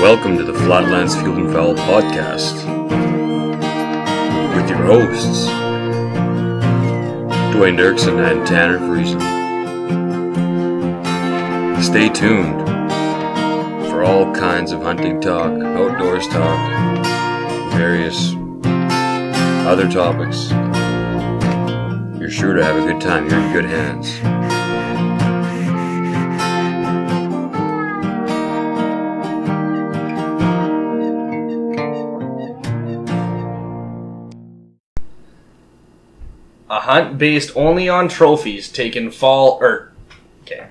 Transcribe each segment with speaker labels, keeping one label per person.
Speaker 1: Welcome to the Flatlands Field and Foul podcast with your hosts, Dwayne Dirksen and Tanner Friesen. Stay tuned for all kinds of hunting talk, outdoors talk, various other topics. You're sure to have a good time. You're in good hands.
Speaker 2: A hunt based only on trophies taken fall or okay.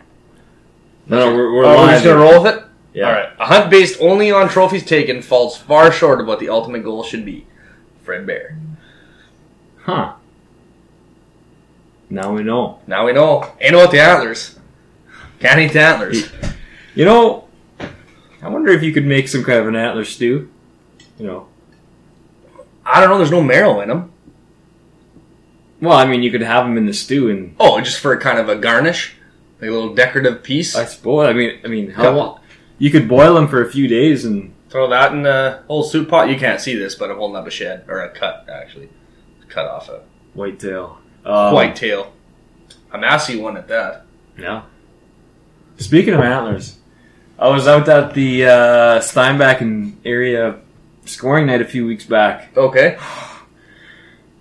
Speaker 3: No, no, we're, we're
Speaker 2: Oh, we're
Speaker 3: live.
Speaker 2: just gonna roll with it.
Speaker 3: Yeah.
Speaker 2: All right. A hunt based only on trophies taken falls far short of what the ultimate goal should be. Fred Bear.
Speaker 3: Huh. Now we know.
Speaker 2: Now we know. Ain't about the antlers. Can't eat the antlers.
Speaker 3: You know, I wonder if you could make some kind of an antler stew. You know.
Speaker 2: I don't know. There's no marrow in them.
Speaker 3: Well, I mean, you could have them in the stew, and
Speaker 2: Oh, just for kind of a garnish, like a little decorative piece.
Speaker 3: I suppose. I mean, I mean, how
Speaker 2: Yeah.
Speaker 3: long? You could boil them for a few days, and
Speaker 2: Throw that in a whole soup pot. You can't see this, but I'm holding up a shed or a cut actually, cut off a
Speaker 3: whitetail. Um,
Speaker 2: white tail. A massy one at that.
Speaker 3: Yeah. Speaking of antlers, I was out at the uh, Steinbach and area scoring night a few weeks back.
Speaker 2: Okay.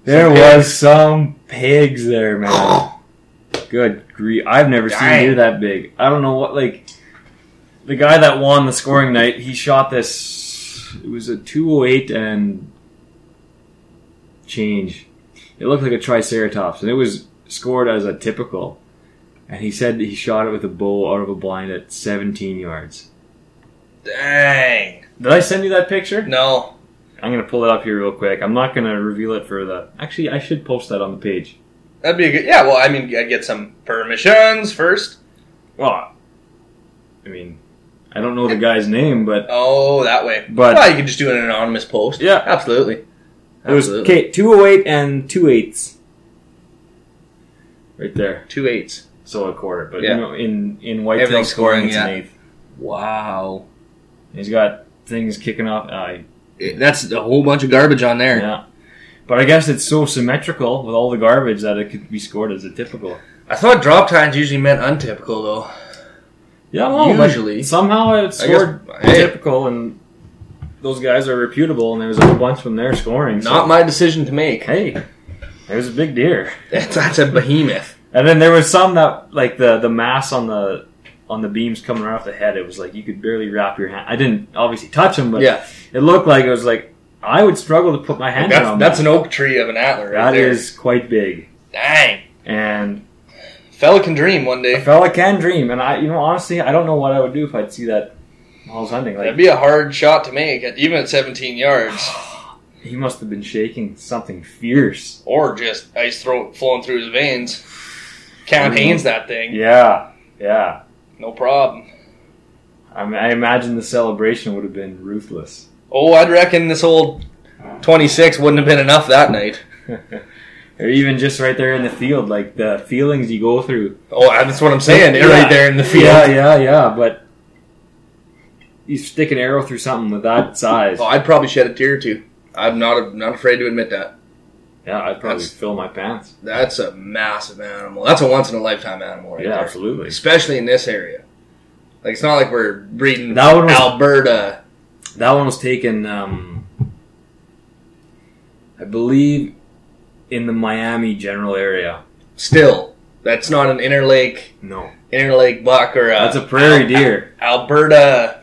Speaker 3: There
Speaker 2: Some
Speaker 3: was some pigs there, man. Good grief! I've never seen
Speaker 2: Dang.
Speaker 3: deer that big. I don't know what like. The guy that won the scoring night, he shot this. It was a two oh eight and change. It looked like a triceratops, and it was scored as a typical. And he said that he shot it with a bow out of a blind at seventeen yards.
Speaker 2: Dang.
Speaker 3: Did I send you that picture?
Speaker 2: No.
Speaker 3: I'm gonna pull it up here real quick. I'm not gonna reveal it for the. Actually, I should post that on the page.
Speaker 2: That'd be a good. Yeah, well, I mean, I'd get some permissions first.
Speaker 3: Well, I mean, I don't know the guy's name, but
Speaker 2: Oh, that way.
Speaker 3: But-
Speaker 2: well, you could just do an anonymous post.
Speaker 3: Yeah.
Speaker 2: absolutely.
Speaker 3: it was
Speaker 2: Absolutely.
Speaker 3: okay, 208 and two eighths. Right there.
Speaker 2: two eights.
Speaker 3: So a quarter, but
Speaker 2: Yeah.
Speaker 3: you know, in, in white
Speaker 2: Everything scoring,
Speaker 3: it's an
Speaker 2: yeah.
Speaker 3: eighth.
Speaker 2: Wow,
Speaker 3: He's got things kicking off. I
Speaker 2: that's a whole bunch of garbage on there.
Speaker 3: yeah. But I guess it's so symmetrical with all the garbage that it could be scored as a typical.
Speaker 2: I thought drop times usually meant untypical, though.
Speaker 3: Yeah, no, but
Speaker 2: Usually.
Speaker 3: somehow it
Speaker 2: I guess-
Speaker 3: scored
Speaker 2: hey.
Speaker 3: typical, and those guys are reputable, and there was a whole bunch from there scoring. so-
Speaker 2: Not my decision to make.
Speaker 3: hey, it was a big deer.
Speaker 2: That's, that's a behemoth.
Speaker 3: And then there was some that like the the mass on the on the beams coming right off the head. It was like you could barely wrap your hand. I didn't obviously touch them, but
Speaker 2: Yeah.
Speaker 3: it looked like it was like I would struggle to put my hand
Speaker 2: That's,
Speaker 3: on.
Speaker 2: that's an oak tree of an antler. Right
Speaker 3: that
Speaker 2: there.
Speaker 3: is quite big.
Speaker 2: dang.
Speaker 3: And
Speaker 2: Fella can dream one
Speaker 3: a
Speaker 2: day.
Speaker 3: fella can dream. And I, you know, honestly, I don't know what I would do if I'd see that while I was hunting.
Speaker 2: That'd
Speaker 3: Like
Speaker 2: be a hard shot to make, even at 17 yards,
Speaker 3: he must have been shaking something fierce.
Speaker 2: or just ice throw, flowing through his veins. Count Haynes that thing.
Speaker 3: Yeah, yeah.
Speaker 2: No problem.
Speaker 3: I mean, I imagine the celebration would have been ruthless.
Speaker 2: Oh, I'd reckon this old 26 wouldn't have been enough that night.
Speaker 3: Or even just right there in the field, like the feelings you go through.
Speaker 2: Oh, that's what I'm saying. Right there in the field.
Speaker 3: Yeah, yeah, yeah. But you stick an arrow through something with that size.
Speaker 2: Oh, I'd probably shed a tear or two. I'm not not afraid to admit that.
Speaker 3: Yeah, I'd probably
Speaker 2: That's-
Speaker 3: fill my pants.
Speaker 2: That's a massive animal. That's a once in a lifetime animal, right
Speaker 3: yeah,
Speaker 2: there.
Speaker 3: absolutely.
Speaker 2: Especially in this area. Like it's not like we're breeding
Speaker 3: That one was-
Speaker 2: Alberta.
Speaker 3: That one was taken, um, I believe, in the Miami general area.
Speaker 2: Still, that's not an interlake
Speaker 3: No,
Speaker 2: interlake buck or a,
Speaker 3: that's a prairie deer.
Speaker 2: Alberta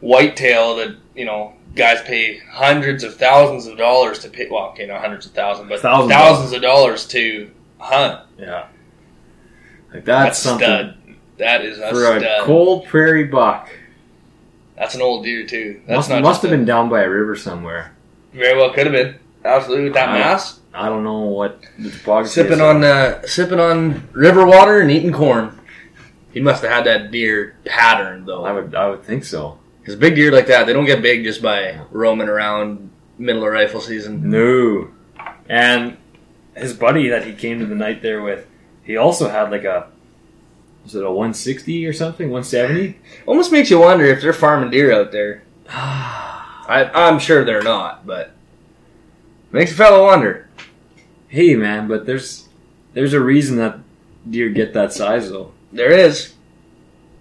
Speaker 2: whitetail that you know guys pay hundreds of thousands of dollars to pay. Well, okay, not hundreds of thousands, but
Speaker 3: Thousands.
Speaker 2: thousands of dollars to hunt.
Speaker 3: Yeah, like that's,
Speaker 2: a
Speaker 3: something
Speaker 2: stud. That is a
Speaker 3: for a
Speaker 2: stud.
Speaker 3: cold prairie buck.
Speaker 2: That's an old deer too. That's
Speaker 3: Must,
Speaker 2: not
Speaker 3: must
Speaker 2: just
Speaker 3: have
Speaker 2: a-
Speaker 3: been down by a river somewhere.
Speaker 2: Very well could have been. Absolutely, with that
Speaker 3: I-
Speaker 2: mass.
Speaker 3: I don't know what the topography. is.
Speaker 2: Sipping on uh, sipping on river water and eating corn. He must have had that deer pattern
Speaker 3: I
Speaker 2: though,
Speaker 3: would, I would think so.
Speaker 2: because big deer like that they don't get big just by roaming around middle of rifle season.
Speaker 3: No. And his buddy that he came to the night there with, he also had like a was it a 160 or something, 170?
Speaker 2: Almost makes you wonder if they're farming deer out there. I, I'm sure they're not, but makes a fellow wonder.
Speaker 3: Hey man, but there's there's a reason that deer get that size though.
Speaker 2: There is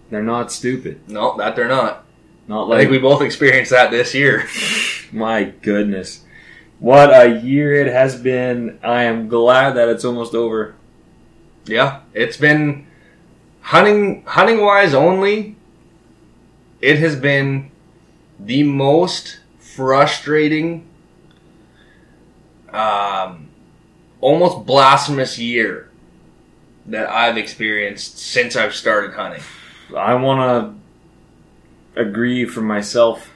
Speaker 3: They're not stupid.
Speaker 2: no that they're not.
Speaker 3: Not
Speaker 2: I
Speaker 3: like
Speaker 2: think we both experienced that this year.
Speaker 3: my goodness. What a year it has been. I am glad that it's almost over.
Speaker 2: yeah, it's been hunting hunting wise only. It has been the most frustrating, um, almost blasphemous year that I've experienced since I've started hunting.
Speaker 3: I want to agree for myself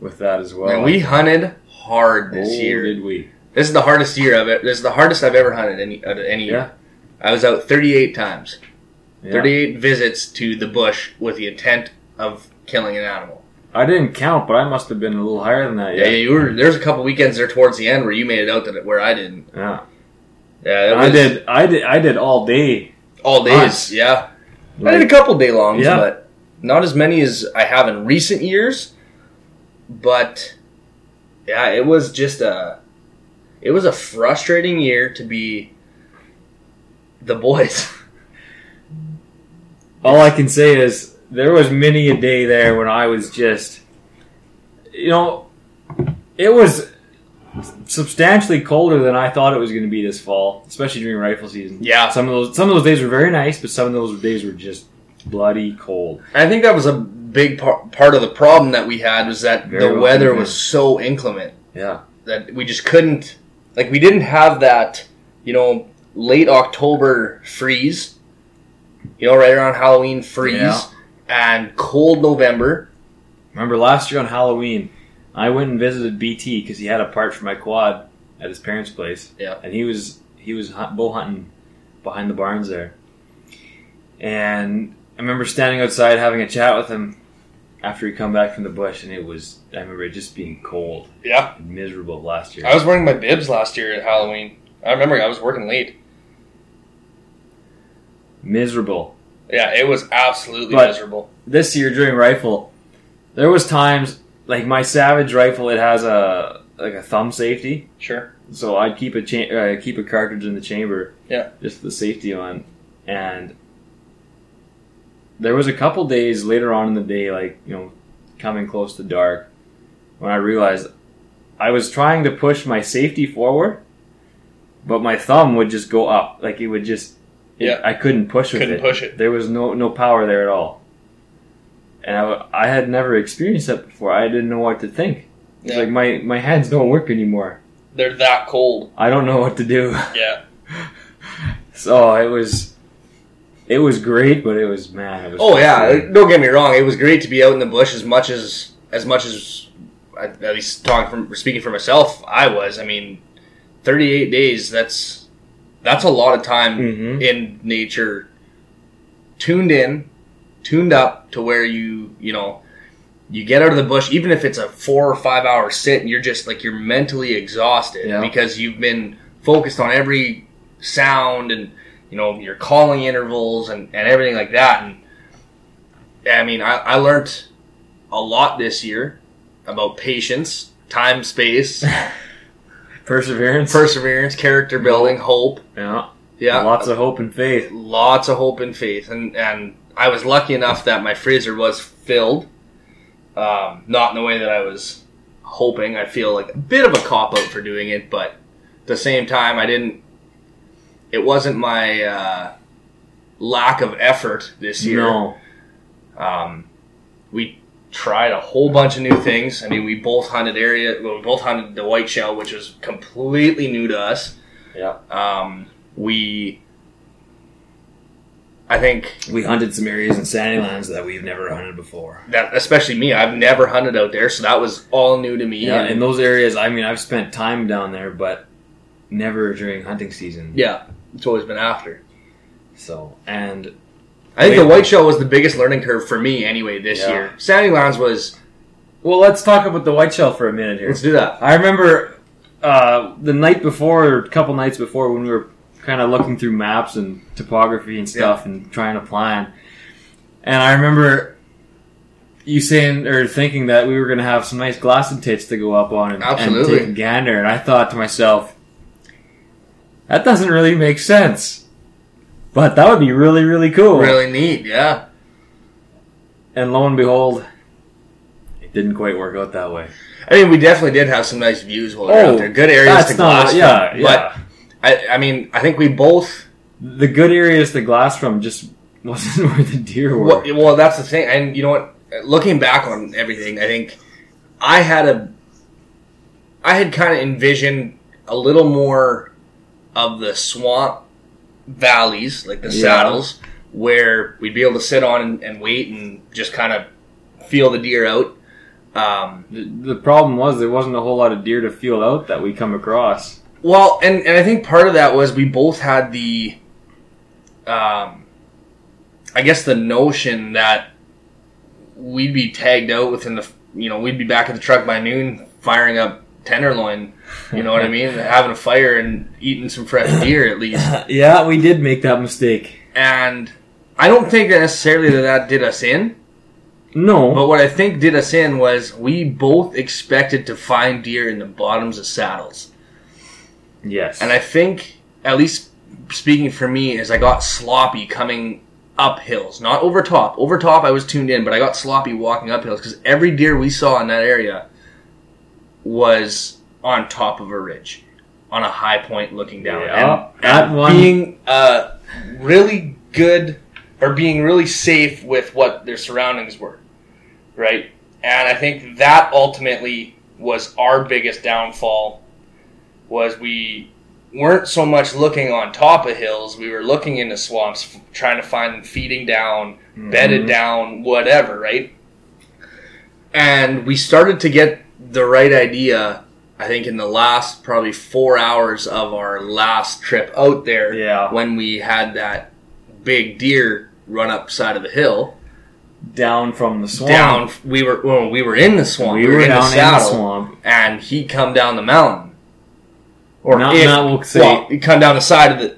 Speaker 3: with that as well.
Speaker 2: and we hunted hard this
Speaker 3: Oh,
Speaker 2: year.
Speaker 3: did we?
Speaker 2: This is the hardest year I've ever. This is the hardest I've ever hunted any out of any year. I was out 38 times,
Speaker 3: Yeah.
Speaker 2: 38 visits to the bush with the intent of killing an animal.
Speaker 3: I didn't count, but I must have been a little higher than that.
Speaker 2: Yeah,
Speaker 3: Yeah.
Speaker 2: you were. There's a couple weekends there towards the end where you made it out that where I didn't.
Speaker 3: Yeah.
Speaker 2: Yeah, it
Speaker 3: I
Speaker 2: was
Speaker 3: did. I did. I did all day.
Speaker 2: all days.
Speaker 3: Nice.
Speaker 2: Yeah, I
Speaker 3: Like,
Speaker 2: did a couple day longs,
Speaker 3: Yeah.
Speaker 2: but not as many as I have in recent years. But yeah, it was just a. It was a frustrating year to be. The boys.
Speaker 3: all I can say is there was many a day there when I was just, you know, it was substantially colder than I thought it was going to be this fall, especially during rifle season.
Speaker 2: Yeah.
Speaker 3: Some of those some of those days were very nice, but some of those days were just bloody cold.
Speaker 2: I think that was a big par- part of the problem that we had was that
Speaker 3: Very
Speaker 2: the
Speaker 3: well
Speaker 2: weather
Speaker 3: could be.
Speaker 2: was so inclement
Speaker 3: Yeah.
Speaker 2: that we just couldn't like we didn't have that you know late October freeze, you know right around Halloween freeze
Speaker 3: Yeah.
Speaker 2: and cold November.
Speaker 3: Remember last year on Halloween, I went and visited BT because he had a part for my quad at his parents' place.
Speaker 2: Yeah.
Speaker 3: and he was he was hunt, bull hunting behind the barns there. And I remember standing outside having a chat with him after he come back from the bush, and it was I remember it just being cold,
Speaker 2: Yeah,
Speaker 3: and miserable last year.
Speaker 2: I was wearing my bibs last year at Halloween. I remember I was working late.
Speaker 3: miserable.
Speaker 2: Yeah, it was absolutely
Speaker 3: But-
Speaker 2: miserable.
Speaker 3: This year during rifle, there was times like my Savage rifle. It has a like a thumb safety.
Speaker 2: Sure.
Speaker 3: So I'd keep a cha- uh, keep a cartridge in the chamber.
Speaker 2: Yeah.
Speaker 3: Just the safety on, and there was a couple days later on in the day, like you know, coming close to dark, when I realized I was trying to push my safety forward, but my thumb would just go up, like it would just. it-
Speaker 2: Yeah.
Speaker 3: I couldn't push with
Speaker 2: Couldn't
Speaker 3: it.
Speaker 2: push it.
Speaker 3: There was no no power there at all, and I, w- I had never experienced that before. I didn't know what to think. It's
Speaker 2: Yeah.
Speaker 3: like my my hands don't work anymore.
Speaker 2: They're that cold.
Speaker 3: I don't know what to do.
Speaker 2: Yeah.
Speaker 3: So it was, it was great, but it was man. It was
Speaker 2: Oh yeah, don't get me wrong. It was great to be out in the bush as much as as much as at at least talking from speaking for myself. I was. I mean, thirty eight days. That's that's a lot of time
Speaker 3: Mhm.
Speaker 2: in nature. Mm-hmm. Tuned in, tuned up to where you you know you get out of the bush, even if it's a four or five hour sit, and you're just like you're mentally exhausted
Speaker 3: Yeah.
Speaker 2: because you've been focused on every sound and you know your calling intervals and, and everything like that. And I mean, I, I learned a lot this year about patience, time, space,
Speaker 3: perseverance.
Speaker 2: perseverance, character building, hope.
Speaker 3: yeah.
Speaker 2: Yeah,
Speaker 3: lots of hope and faith.
Speaker 2: lots of hope and faith, and and I was lucky enough that my freezer was filled, um, not in the way that I was hoping. I feel like a bit of a cop out for doing it, but at the same time, I didn't. It wasn't my uh, lack of effort this year.
Speaker 3: No,
Speaker 2: Um, we tried a whole bunch of new things. I mean, we both hunted area. Well, we both hunted the white shell, which was completely new to us.
Speaker 3: yeah.
Speaker 2: Um, we, I think
Speaker 3: We hunted some areas in Sandylands that we've never hunted before.
Speaker 2: that especially me, I've never hunted out there, so that was all new to me.
Speaker 3: Yeah,
Speaker 2: and-
Speaker 3: in those areas, I mean, I've spent time down there, but never during hunting season.
Speaker 2: yeah, it's always been after.
Speaker 3: So and
Speaker 2: I think
Speaker 3: Wait.
Speaker 2: the white shell was the biggest learning curve for me anyway this
Speaker 3: Yeah.
Speaker 2: year. Sandy Lands was
Speaker 3: well, let's talk about the white shell for a minute here.
Speaker 2: let's do that.
Speaker 3: I remember uh, the night before, or a couple nights before, when we were kind of looking through maps and topography and stuff and trying to plan. And I remember you saying or thinking that we were going to have some nice glass and tits to go up on and, and
Speaker 2: Absolutely.
Speaker 3: take a gander, and I thought to myself, that doesn't really make sense. But that would be really, really cool.
Speaker 2: Really neat, yeah.
Speaker 3: And lo and behold, it didn't quite work out that way.
Speaker 2: I mean, we definitely did have some nice views while we were out there. Good areas
Speaker 3: Oh, that's
Speaker 2: to glass.
Speaker 3: not- Yeah,
Speaker 2: from,
Speaker 3: yeah.
Speaker 2: But I, I mean, I think we both.
Speaker 3: the good areas to glass from just wasn't where the deer were.
Speaker 2: Well, well, that's the thing, and you know what? Looking back on everything, I think I had a, I had kind of envisioned a little more of the swamp valleys, like the
Speaker 3: Yeah.
Speaker 2: saddles, where we'd be able to sit on and, and wait and just kind of feel the deer out. Um,
Speaker 3: The, the problem was there wasn't a whole lot of deer to feel out that we come across.
Speaker 2: Well, and, and I think part of that was we both had the, um, I guess the notion that we'd be tagged out within the, you know, we'd be back at the truck by noon firing up tenderloin, you know what I mean? Having a fire and eating some fresh deer at least.
Speaker 3: Yeah, we did make that mistake.
Speaker 2: And I don't think that necessarily that, that did us in,
Speaker 3: No,
Speaker 2: but what I think did us in was we both expected to find deer in the bottoms of saddles.
Speaker 3: yes,
Speaker 2: And I think, at least speaking for me, is I got sloppy coming up hills, not over top. Over top, I was tuned in, but I got sloppy walking up hills because every deer we saw in that area was on top of a ridge, on a high point, looking down.
Speaker 3: Yeah,
Speaker 2: And-
Speaker 3: that
Speaker 2: and
Speaker 3: one-
Speaker 2: being uh, really good or being really safe with what their surroundings were, right? And I think that ultimately was our biggest downfall was we weren't so much looking on top of hills. We were looking into swamps, f- trying to find feeding down,
Speaker 3: Mm-hmm.
Speaker 2: bedded
Speaker 3: Mm.
Speaker 2: down, whatever, right? And we started to get the right idea, I think, in the last probably four hours of our last trip out there
Speaker 3: Yeah.
Speaker 2: when we had that big deer run up side of the hill.
Speaker 3: down from the swamp.
Speaker 2: Down, we were well, we were in the swamp.
Speaker 3: we were
Speaker 2: in
Speaker 3: down
Speaker 2: the
Speaker 3: in the
Speaker 2: saddle,
Speaker 3: swamp.
Speaker 2: and he come down the mountain.
Speaker 3: Or not,
Speaker 2: if-
Speaker 3: not we'll say.
Speaker 2: well, you come down the side of the.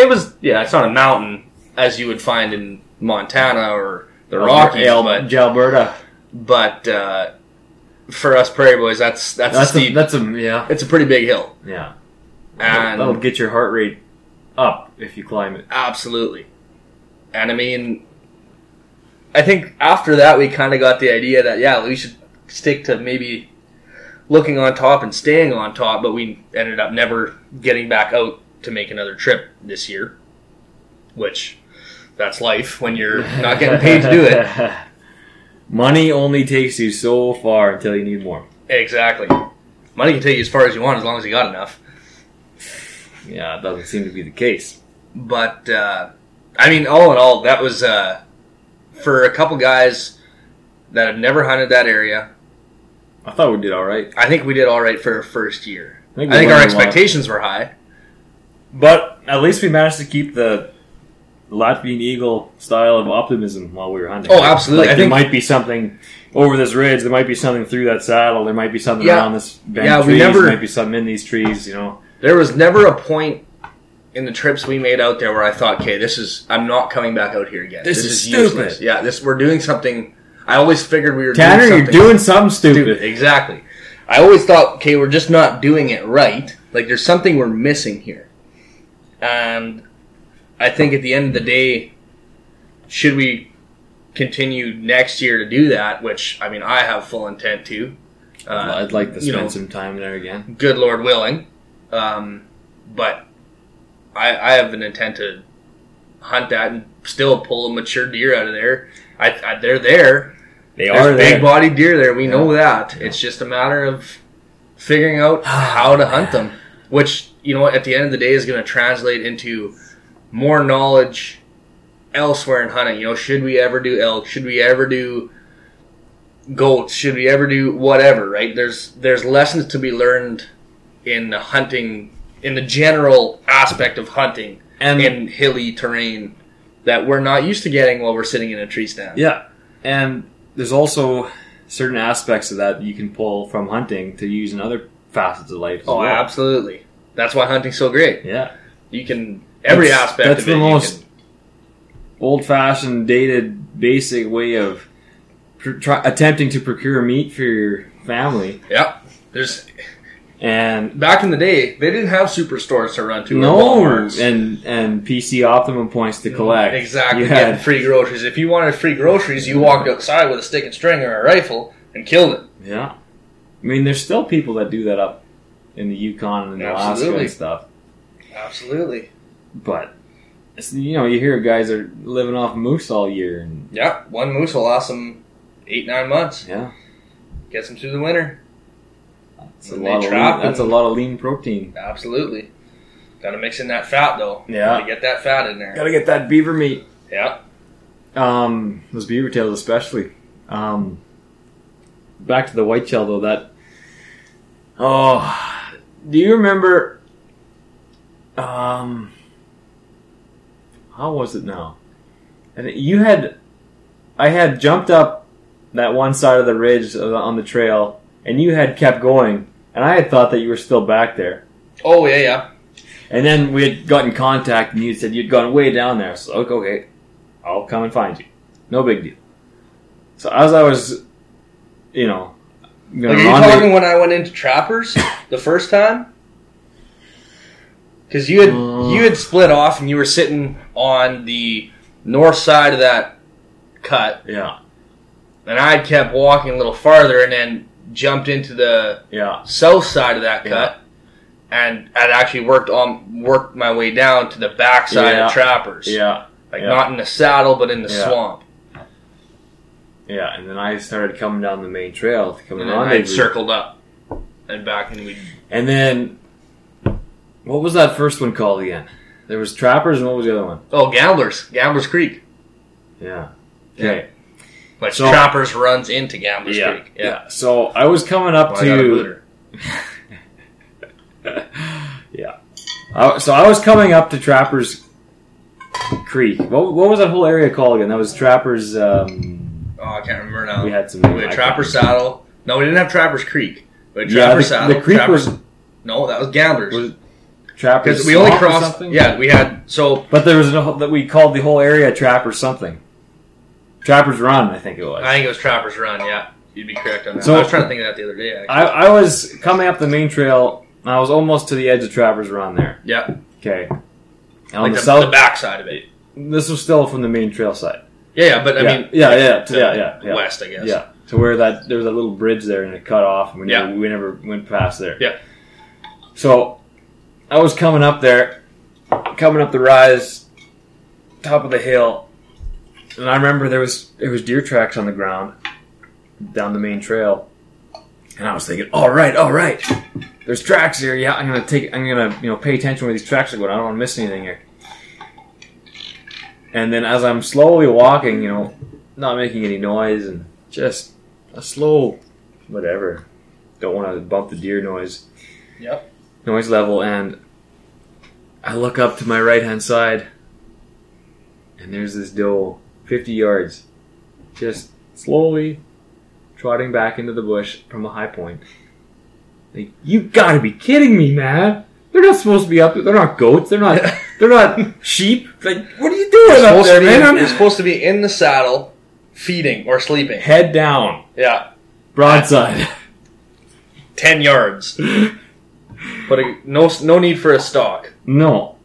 Speaker 2: It was yeah, it's not a mountain as you would find in Montana or the Rockies,
Speaker 3: El-
Speaker 2: but
Speaker 3: Jalberta.
Speaker 2: but uh, for us prairie boys, that's that's, a
Speaker 3: That's a,
Speaker 2: steep.
Speaker 3: that's a yeah
Speaker 2: it's a pretty big hill,
Speaker 3: yeah.
Speaker 2: and
Speaker 3: That'll get your heart rate up if you climb it.
Speaker 2: absolutely. And I mean, I think after that we kind of got the idea that yeah, we should stick to maybe looking on top and staying on top, but we ended up never getting back out to make another trip this year, which that's life when you're not getting paid to do it.
Speaker 3: Money only takes you so far until you need more.
Speaker 2: Exactly. Money can take you as far as you want as long as you got enough.
Speaker 3: Yeah, it doesn't seem to be the case.
Speaker 2: But uh, I mean, all in all, that was uh, for a couple guys that have never hunted that area.
Speaker 3: I thought we did all right.
Speaker 2: I think we did all right for our first year. I think,
Speaker 3: we
Speaker 2: our
Speaker 3: learned a lot.
Speaker 2: expectations were high.
Speaker 3: But at least we managed to keep the Latvian eagle style of optimism while we were hunting.
Speaker 2: Oh, absolutely.
Speaker 3: Like,
Speaker 2: I
Speaker 3: there
Speaker 2: think-
Speaker 3: might be something over this ridge. There might be something through that saddle. There might be something
Speaker 2: Yeah.
Speaker 3: around this bend
Speaker 2: Yeah,
Speaker 3: of
Speaker 2: we
Speaker 3: trees.
Speaker 2: never-
Speaker 3: There might be something in these trees. You know,
Speaker 2: There was never a point in the trips we made out there where I thought, "Okay, this is I'm not coming back out here again.
Speaker 3: This is
Speaker 2: useless."
Speaker 3: stupid.
Speaker 2: Yeah, this we're doing something. I always figured we were
Speaker 3: Tanner,
Speaker 2: doing
Speaker 3: you're
Speaker 2: something
Speaker 3: doing something stupid.
Speaker 2: stupid. Exactly. I always thought, okay, we're just not doing it right. Like there's something we're missing here. And I think at the end of the day, should we continue next year to do that? Which I mean, I have full intent to. Uh,
Speaker 3: I'd like to
Speaker 2: you
Speaker 3: spend
Speaker 2: know,
Speaker 3: some time there again.
Speaker 2: good Lord willing. Um, but I, I have an intent to hunt that and still pull a mature deer out of there. I, I, they're there.
Speaker 3: They
Speaker 2: There's
Speaker 3: are
Speaker 2: big
Speaker 3: there.
Speaker 2: bodied deer there. We
Speaker 3: Yeah. Oh,
Speaker 2: know that. It's just a matter of figuring out how to hunt them, which you know at the end of the day is going to translate into more knowledge elsewhere in hunting. You know, should we ever do elk? Should we ever do goats? Should we ever do whatever? Right? There's there's lessons to be learned in the hunting in the general aspect of hunting
Speaker 3: and
Speaker 2: in hilly terrain that we're not used to getting while we're sitting in a tree stand.
Speaker 3: Yeah, and there's also certain aspects of that you can pull from hunting to use in other facets of life. As
Speaker 2: Oh,
Speaker 3: well.
Speaker 2: absolutely. That's why hunting's so great.
Speaker 3: Yeah,
Speaker 2: You can every
Speaker 3: That's-
Speaker 2: aspect
Speaker 3: that's
Speaker 2: of it.
Speaker 3: the
Speaker 2: you
Speaker 3: most
Speaker 2: can-
Speaker 3: old fashioned, dated, basic way of tr- try, attempting to procure meat for your family.
Speaker 2: Yep. There's
Speaker 3: And
Speaker 2: back in the day, they didn't have superstores to run to. or
Speaker 3: no,
Speaker 2: Walmarts.
Speaker 3: and and PC Optimum points to collect.
Speaker 2: Exactly.
Speaker 3: You
Speaker 2: Getting
Speaker 3: had,
Speaker 2: free groceries. If you wanted free groceries, you walked outside with a stick and string or a rifle and killed it.
Speaker 3: yeah. I mean, there's still people that do that up in the Yukon and in Alaska
Speaker 2: Absolutely.
Speaker 3: and stuff.
Speaker 2: Absolutely.
Speaker 3: But it's, you know, you hear guys are living off moose all year, and
Speaker 2: Yeah. One moose will last them eight, nine months.
Speaker 3: yeah,
Speaker 2: Gets them through the winter.
Speaker 3: it's a
Speaker 2: When they
Speaker 3: lot of lean,
Speaker 2: trap
Speaker 3: that's a
Speaker 2: and-
Speaker 3: lot of lean protein.
Speaker 2: Absolutely. Got to mix in that fat though.
Speaker 3: Yeah.
Speaker 2: Gotta get that fat in there.
Speaker 3: Gotta get that beaver meat.
Speaker 2: Yeah.
Speaker 3: Um, those beaver tails, especially. Um, back to the whitetail though. That oh, do you remember? Um, how was it now? And you had, I had jumped up that one side of the ridge of the- on the trail, and you had kept going, and I had thought that you were still back there.
Speaker 2: Oh yeah, yeah.
Speaker 3: And then we had gotten contact, and you said you'd gone way down there. So okay, okay, I'll come and find you. No big deal. So as I was, you know, gonna
Speaker 2: Like, are you
Speaker 3: rendez-
Speaker 2: talking when I went into Trappers the first time? Because you had
Speaker 3: Uh.
Speaker 2: you had split off and you were sitting on the north side of that cut,
Speaker 3: yeah,
Speaker 2: and I had kept walking a little farther and then jumped into the
Speaker 3: yeah,
Speaker 2: south side of that
Speaker 3: Yeah.
Speaker 2: cut, and I'd actually worked on worked my way down to the back side
Speaker 3: Yeah.
Speaker 2: of Trappers,
Speaker 3: yeah,
Speaker 2: like
Speaker 3: Yeah.
Speaker 2: not in the saddle but in the
Speaker 3: Yeah.
Speaker 2: swamp,
Speaker 3: yeah. And then I started coming down the main trail to come
Speaker 2: and
Speaker 3: and
Speaker 2: then I
Speaker 3: rendezvous.
Speaker 2: circled up and back, and we
Speaker 3: and then what was that first one called again? There was trappers, and what was the other one?
Speaker 2: oh Gamblers Gamblers Creek.
Speaker 3: Yeah.
Speaker 2: Yeah.
Speaker 3: Okay.
Speaker 2: Like
Speaker 3: So-
Speaker 2: Trappers runs into Gambler's Creek.
Speaker 3: yeah. So I was coming up
Speaker 2: Well, I
Speaker 3: to.
Speaker 2: got a booter.
Speaker 3: yeah. I, so I was coming up to Trapper's Creek. What, what was that whole area called again? That was Trapper's. Um,
Speaker 2: Oh, I can't remember now.
Speaker 3: we had some.
Speaker 2: We had Trapper's Saddle. No, we didn't have Trapper's Creek. We had
Speaker 3: Yeah, the,
Speaker 2: Trapper's Saddle.
Speaker 3: the creek
Speaker 2: Trapper's,
Speaker 3: was
Speaker 2: no, that was Gamblers.
Speaker 3: was Trapper's.
Speaker 2: because we only
Speaker 3: Swamp or
Speaker 2: crossed.
Speaker 3: something?
Speaker 2: Yeah, we had so
Speaker 3: But there was a, whole- that we called the whole area Trapper's something. Trapper's Run, I think it was.
Speaker 2: I think it was Trapper's Run. Yeah, you'd be correct on that.
Speaker 3: So-
Speaker 2: I was trying to think of that the other day. Actually.
Speaker 3: I, I was coming up the main trail. And I was almost to the edge of Trapper's Run there.
Speaker 2: yeah,
Speaker 3: Okay. And on
Speaker 2: like
Speaker 3: the,
Speaker 2: the,
Speaker 3: south,
Speaker 2: the backside of it.
Speaker 3: this was still from the main trail side.
Speaker 2: Yeah, yeah, but I
Speaker 3: yeah,
Speaker 2: mean,
Speaker 3: yeah, yeah,
Speaker 2: to
Speaker 3: yeah, yeah, yeah.
Speaker 2: west, I guess.
Speaker 3: Yeah, to where that there was a little bridge there and it cut off. And we
Speaker 2: Yeah.
Speaker 3: never, we never went past there.
Speaker 2: Yeah.
Speaker 3: So I was coming up there, coming up the rise, top of the hill, and I remember there was there was deer tracks on the ground down the main trail, and I was thinking, all right, all right, there's tracks here. Yeah, I'm gonna take, I'm gonna you know pay attention where these tracks are going. I don't want to miss anything here. And then as I'm slowly walking, you know, not making any noise and just a slow whatever. Don't want to bump the deer noise
Speaker 2: Yep.
Speaker 3: noise level and I look up to my right hand side and there's this doe 50 yards just slowly trotting back into the bush from a high point. Like you got to be kidding me, man. They're not supposed to be up there. They're not goats. They're not they're not sheep. Like what are you doing
Speaker 2: You're
Speaker 3: up
Speaker 2: supposed,
Speaker 3: there,
Speaker 2: to be,
Speaker 3: man?
Speaker 2: you're
Speaker 3: I'm-
Speaker 2: supposed to be in the saddle, feeding or sleeping.
Speaker 3: Head down,
Speaker 2: Yeah.
Speaker 3: broadside.
Speaker 2: ten yards. but
Speaker 3: uh,
Speaker 2: a, no, no need for a stalk.
Speaker 3: No.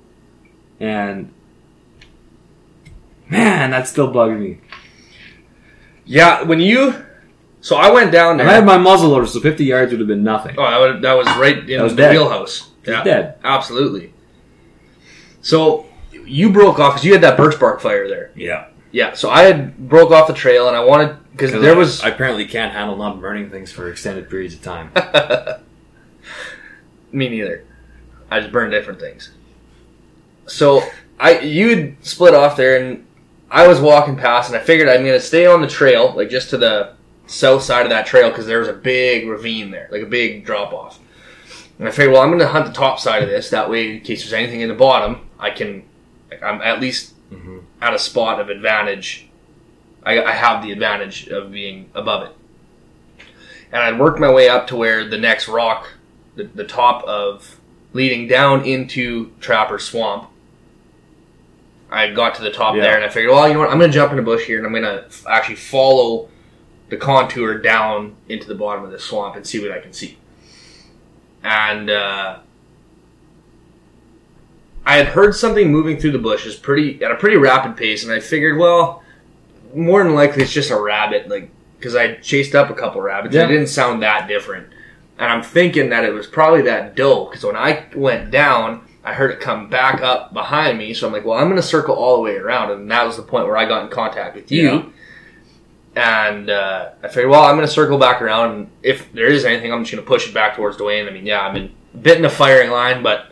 Speaker 3: And man, that still bugs me.
Speaker 2: Yeah, when you, so I went down there.
Speaker 3: If I had my muzzle loader, so fifty yards would have been nothing.
Speaker 2: oh, that, would, that was right in
Speaker 3: That was
Speaker 2: the
Speaker 3: dead.
Speaker 2: wheelhouse.
Speaker 3: He's
Speaker 2: Yeah,
Speaker 3: dead.
Speaker 2: absolutely. So you broke off because you had that birch bark fire there.
Speaker 3: Yeah,
Speaker 2: Yeah, so I had broke off the trail and I wanted because there was
Speaker 3: I apparently can't handle not burning things for extended periods of time.
Speaker 2: me neither. I just burned different things. So I you'd split off there and I was walking past and I figured I'm gonna stay on the trail, like just to the south side of that trail because there was a big ravine there, like a big drop off. And I figured, well, I'm gonna hunt the top side of this. That way, in case there's anything in the bottom, I can, like, I'm at least
Speaker 3: Mhm.
Speaker 2: at a spot of advantage. I, I have the advantage of being above it. And I'd worked my way up to where the next rock the, the top of leading down into Trapper Swamp. I got to the top
Speaker 3: Yeah.
Speaker 2: there and I figured, well, you know what? I'm going to jump in a bush here and I'm going to f- actually follow the contour down into the bottom of the swamp and see what I can see. And uh, I had heard something moving through the bushes pretty at a pretty rapid pace, and I figured, well, more than likely it's just a rabbit, like because I chased up a couple rabbits.
Speaker 3: Yeah.
Speaker 2: It didn't sound that different, and I'm thinking that it was probably that doe. Because when I went down, I heard it come back up behind me, so I'm like, well, I'm gonna circle all the way around, and that was the point where I got in contact with you.
Speaker 3: Yeah.
Speaker 2: And uh, I figured, well, I'm going to circle back around, and if there is anything, I'm just going to push it back towards Dwayne. I mean, yeah, I'm in, a bit in the firing line, but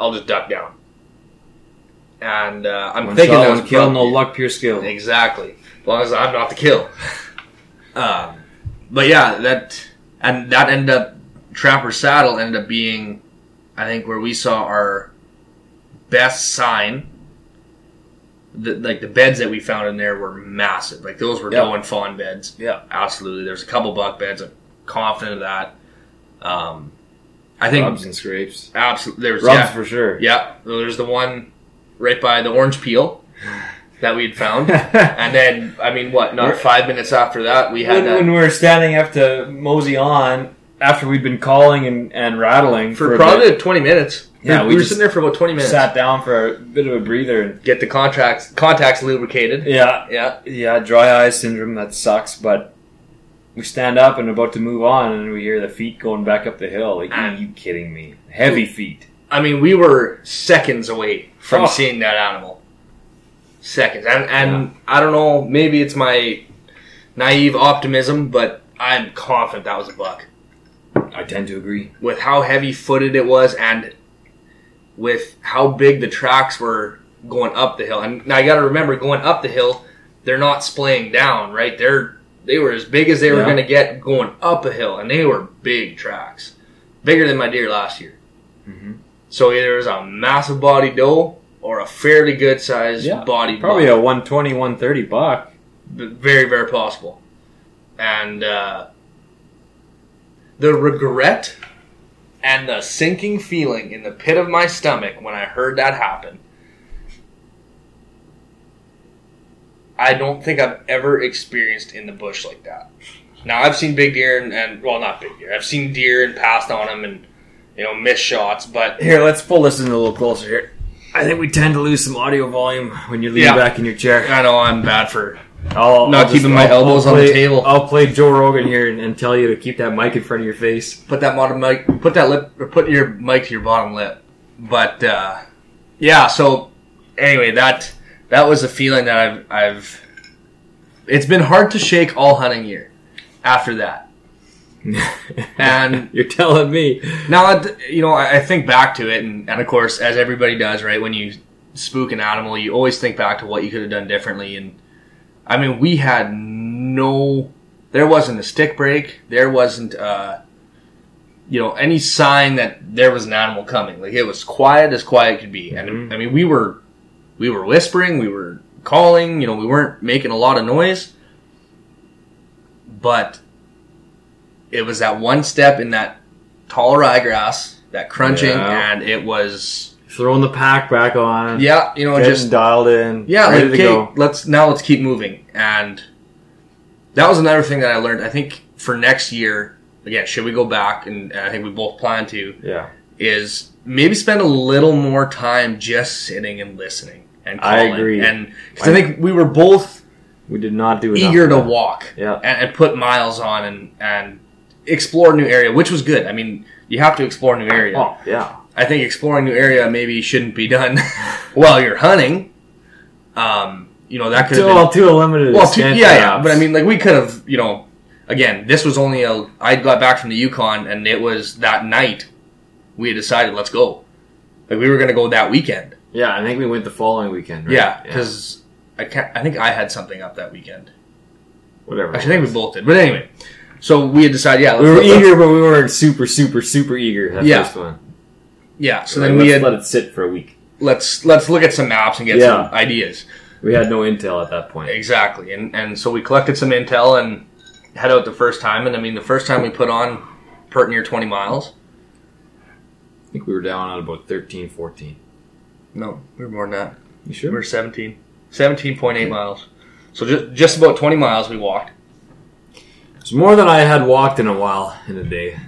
Speaker 2: I'll just duck down. And uh, I'm
Speaker 3: One
Speaker 2: thinking
Speaker 3: shot,
Speaker 2: that
Speaker 3: one
Speaker 2: was
Speaker 3: kill,
Speaker 2: prob-
Speaker 3: no luck, pure skill.
Speaker 2: Exactly. As long as I'm not the kill. um, but yeah, that and that ended up Trapper Saddle ended up being, I think, where we saw our best sign. The, like the beds that we found in there were massive. Like those were
Speaker 3: Yeah.
Speaker 2: doe and fawn beds.
Speaker 3: Yeah.
Speaker 2: absolutely. There's a couple buck beds. I'm confident of that. Um, I think
Speaker 3: Rubs and scrapes.
Speaker 2: absolutely. There's
Speaker 3: Rubs
Speaker 2: yeah,
Speaker 3: for sure.
Speaker 2: yeah. There's the one right by the orange peel that we had found. And then, I mean, what? Not
Speaker 3: We're-
Speaker 2: five minutes after that, we
Speaker 3: when,
Speaker 2: had
Speaker 3: when
Speaker 2: that
Speaker 3: we were standing up to mosey on after we'd been calling and, and rattling
Speaker 2: for
Speaker 3: a
Speaker 2: probably
Speaker 3: bit,
Speaker 2: 20 minutes.
Speaker 3: Yeah,
Speaker 2: we,
Speaker 3: we
Speaker 2: were
Speaker 3: just
Speaker 2: sitting there for about 20 minutes.
Speaker 3: sat down for a bit of a breather and
Speaker 2: Get the contracts, contacts lubricated.
Speaker 3: yeah
Speaker 2: Yeah,
Speaker 3: yeah dry eye syndrome that sucks but we stand up and about to move on and we hear the feet going back up the hill like are
Speaker 2: Ah.
Speaker 3: you kidding me heavy feet
Speaker 2: I mean, we were seconds away from
Speaker 3: Oh.
Speaker 2: seeing that animal. Seconds, and and I don't know. Maybe it's my naive optimism, but I'm confident that was a buck.
Speaker 3: I tend to agree
Speaker 2: with how heavy footed it was and with how big the tracks were going up the hill. And now you got to remember, going up the hill, they're not splaying down, right? They're they were as big as they were
Speaker 3: Yeah.
Speaker 2: going to get going up a hill, and they were big tracks, bigger than my deer last year.
Speaker 3: Mhm.
Speaker 2: So either it was a massive body doe or a fairly good sized
Speaker 3: Yeah,
Speaker 2: body
Speaker 3: probably
Speaker 2: buck
Speaker 3: a 120 130 buck
Speaker 2: very very possible and uh, the regret and the sinking feeling in the pit of my stomach when i heard that happen i don't think i've ever experienced in the bush like that now i've seen big deer and, and well not big deer i've seen deer and passed on them and you know missed shots but
Speaker 3: here let's pull this in a little closer here I think we tend to lose some audio volume when you're leaning
Speaker 2: Yeah.
Speaker 3: back in your chair
Speaker 2: i know i'm bad for
Speaker 3: I'll,
Speaker 2: Not
Speaker 3: I'll just-
Speaker 2: keeping my
Speaker 3: I'll-
Speaker 2: elbows
Speaker 3: I'll
Speaker 2: on the
Speaker 3: play-
Speaker 2: table.
Speaker 3: I'll play Joe Rogan here and, and tell you to keep that mic in front of your face.
Speaker 2: put that bottom mic, put that lip, or put your mic to your bottom lip. But uh, yeah, so anyway, that that was a feeling that I've I've. It's been hard to shake all hunting year after that, and
Speaker 3: You're telling me.
Speaker 2: now that you know, I, I think back to it, and, and of course, as everybody does, right? When you spook an animal, you always think back to what you could have done differently. And I mean, we had no, there wasn't a stick break, there wasn't, uh, you know, any sign that there was an animal coming. Like it was quiet as quiet could be, and I mean, we were, we were whispering, we were calling, you know, we weren't making a lot of noise, but. It was that one step in that tall ryegrass, that crunching,
Speaker 3: Yeah.
Speaker 2: and it was
Speaker 3: Throwing the pack back on.
Speaker 2: yeah, you know,
Speaker 3: Getting
Speaker 2: just
Speaker 3: dialed in.
Speaker 2: yeah,
Speaker 3: Ready
Speaker 2: like
Speaker 3: to
Speaker 2: okay,
Speaker 3: go.
Speaker 2: let's now let's keep moving. And that was another thing that I learned. I think for next year, again, should we go back? And, and I think we both plan to
Speaker 3: Yeah.
Speaker 2: is maybe spend a little more time just sitting and listening and
Speaker 3: I
Speaker 2: calling.
Speaker 3: agree.
Speaker 2: And 'cause I think we were both
Speaker 3: We did not do enough
Speaker 2: eager
Speaker 3: of
Speaker 2: to
Speaker 3: that.
Speaker 2: walk
Speaker 3: Yeah.
Speaker 2: and, and put miles on and and explore a new area, which was good. I mean, you have to explore a new area.
Speaker 3: Oh, yeah.
Speaker 2: I think exploring new area maybe shouldn't be done while you're hunting. Um, you know that could
Speaker 3: To,
Speaker 2: have been
Speaker 3: well, to a limited
Speaker 2: well, to, yeah,
Speaker 3: extent.
Speaker 2: yeah.
Speaker 3: perhaps.
Speaker 2: But I mean, like we could have, you know, again, this was only a. I got back from the Yukon, and it was that night we had decided let's go. Like we were gonna go that weekend.
Speaker 3: Yeah, I think we went the following weekend, right?
Speaker 2: Yeah, 'cause Yeah, because I can't. I think I had something up that weekend.
Speaker 3: Whatever.
Speaker 2: Actually, I think we both did. But anyway, so we had decided. Yeah,
Speaker 3: we were
Speaker 2: let's-
Speaker 3: eager, but we weren't super, super, super eager that
Speaker 2: Yeah.
Speaker 3: first one.
Speaker 2: Yeah. So
Speaker 3: Like,
Speaker 2: then we
Speaker 3: let's
Speaker 2: had
Speaker 3: let it sit for a week.
Speaker 2: let's let's look at some maps and get
Speaker 3: Yeah.
Speaker 2: some ideas.
Speaker 3: We had no intel at that point.
Speaker 2: Exactly, and and so we collected some intel and head out the first time. And I mean, the first time we put on pert near twenty miles.
Speaker 3: I think we were down on about 13, 14.
Speaker 2: No, we were more than that.
Speaker 3: You
Speaker 2: We
Speaker 3: sure?
Speaker 2: were 17. 17.8 miles. So just just about twenty miles we walked.
Speaker 3: It's more than I had walked in a while in a day.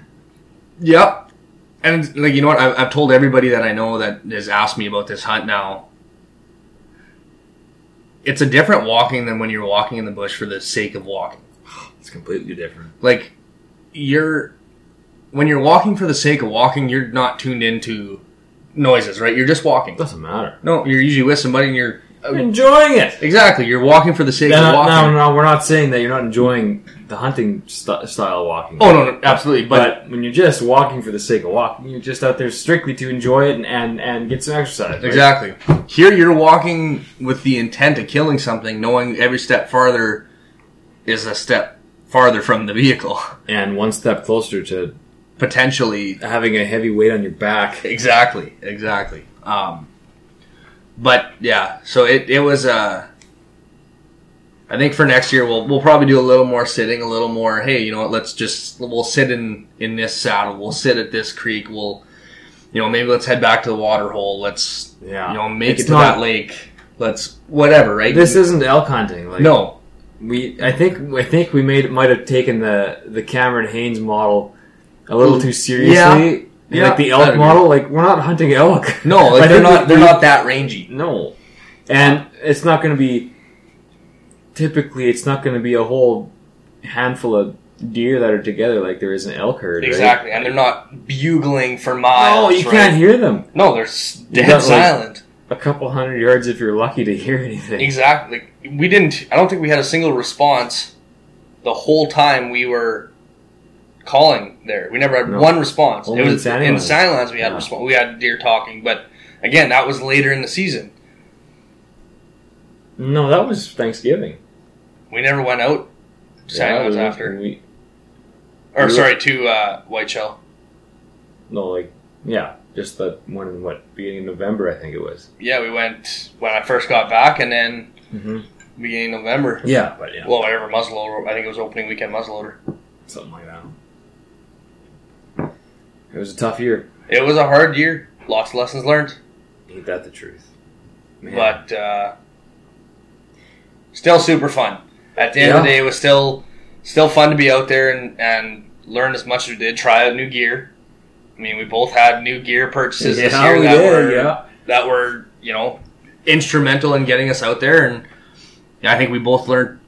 Speaker 2: Yep. And like you know what, I've, I've told everybody that I know that has asked me about this hunt now. It's a different walking than when you're walking in the bush for the sake of walking.
Speaker 3: It's completely different.
Speaker 2: Like you're when you're walking for the sake of walking, you're not tuned into noises, right? You're just walking.
Speaker 3: doesn't matter.
Speaker 2: No, you're usually with somebody, and you're
Speaker 3: I'm enjoying it.
Speaker 2: exactly you're walking for the sake
Speaker 3: No,
Speaker 2: of
Speaker 3: no,
Speaker 2: walking.
Speaker 3: no, no, we're not saying that you're not enjoying the hunting st- style walking.
Speaker 2: Oh no, no, absolutely, but,
Speaker 3: But, when you're just walking for the sake of walking, you're just out there strictly to enjoy it and, and, and get some exercise. right?
Speaker 2: exactly. Here, you're walking with the intent of killing something, knowing every step farther is a step farther from the vehicle,
Speaker 3: And one step closer to
Speaker 2: potentially.
Speaker 3: having a heavy weight on your back.
Speaker 2: Exactly, exactly. Um, but yeah, so it it was. Uh, I think for next year we'll we'll probably do a little more sitting, a little more. Hey, you know what? Let's just we'll sit in in this saddle. We'll sit at this creek. We'll, you know, maybe let's head back to the water hole. Let's
Speaker 3: Yeah.
Speaker 2: you know, make
Speaker 3: It's
Speaker 2: it to
Speaker 3: not-
Speaker 2: that lake. Let's whatever, right?
Speaker 3: This isn't elk hunting. Like,
Speaker 2: no,
Speaker 3: we I think I think we made might have taken the the Cameron Haynes model a little too seriously.
Speaker 2: Yeah. Yeah.
Speaker 3: Like the
Speaker 2: I
Speaker 3: elk
Speaker 2: agree.
Speaker 3: model, like we're not hunting elk.
Speaker 2: no,
Speaker 3: I
Speaker 2: like they're
Speaker 3: think
Speaker 2: not
Speaker 3: we-
Speaker 2: they're not that rangy.
Speaker 3: No, and it's not going to be. Typically, it's not going to be a whole handful of deer that are together like there is an elk herd. right?
Speaker 2: Exactly, and they're not bugling for
Speaker 3: Oh,
Speaker 2: miles.
Speaker 3: you can't hear them.
Speaker 2: No, they're s- dead
Speaker 3: got, like-
Speaker 2: silent.
Speaker 3: A couple hundred yards if you're lucky to hear anything.
Speaker 2: Exactly. Like, we didn't. I don't think we had a single response the whole time we were calling there. We never had
Speaker 3: No.
Speaker 2: one response.
Speaker 3: Only
Speaker 2: it
Speaker 3: in
Speaker 2: was
Speaker 3: San
Speaker 2: in
Speaker 3: Juan.
Speaker 2: silence. We had
Speaker 3: Yeah.
Speaker 2: respo- we had deer talking, but again, that was later in the season.
Speaker 3: No, that was Thanksgiving.
Speaker 2: We never went out. to
Speaker 3: Yeah,
Speaker 2: Silence
Speaker 3: we-
Speaker 2: after,
Speaker 3: we-
Speaker 2: or
Speaker 3: we-
Speaker 2: sorry, to uh, White Shell.
Speaker 3: no, like yeah, just the one in what beginning of November I think it was.
Speaker 2: Yeah, we went when I first got back, and then
Speaker 3: Mm-hmm.
Speaker 2: beginning of November.
Speaker 3: Yeah, but yeah,
Speaker 2: Well, whatever muzzleloader. I think it was opening weekend muzzleloader.
Speaker 3: something like that. It was a tough year.
Speaker 2: It was a hard year. Lots of lessons learned,
Speaker 3: Ain't that the truth? Man.
Speaker 2: but uh, still super fun. At the end of the
Speaker 3: Yeah.
Speaker 2: day, it was still still fun to be out there and and learn as much as we did. Try out new gear. I mean, we both had new gear purchases this
Speaker 3: Yeah,
Speaker 2: year
Speaker 3: we
Speaker 2: that
Speaker 3: did,
Speaker 2: were
Speaker 3: yeah.
Speaker 2: that were you know instrumental in getting us out there, and I think we both learned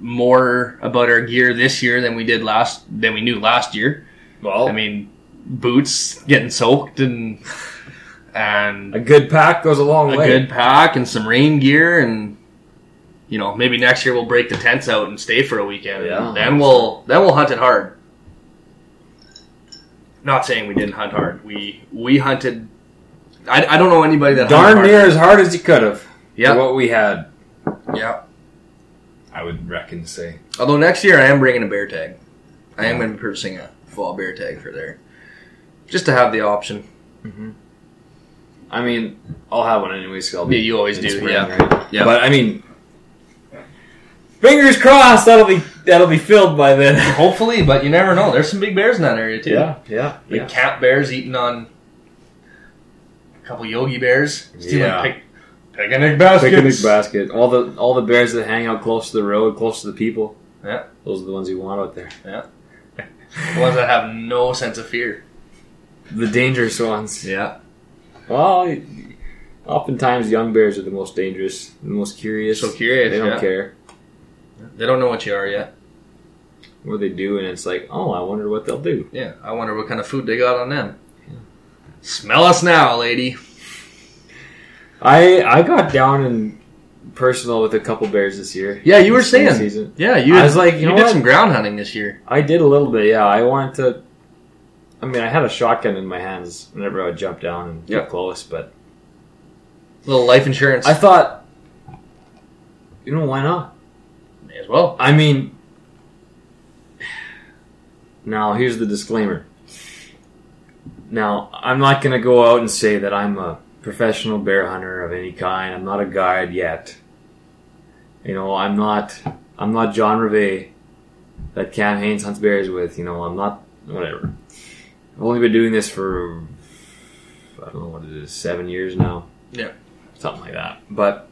Speaker 2: more about our gear this year than we did last than we knew last year.
Speaker 3: Well,
Speaker 2: I mean, boots getting soaked and and
Speaker 3: a good pack goes a long
Speaker 2: a
Speaker 3: way.
Speaker 2: good pack and some rain gear and you know maybe next year we'll break the tents out and stay for a weekend.
Speaker 3: Yeah.
Speaker 2: Then we'll then we'll hunt it hard. Not saying we didn't hunt hard. We we hunted. I, I don't know anybody that
Speaker 3: Darn
Speaker 2: hunted
Speaker 3: near as hard as you could have.
Speaker 2: Yeah.
Speaker 3: what we had,
Speaker 2: Hard. Yeah.
Speaker 3: I would reckon to say.
Speaker 2: Although next year I am bringing a bear tag. I am going to be purchasing a fall bear tag for there, just to have the option.
Speaker 3: I mean, I'll have one anyway, so I'll be
Speaker 2: Yeah, you always
Speaker 3: in
Speaker 2: do,
Speaker 3: spring,
Speaker 2: yeah.
Speaker 3: right?
Speaker 2: Yeah.
Speaker 3: But I mean, fingers crossed that'll be that'll be filled by then.
Speaker 2: Hopefully, but you never know. There's some big bears in that area too.
Speaker 3: yeah,
Speaker 2: Big cat bears eating on a couple yogi bears. Stealing
Speaker 3: Yeah.
Speaker 2: pic- picnic baskets.
Speaker 3: Picnic basket. All the all the bears that hang out close to the road, close to the people.
Speaker 2: Yeah.
Speaker 3: Those are the ones you want out there.
Speaker 2: The ones that have no sense of fear.
Speaker 3: The dangerous ones.
Speaker 2: Yeah.
Speaker 3: Well, oftentimes young bears are the most dangerous, the most curious.
Speaker 2: So curious.
Speaker 3: They don't
Speaker 2: yeah.
Speaker 3: care.
Speaker 2: They don't know what you are yet.
Speaker 3: What they do, and it's like, oh, I wonder what they'll do.
Speaker 2: Yeah. I wonder what kind of food they got on them. Smell us now, lady.
Speaker 3: I I got down and personal with a couple bears this year.
Speaker 2: Yeah, you were
Speaker 3: This spring
Speaker 2: saying.
Speaker 3: Season.
Speaker 2: Yeah, you.
Speaker 3: I was like, you know
Speaker 2: did
Speaker 3: what?
Speaker 2: some ground hunting this year.
Speaker 3: I did a little bit. Yeah, I wanted to. I mean, I had a shotgun in my hands whenever I would jump down and
Speaker 2: Yep.
Speaker 3: get close, but
Speaker 2: little life insurance.
Speaker 3: I thought, you know, why not?
Speaker 2: May as well.
Speaker 3: I mean, now here's the disclaimer. Now, I'm not going to go out and say that I'm a professional bear hunter of any kind. I'm not a guide yet. You know, I'm not I'm not John Revay that Cam Haynes hunts bears with, you know, I'm not whatever. I've only been doing this for I don't know what it is, 7 years now.
Speaker 2: Yeah.
Speaker 3: Something like that. But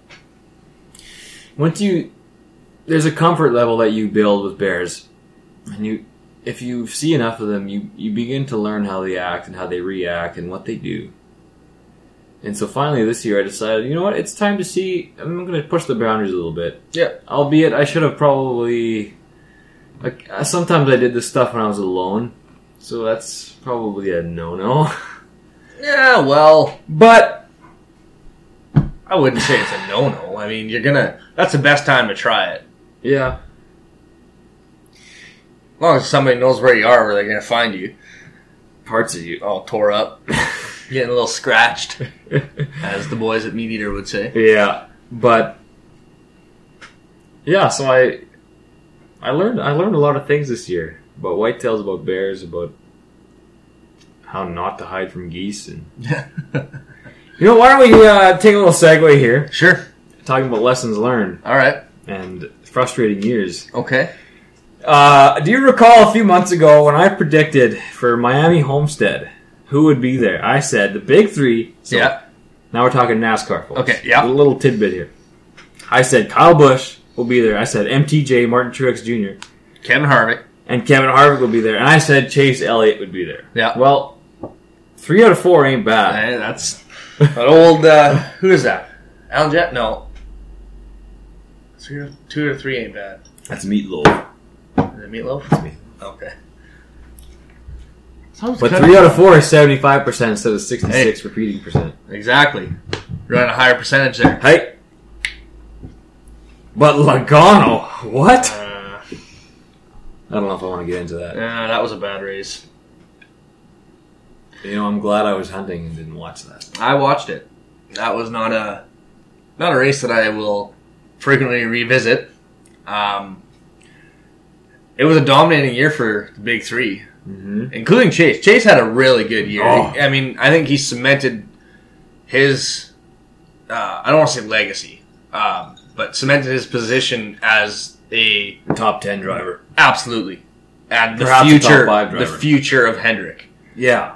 Speaker 3: once you there's a comfort level that you build with bears and you if you see enough of them you you begin to learn how they act and how they react and what they do and so finally this year i decided you know what it's time to see i'm going to push the boundaries a little bit
Speaker 2: Yeah.
Speaker 3: albeit i should have probably like uh, sometimes i did this stuff when i was alone so that's probably a no-no
Speaker 2: Yeah, well,
Speaker 3: but
Speaker 2: I wouldn't say it's a no-no. I mean, you're gonna. That's the best time to try it.
Speaker 3: yeah
Speaker 2: As long as somebody knows where you are, where they're gonna find you.
Speaker 3: parts of you
Speaker 2: All tore up, getting a little scratched, as the boys at Meat Eater would say.
Speaker 3: Yeah, but yeah, so I I learned I learned a lot of things this year about whitetails, about bears, about how not to hide from geese, and you know why don't we uh, take a little segue here
Speaker 2: sure.
Speaker 3: talking about lessons learned
Speaker 2: All right.
Speaker 3: and frustrating years.
Speaker 2: Okay.
Speaker 3: Uh, do you recall a few months ago when I predicted for Miami Homestead who would be there? I said the big three. So
Speaker 2: yeah.
Speaker 3: now we're talking NASCAR, folks.
Speaker 2: Okay, yeah.
Speaker 3: A little tidbit here. I said Kyle Busch will be there. I said MTJ, Martin Truex Jr.,
Speaker 2: Kevin Harvick.
Speaker 3: and Kevin Harvick will be there. And I said Chase Elliott would be there.
Speaker 2: Yeah.
Speaker 3: Well, three out of four ain't bad.
Speaker 2: Hey, Uh, that's an old. Uh, who is that? Alan Jet? No. Three or, two or three ain't bad.
Speaker 3: That's meatloaf.
Speaker 2: Is it meatloaf?
Speaker 3: meatloaf.
Speaker 2: Okay. Sounds
Speaker 3: But three out of four is seventy-five percent instead of sixty-six repeating percent.
Speaker 2: Exactly. Running a higher percentage there.
Speaker 3: Hey. But Logano, what?
Speaker 2: Uh,
Speaker 3: I don't know if I want to get into that.
Speaker 2: yeah, that was a bad race.
Speaker 3: You know, I'm glad I was hunting and didn't watch that.
Speaker 2: I watched it. That was not a not a race that I will frequently revisit. Um, it was a dominating year for the big three.
Speaker 3: Mm-hmm.
Speaker 2: including Chase. Chase had a really good year.
Speaker 3: Oh.
Speaker 2: I mean, I think he cemented his. Uh, I don't want to say legacy, um, but cemented his position as a
Speaker 3: Top ten driver.
Speaker 2: absolutely and the
Speaker 3: Perhaps a top
Speaker 2: future,
Speaker 3: five
Speaker 2: the
Speaker 3: driver.
Speaker 2: future of Hendrick.
Speaker 3: Yeah.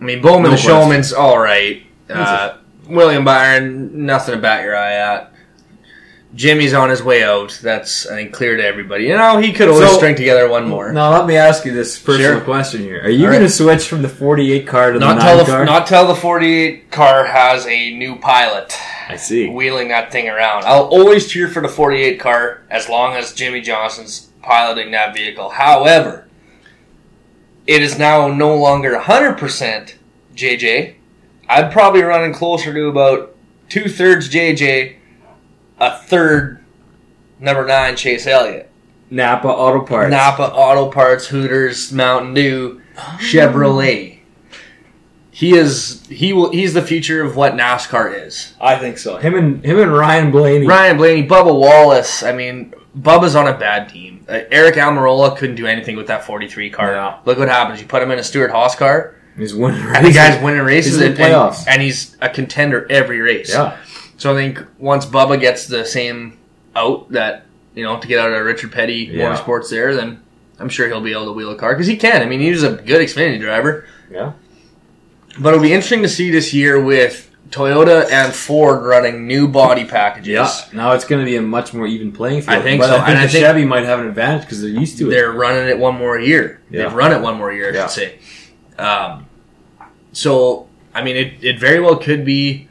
Speaker 2: I mean,
Speaker 3: No
Speaker 2: Bowman the
Speaker 3: question.
Speaker 2: Showman's all right.
Speaker 3: That's
Speaker 2: Uh, William Byron, nothing about your eye at. Jimmy's on his way out. That's I think clear to everybody. You know, he could always
Speaker 3: So-
Speaker 2: string together one more.
Speaker 3: Now let me ask you this personal
Speaker 2: Sure.
Speaker 3: question here: Are you
Speaker 2: All right.
Speaker 3: going to switch from the 48 car to the
Speaker 2: Not
Speaker 3: 9
Speaker 2: till the
Speaker 3: car?
Speaker 2: not till the 48 car has a new pilot
Speaker 3: I see.
Speaker 2: wheeling that thing around. I'll always cheer for the 48 car as long as Jimmy Johnson's piloting that vehicle. However, it is now no longer 100% JJ. I'm probably running closer to about two thirds JJ, a third number nine Chase Elliott.
Speaker 3: Napa Auto Parts.
Speaker 2: Napa Auto Parts, Hooters, Mountain Dew, Chevrolet. He is he will he's the future of what NASCAR is.
Speaker 3: I think so. Him and him and Ryan Blaney.
Speaker 2: Ryan Blaney, Bubba Wallace. I mean, Bubba's on a bad team. Uh, Eric Almirola couldn't do anything with that 43 car.
Speaker 3: No.
Speaker 2: Look what happens. You put him in a Stuart Haas car,
Speaker 3: He's winning.
Speaker 2: and the guy's winning races,
Speaker 3: He's in
Speaker 2: and,
Speaker 3: the playoffs.
Speaker 2: and, and he's a contender every race.
Speaker 3: Yeah.
Speaker 2: So I think once Bubba gets the same out that you know to get out of Richard Petty
Speaker 3: Yeah.
Speaker 2: Motorsports there, then I'm sure he'll be able to wheel a car because he can. I mean, he was a good Xfinity driver.
Speaker 3: Yeah.
Speaker 2: But it'll be interesting to see this year with Toyota and Ford running new body packages.
Speaker 3: Yeah. Now it's going to be a much more even playing field.
Speaker 2: I think
Speaker 3: but
Speaker 2: so,
Speaker 3: I think
Speaker 2: and
Speaker 3: the
Speaker 2: I think-
Speaker 3: Chevy might have an advantage because they're used to it.
Speaker 2: They're running it one more year.
Speaker 3: Yeah.
Speaker 2: They've run it one more year, I
Speaker 3: Yeah.
Speaker 2: should say. Um, so, I mean, it, it very well could be.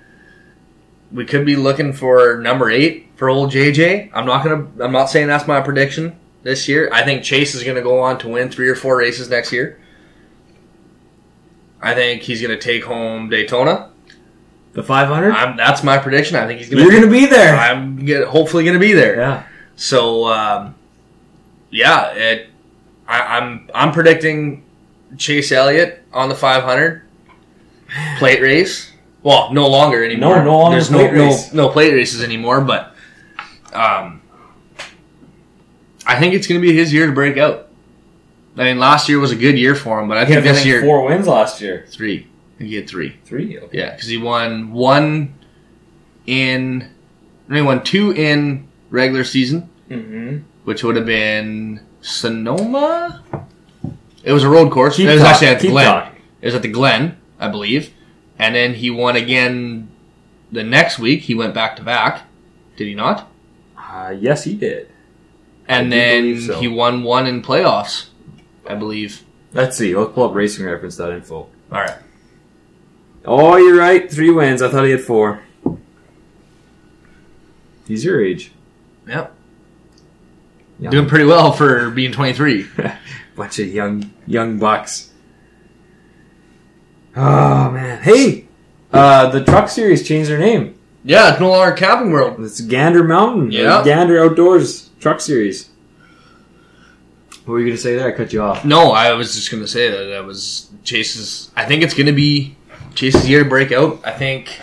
Speaker 2: We could be looking for number eight for old JJ. I'm not gonna. I'm not saying that's my prediction this year. I think Chase is gonna go on to win three or four races next year. I think he's gonna take home Daytona.
Speaker 3: The 500.
Speaker 2: I'm, that's my prediction. I think he's gonna.
Speaker 3: You're going to be there.
Speaker 2: I'm gonna, hopefully gonna be there.
Speaker 3: yeah.
Speaker 2: So um, yeah, it, I, I'm I'm predicting Chase Elliott on the 500 plate race. Well, no longer anymore.
Speaker 3: No, no longer
Speaker 2: There's
Speaker 3: plate
Speaker 2: no,
Speaker 3: race.
Speaker 2: no no plate races anymore. But um, I think it's going to be his year to break out. I mean, last year was a good year for him, but I
Speaker 3: He
Speaker 2: think
Speaker 3: had
Speaker 2: this
Speaker 3: like
Speaker 2: year
Speaker 3: four wins last year.
Speaker 2: three. I think he had three.
Speaker 3: Three. Okay.
Speaker 2: Yeah, because he won one in. No, he won two in regular season
Speaker 3: Mm-hmm.
Speaker 2: which would have been Sonoma. It was a road course. it was actually at the
Speaker 3: keep
Speaker 2: Glen.
Speaker 3: talking.
Speaker 2: It was at the Glen, I believe. And then he won again the next week. He went back to back. Did he not?
Speaker 3: Uh, yes, he did.
Speaker 2: and
Speaker 4: do
Speaker 2: then
Speaker 4: believe so.
Speaker 2: he won one in playoffs, I believe.
Speaker 3: Let's see. Let's pull up racingreference.info.
Speaker 2: All right,
Speaker 3: Oh, you're right. Three wins. I thought he had four. He's your age. Young.
Speaker 2: Yep. doing pretty well for being 23.
Speaker 3: Bunch of young young bucks. Oh man. Hey! Uh the truck series changed their name.
Speaker 2: Yeah, it's no longer Camping World.
Speaker 3: It's Gander Mountain. or
Speaker 2: Yeah.
Speaker 3: Gander Outdoors Truck Series. What were you gonna say there? I cut you off.
Speaker 2: No, I was just gonna say that that was Chase's. I think it's gonna be Chase's year to break out. I think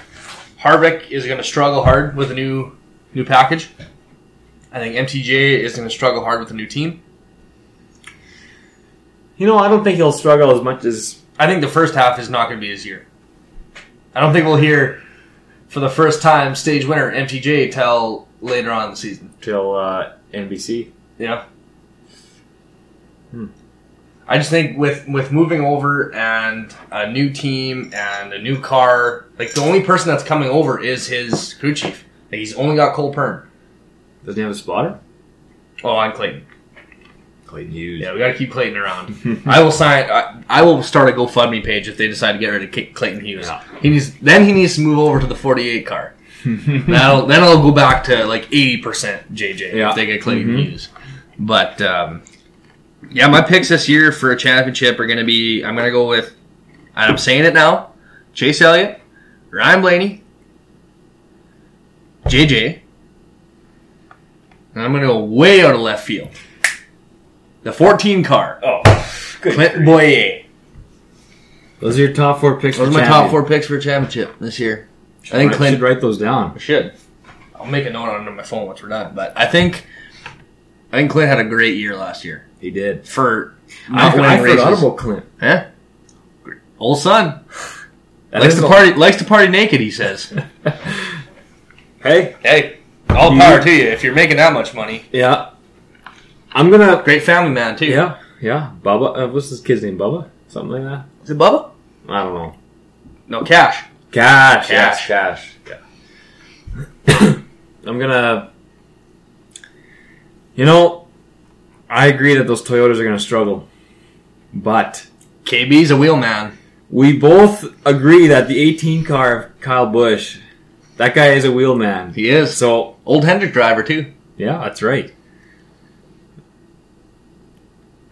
Speaker 2: Harvick is gonna struggle hard with a new new package. I think MTJ is gonna struggle hard with a new team.
Speaker 3: You know, I don't think he'll struggle as much as
Speaker 2: I think the first half is not gonna be his year. I don't think we'll hear for the first time stage winner MTJ till later on in the season.
Speaker 3: till uh, NBC.
Speaker 2: Yeah. I just think with with moving over and a new team and a new car, like the only person that's coming over is his crew chief. Like he's only got Cole Pern.
Speaker 3: Doesn't he have a spotter?
Speaker 2: Oh, and Clayton.
Speaker 3: Clayton Hughes.
Speaker 2: Yeah, we gotta keep Clayton around. I will sign. I, I will start a GoFundMe page if they decide to get rid of K- Clayton Hughes.
Speaker 3: Yeah.
Speaker 2: He needs. Then he needs to move over to the forty-eight car. That'll then I'll go back to like eighty percent JJ
Speaker 3: Yeah. Mm-hmm.
Speaker 2: if they get Clayton Hughes. But um, yeah, my picks this year for a championship are gonna be. I'm gonna go with. And I'm saying it now. Chase Elliott, Ryan Blaney, JJ. And I'm gonna go way out of left field. The 14 car.
Speaker 3: Oh,
Speaker 2: Clint Boyer.
Speaker 3: Those are your top four picks.
Speaker 2: Those are
Speaker 3: for
Speaker 2: my top
Speaker 3: champion.
Speaker 2: four picks for championship this year. I think
Speaker 3: Should
Speaker 2: Clint
Speaker 3: write those down.
Speaker 2: should. I'll make a note on my phone once we're done. But I think I think Clint had a great year last year
Speaker 3: He did.
Speaker 2: for
Speaker 3: I,
Speaker 2: not
Speaker 3: I
Speaker 2: winning
Speaker 3: forgot
Speaker 2: races.
Speaker 3: about Clint.
Speaker 2: Yeah. Old son
Speaker 3: That
Speaker 2: likes
Speaker 3: is
Speaker 2: to
Speaker 3: a-
Speaker 2: party. Likes to party naked. He says.
Speaker 3: Hey,
Speaker 2: hey, all
Speaker 3: power
Speaker 2: to you if you're making that much money.
Speaker 3: yeah. I'm gonna.
Speaker 2: Great family man too.
Speaker 3: Yeah, yeah. Bubba. Uh, what's his kid's name? Bubba. Something like that.
Speaker 2: Is it Bubba?
Speaker 3: I don't know.
Speaker 2: No, Cash.
Speaker 3: Cash.
Speaker 2: Cash.
Speaker 3: Cash. Cash. I'm gonna. You know, I agree that those Toyotas are gonna struggle, but
Speaker 2: KB's a wheel man.
Speaker 3: we both agree that the 18 car of Kyle Busch, that guy is a wheel man.
Speaker 2: He is
Speaker 3: So
Speaker 2: old Hendrick driver too.
Speaker 3: Yeah, that's right.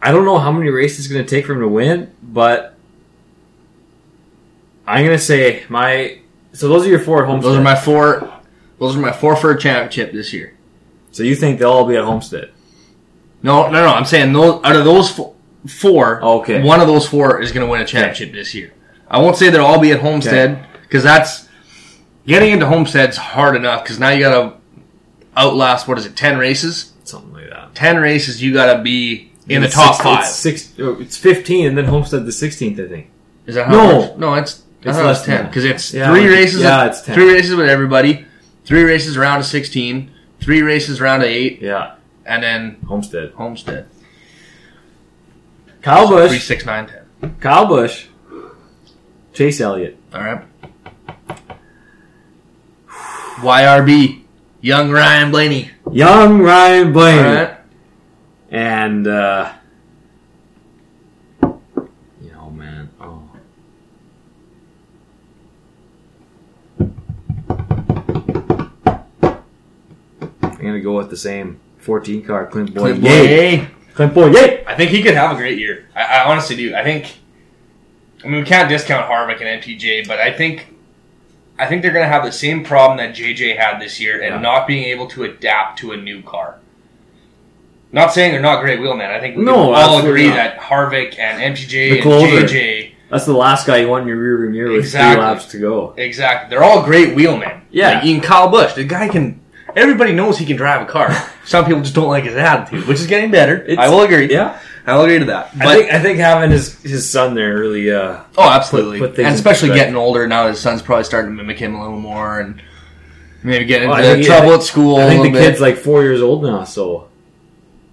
Speaker 3: I don't know how many races it's going to take for him to win, but I'm going to say my. So those are your four at Homestead.
Speaker 2: Those are my four. Those are my four for a championship this year.
Speaker 3: so you think they'll all be at Homestead?
Speaker 2: No, no, no. I'm saying those out of those fo- four,
Speaker 3: Oh, Okay.
Speaker 2: one of those four is going to win a championship this year. I won't say they'll all be at Homestead because that's getting into Homestead's hard enough because now you got to outlast what is it, ten races?
Speaker 3: Something like that.
Speaker 2: Ten races, you got to be in the top
Speaker 3: It's
Speaker 2: five.
Speaker 3: six- It's, six, oh, it's 15, and then Homestead the 16th, I think.
Speaker 2: Is that how
Speaker 3: No.
Speaker 2: It works? No, it's
Speaker 3: It's
Speaker 2: I thought it was
Speaker 3: less than
Speaker 2: ten
Speaker 3: that.
Speaker 2: because it's
Speaker 3: Yeah,
Speaker 2: three
Speaker 3: like-
Speaker 2: races.
Speaker 3: yeah, it's 10.
Speaker 2: Three races with everybody, three races round of sixteen, three races round of eight,
Speaker 3: Yeah,
Speaker 2: and then
Speaker 3: Homestead.
Speaker 2: Homestead
Speaker 3: Kyle
Speaker 2: three,
Speaker 3: Busch.
Speaker 2: six, nine, ten.
Speaker 3: Kyle Busch. Chase Elliott.
Speaker 2: All right. YRB, young Ryan Blaney.
Speaker 3: Young Ryan
Speaker 2: All
Speaker 3: Blaney.
Speaker 2: right.
Speaker 3: And uh you know, man. Oh. I'm gonna go with the same 14 car Clint Boyer.
Speaker 2: Clint Boyer.
Speaker 3: Clint Boyer.
Speaker 2: I think he could have a great year. I, I honestly do. I think. I mean, we can't discount Harvick and MTJ, but I think, I think they're going to have the same problem that JJ had this year and
Speaker 3: Yeah.
Speaker 2: not being able to adapt to a new car. Not saying they're not great wheelmen. I think we
Speaker 3: No,
Speaker 2: can all
Speaker 3: absolutely
Speaker 2: agree
Speaker 3: not.
Speaker 2: that Harvick and MTJ
Speaker 3: The closer.
Speaker 2: and JJ,
Speaker 3: That's the last guy you want in your rearview mirror with
Speaker 2: Exactly.
Speaker 3: three laps to go.
Speaker 2: exactly, they're all great wheelmen.
Speaker 3: Yeah.
Speaker 2: like even Kyle Busch, the guy can. Everybody knows he can drive a car. Some people just don't like his attitude, which is getting better.
Speaker 3: It's-
Speaker 2: I will agree.
Speaker 3: Yeah.
Speaker 2: I will agree to that.
Speaker 3: I think I think having his his son there really uh
Speaker 2: Oh, absolutely.
Speaker 3: put things
Speaker 2: and
Speaker 3: in
Speaker 2: especially
Speaker 3: perspective.
Speaker 2: getting older now, his son's probably starting to mimic him a little more and maybe get into
Speaker 3: Well, I think he-
Speaker 2: trouble at school.
Speaker 3: I
Speaker 2: a
Speaker 3: think the
Speaker 2: little bit.
Speaker 3: kid's like four years old now, so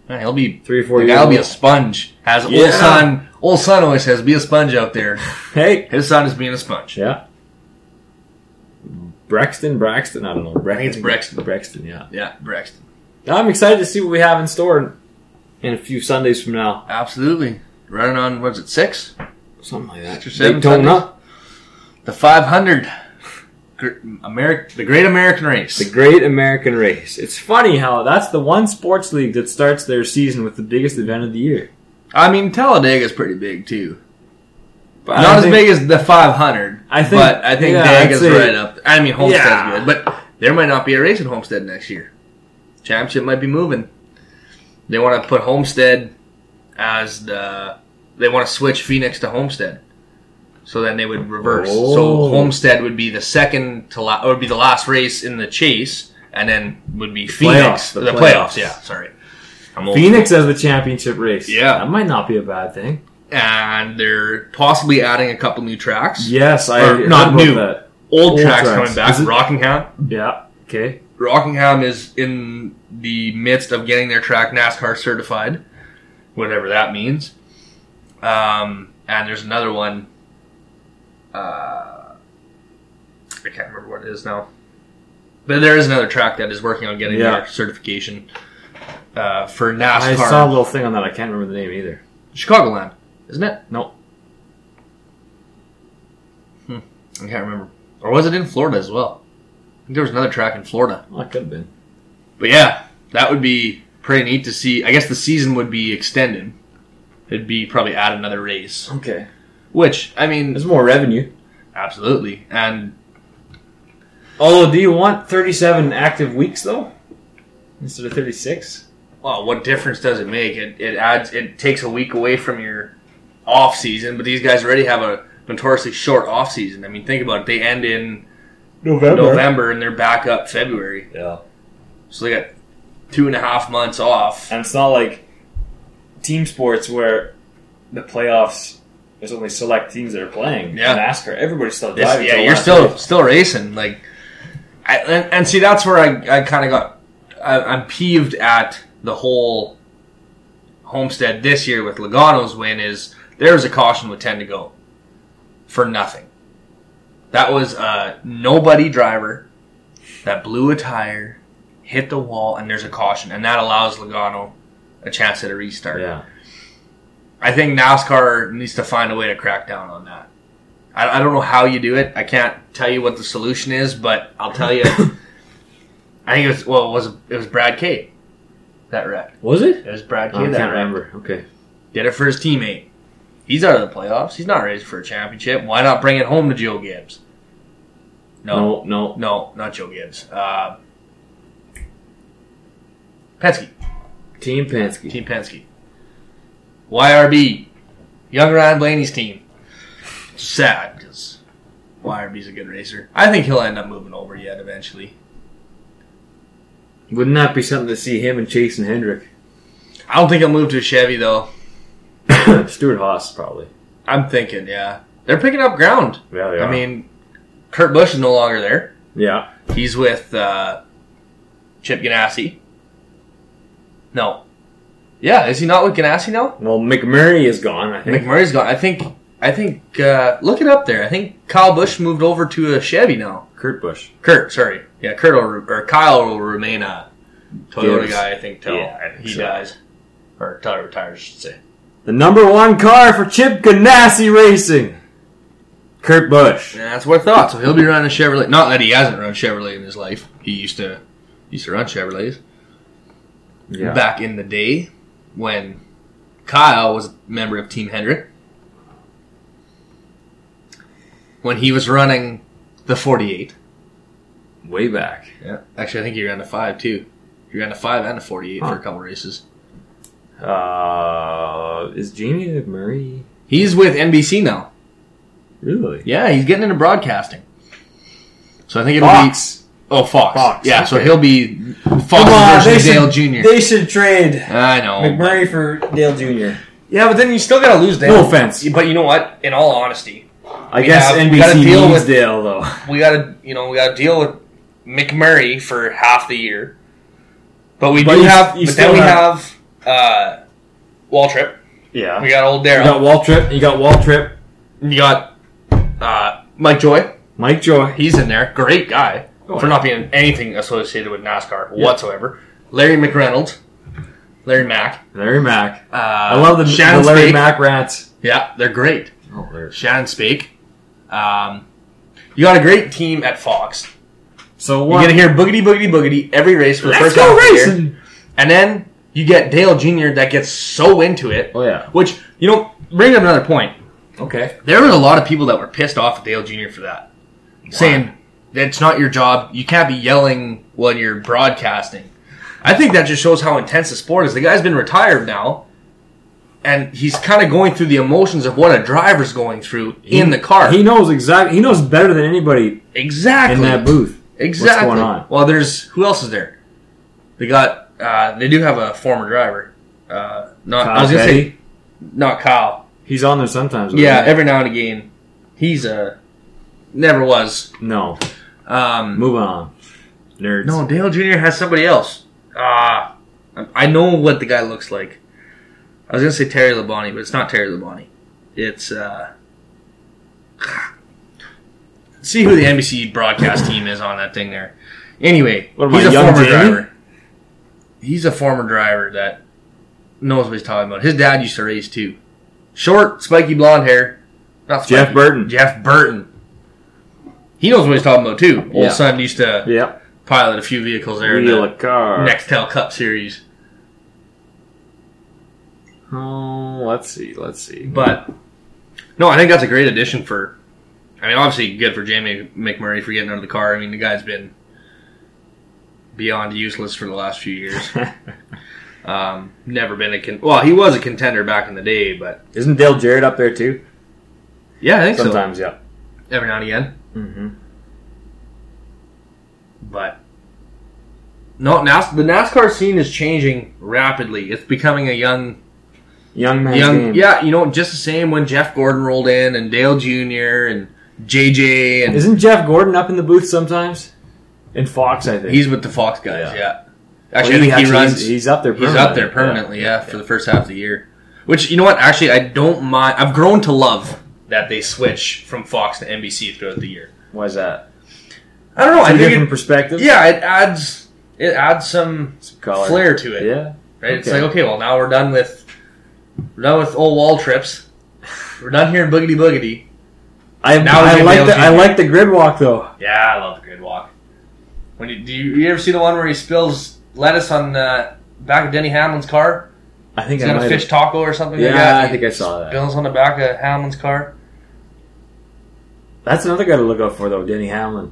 Speaker 2: Yeah, he'll be
Speaker 3: three or four
Speaker 2: the
Speaker 3: years
Speaker 2: guy'll
Speaker 3: old.
Speaker 2: be a sponge. Has
Speaker 3: Yeah.
Speaker 2: old son. Old son always says, "Be a sponge out there."
Speaker 3: hey.
Speaker 2: His son is being a sponge.
Speaker 3: Yeah. Brexton, Braxton, I don't know. Braxton,
Speaker 2: I think it's Brexton.
Speaker 3: Brexton, yeah.
Speaker 2: Yeah, Braxton.
Speaker 3: I'm excited to see what we have in store in a few Sundays from now.
Speaker 2: Absolutely. Running on, what's it, six?
Speaker 3: Something like that.
Speaker 2: Six or seven
Speaker 3: Daytona,
Speaker 2: The 500. America, the Great American Race.
Speaker 3: the Great American Race. It's funny how that's the one sports league that starts their season with the biggest event of the year.
Speaker 2: I mean, Talladega's pretty big too.
Speaker 3: But I
Speaker 2: Not
Speaker 3: don't
Speaker 2: as
Speaker 3: think-
Speaker 2: big as the 500.
Speaker 3: I think-
Speaker 2: but I think
Speaker 3: yeah,
Speaker 2: Daga's
Speaker 3: I'd say-
Speaker 2: right up. I mean, Homestead's
Speaker 3: Yeah.
Speaker 2: good, but there might not be a race in Homestead next year. Championship might be moving. They want to put Homestead as the. They want to switch Phoenix to Homestead, so then they would reverse.
Speaker 3: Oh.
Speaker 2: So Homestead would be the second to la- or would be the last race in the chase, and then would be Phoenix
Speaker 3: playoffs, the
Speaker 2: the
Speaker 3: playoffs.
Speaker 2: playoffs. Yeah, sorry. I'm old.
Speaker 3: Phoenix as the championship race.
Speaker 2: Yeah.
Speaker 3: That might not be a bad thing.
Speaker 2: and they're possibly adding a couple new tracks.
Speaker 3: Yes, I
Speaker 2: Or
Speaker 3: heard
Speaker 2: not
Speaker 3: about
Speaker 2: new.
Speaker 3: that.
Speaker 2: Old,
Speaker 3: Old
Speaker 2: tracks,
Speaker 3: tracks.
Speaker 2: coming back.
Speaker 3: Is it-
Speaker 2: Rockingham.
Speaker 3: Yeah. Okay.
Speaker 2: Rockingham is in the midst of getting their track NASCAR certified, whatever that means. Um, and there's another one. Uh, I can't remember what it is now, but there is another track that is working on getting
Speaker 3: Yeah.
Speaker 2: their certification uh, for
Speaker 3: I
Speaker 2: NASCAR.
Speaker 3: saw a little thing on that. I can't remember the name either.
Speaker 2: Chicagoland, isn't it?
Speaker 3: No.
Speaker 2: Hmm. I can't remember. Or was it in Florida as well? I think there was another track in Florida.
Speaker 3: Well, it could have been.
Speaker 2: But yeah, that would be pretty neat to see. I guess the season would be extended. It'd be probably add another race,
Speaker 3: Okay.
Speaker 2: which I mean,
Speaker 3: There's more revenue.
Speaker 2: absolutely. And
Speaker 3: Although, do you want 37 active weeks though, instead of 36?
Speaker 2: well, what difference does it make? It, it adds. It takes a week away from your off season, but these guys already have a notoriously short off season. I mean, think about it. They end in
Speaker 3: November.
Speaker 2: November and they're back up February.
Speaker 3: Yeah.
Speaker 2: So they got two and a half months off.
Speaker 3: And it's not like team sports where the playoffs there's only select teams that are playing.
Speaker 2: Yeah.
Speaker 3: NASCAR, everybody's still
Speaker 2: This-
Speaker 3: driving.
Speaker 2: yeah,
Speaker 3: till
Speaker 2: you're
Speaker 3: last
Speaker 2: still
Speaker 3: race.
Speaker 2: still racing. Like, I, and, and see, that's where I, I kind of got. I, I'm peeved at the whole Homestead this year with Logano's win. Is there was a caution with ten to go for nothing. That was a nobody driver that blew a tire, hit the wall, and there's a caution, and that allows Logano a chance at a restart.
Speaker 3: Yeah.
Speaker 2: I think NASCAR needs to find a way to crack down on that. I, I don't know how you do it. I can't tell you what the solution is, but I'll tell you. I think it was well, it was it was Brad Kay that wreck.
Speaker 3: Was it? Oh,
Speaker 2: It was Brad Kay
Speaker 3: I
Speaker 2: that
Speaker 3: can't
Speaker 2: wreck.
Speaker 3: remember. Okay.
Speaker 2: Did it for his teammate. He's out of the playoffs. He's not racing for a championship. Why not bring it home to Joe Gibbs? No,
Speaker 3: No, no.
Speaker 2: no, not Joe Gibbs. Uh, Penske.
Speaker 3: Team Penske.
Speaker 2: Team Penske. YRB. Young Ryan Blaney's team. Sad, because YRB's a good racer. I think he'll end up moving over yet eventually.
Speaker 3: Wouldn't that be something to see him and Chase and Hendrick?
Speaker 2: I don't think he'll move to a Chevy, though.
Speaker 3: Stuart Haas, probably.
Speaker 2: I'm thinking, yeah. They're picking up ground.
Speaker 3: Yeah,
Speaker 2: I mean, Kurt Busch is no longer there.
Speaker 3: yeah.
Speaker 2: He's with uh, Chip Ganassi. No. Yeah, is he not with Ganassi now?
Speaker 3: Well, McMurray is gone, I think.
Speaker 2: McMurray's gone. I think. I think. Uh, look it up there. I think Kyle Busch moved over to a Chevy now.
Speaker 3: Kurt Bush.
Speaker 2: Kurt, sorry, yeah, Kurt will, re- or Kyle will remain a Toyota
Speaker 3: Gibbs.
Speaker 2: guy. I think till
Speaker 3: Yeah, I think
Speaker 2: he
Speaker 3: so.
Speaker 2: dies or till he retires. I should say.
Speaker 3: The number one car for Chip Ganassi Racing. Kurt Busch.
Speaker 2: Yeah, that's what I thought. So he'll be running a Chevrolet. Not that he hasn't run Chevrolet in his life. He used to used to run Chevrolets back in the day when Kyle was a member of Team Hendrick. When he was running the 48.
Speaker 3: Way back.
Speaker 2: Yeah. Actually, I think he ran a five too. He ran a five and a forty-eight
Speaker 3: Huh.
Speaker 2: for a couple races.
Speaker 3: Uh, is Jamie McMurray
Speaker 2: He's with NBC now.
Speaker 3: really?
Speaker 2: Yeah, he's getting into broadcasting. So I think it'll be oh Fox.
Speaker 3: Fox,
Speaker 2: Yeah, so
Speaker 3: okay.
Speaker 2: he'll be Fox
Speaker 3: Come on, they
Speaker 2: versus Dale
Speaker 3: should,
Speaker 2: Jr.
Speaker 3: They should trade
Speaker 2: I know.
Speaker 3: McMurray for Dale Jr.
Speaker 2: Yeah, but then you still gotta lose Dale.
Speaker 3: No offense.
Speaker 2: But you know what? In all honesty,
Speaker 3: I
Speaker 2: We
Speaker 3: guess
Speaker 2: have- we
Speaker 3: NBC
Speaker 2: gotta deal
Speaker 3: needs
Speaker 2: with-
Speaker 3: Dale though.
Speaker 2: we gotta you know we gotta deal with McMurray for half the year. But we
Speaker 3: But
Speaker 2: do
Speaker 3: you-
Speaker 2: have.
Speaker 3: you
Speaker 2: but then
Speaker 3: still
Speaker 2: we
Speaker 3: have-
Speaker 2: have, uh, Waltrip.
Speaker 3: Yeah.
Speaker 2: We got old
Speaker 3: You
Speaker 2: Daryl.
Speaker 3: got Waltrip. You got Waltrip.
Speaker 2: You got uh, Mike Joy.
Speaker 3: Mike Joy.
Speaker 2: He's in there. Great guy
Speaker 3: Oh,
Speaker 2: for
Speaker 3: yeah.
Speaker 2: not being anything associated with NASCAR whatsoever. Larry McReynolds, Larry Mack.
Speaker 3: Larry Mack.
Speaker 2: Uh,
Speaker 3: I love the, the
Speaker 2: Shannon
Speaker 3: Larry
Speaker 2: Spake.
Speaker 3: Mack rats.
Speaker 2: Yeah, they're great.
Speaker 3: Oh, there's.
Speaker 2: Shannon Spake. Um, you got a great team at Fox.
Speaker 3: So
Speaker 2: You're
Speaker 3: what?
Speaker 2: gonna hear boogity boogity boogity every race for the
Speaker 3: Let's
Speaker 2: first
Speaker 3: go
Speaker 2: half of the year.
Speaker 3: racing.
Speaker 2: and then you get Dale Jr. that gets so into it.
Speaker 3: Oh yeah.
Speaker 2: Which you know, bring up another point.
Speaker 3: Okay.
Speaker 2: There was a lot of people that were pissed off at Dale Jr. for that, saying that's not your job. You can't be yelling when you're broadcasting. I think that just shows how intense the sport is. The guy's been retired now, and he's kind of going through the emotions of what a driver's going through in the car.
Speaker 3: He knows exactly. He knows better than anybody
Speaker 2: exactly
Speaker 3: in that booth.
Speaker 2: Exactly.
Speaker 3: What's going on?
Speaker 2: Well, there's who else is there? They got. Uh, they do have a former driver. Uh, not I was gonna say
Speaker 3: Petty.
Speaker 2: not Kyle.
Speaker 3: he's on there sometimes.
Speaker 2: Yeah,
Speaker 3: right?
Speaker 2: every now and again, he's a never was.
Speaker 3: no.
Speaker 2: Um,
Speaker 3: Moving on. Nerds.
Speaker 2: no, Dale Jr. has somebody else. Ah, I- I know what the guy looks like. I was gonna say Terry Labonte, but it's not Terry Labonte. It's uh, see who the NBC broadcast team is on that thing there. Anyway,
Speaker 3: What am
Speaker 2: he's
Speaker 3: I,
Speaker 2: a
Speaker 3: Young
Speaker 2: former
Speaker 3: Jamie?
Speaker 2: driver. He's a former driver that knows what he's talking about. His dad used to race too. Short, spiky blonde hair. Not spiky.
Speaker 3: Jeff Burton.
Speaker 2: Jeff Burton. He knows what he's talking about too. Old
Speaker 3: Yeah.
Speaker 2: son used to
Speaker 3: Yep.
Speaker 2: pilot a few vehicles there in
Speaker 3: Wheel
Speaker 2: the
Speaker 3: a car.
Speaker 2: Nextel Cup Series.
Speaker 3: Oh, let's see. Let's see.
Speaker 2: But no, I think that's a great addition for. I mean, obviously, good for Jamie McMurray for getting out of the car. I mean, the guy's been beyond useless for the last few years. um, never been a con- well, he was a contender back in the day, but
Speaker 3: Isn't Dale Jarrett up there too?
Speaker 2: yeah, I think
Speaker 3: Sometimes, yeah.
Speaker 2: so. Every now and again,
Speaker 3: Mm-hmm.
Speaker 2: but no, NAS- the NASCAR scene is changing rapidly. It's becoming a young
Speaker 3: Young man.
Speaker 2: young
Speaker 3: game.
Speaker 2: yeah you know just the same when jeff gordon rolled in and dale jr and jj and
Speaker 3: Isn't Jeff Gordon up in the booth sometimes? In Fox, I think.
Speaker 2: he's with the fox guys
Speaker 3: Yeah.
Speaker 2: yeah,
Speaker 3: Well,
Speaker 2: actually i think he runs
Speaker 3: He's,
Speaker 2: he's,
Speaker 3: he's up there. Permanently.
Speaker 2: up there permanently yeah, for the first half of the year which you know what actually i don't mind i've grown to love that they switch from fox to nbc throughout the year
Speaker 3: Why's that?
Speaker 2: i don't know Oh, i
Speaker 3: Two
Speaker 2: think
Speaker 3: different
Speaker 2: it,
Speaker 3: perspectives.
Speaker 2: yeah it adds it adds some
Speaker 3: Some color.
Speaker 2: flair to it
Speaker 3: Yeah.
Speaker 2: right it's
Speaker 3: Okay.
Speaker 2: like okay well now we're done with we're done with old wall trips we're done here in boogity boogity
Speaker 3: I,
Speaker 2: Now we
Speaker 3: I
Speaker 2: can
Speaker 3: like
Speaker 2: nail
Speaker 3: the I
Speaker 2: Junior.
Speaker 3: like the grid walk though.
Speaker 2: Yeah, I love the grid walk. When you, do you, you ever see the one where he spills lettuce on the back of Denny Hamlin's car?
Speaker 3: I think
Speaker 2: He's
Speaker 3: I
Speaker 2: got a
Speaker 3: might
Speaker 2: fish
Speaker 3: have-
Speaker 2: taco or something
Speaker 3: Yeah,
Speaker 2: like that.
Speaker 3: I
Speaker 2: He
Speaker 3: think I saw that.
Speaker 2: Spills on the back of Hamlin's car.
Speaker 3: That's another guy to look out for though, Denny Hamlin.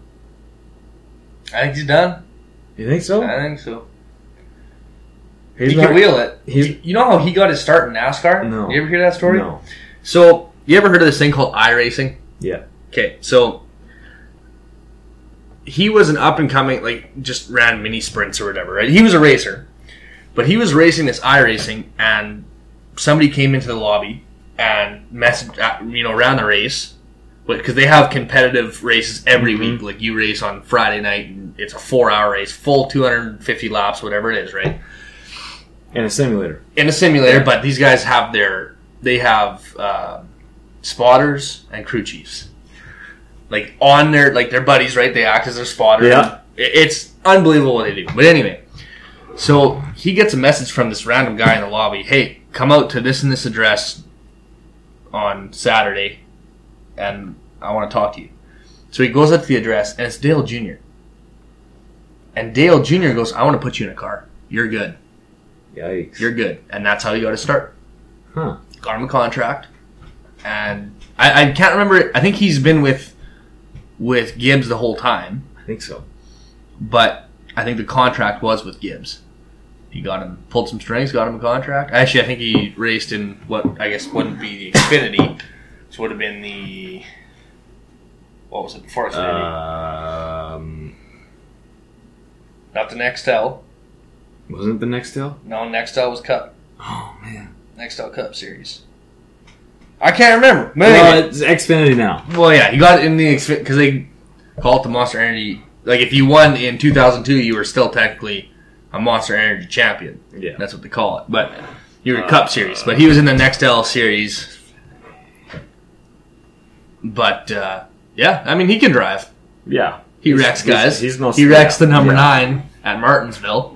Speaker 2: I think he's done.
Speaker 3: You think so?
Speaker 2: I think so.
Speaker 3: He's
Speaker 2: he
Speaker 3: not-
Speaker 2: can wheel it.
Speaker 3: he's-
Speaker 2: you know how he got his start in NASCAR?
Speaker 3: No.
Speaker 2: You ever hear that story?
Speaker 3: No.
Speaker 2: So, you ever heard of this thing called iRacing?
Speaker 3: Yeah.
Speaker 2: Okay, so he was an up and coming, like just ran mini sprints or whatever. Right? He was a racer, but he was racing this iRacing, and somebody came into the lobby and messaged, uh, you know, ran the race because they have competitive races every week. Like you race on Friday night, and it's a four-hour race, full 250 laps, whatever it is, right?
Speaker 3: And a simulator.
Speaker 2: in a simulator, but these guys have their they have um spotters and crew chiefs, like on their like their buddies, right? They act as their spotter.
Speaker 3: Yeah.
Speaker 2: It- it's unbelievable what they do. But anyway, so he gets a message from this random guy in the lobby. Hey, come out to this and this address on Saturday, and I want to talk to you. So he goes up to the address, and it's Dale Jr. And Dale Jr. goes, I want to put you in a car. You're good
Speaker 3: Yikes.
Speaker 2: you're good. And that's how you got to start.
Speaker 3: Huh.
Speaker 2: Got him a contract, and I, I can't remember. I think he's been with with Gibbs the whole time,
Speaker 3: I think so.
Speaker 2: but I think the contract was with Gibbs. He got him, pulled some strings, got him a contract. Actually, I think he raced in what I guess wouldn't be the Xfinity, which would have been the what was it before
Speaker 3: Uh.
Speaker 2: Xfinity?
Speaker 3: Um,
Speaker 2: Not the Nextel.
Speaker 3: wasn't it the next hill?
Speaker 2: No, Nextel was Cup.
Speaker 3: Oh man.
Speaker 2: Nextel Cup Series. I can't remember. But anyway.
Speaker 3: Well, it's Xfinity now.
Speaker 2: Well, yeah, he got in the because they call it the Monster Energy. Like, if you won in 2002, you were still technically a Monster Energy champion.
Speaker 3: Yeah. Uh,
Speaker 2: That's what they call it. But you were a Cup Series. But he was in the Nextel Series. But uh, yeah, I mean, he can drive.
Speaker 3: Yeah.
Speaker 2: He
Speaker 3: He's-
Speaker 2: wrecks
Speaker 3: he's-
Speaker 2: guys.
Speaker 3: he's no-
Speaker 2: he wrecks
Speaker 3: yeah,
Speaker 2: the number
Speaker 3: yeah.
Speaker 2: nine at Martinsville.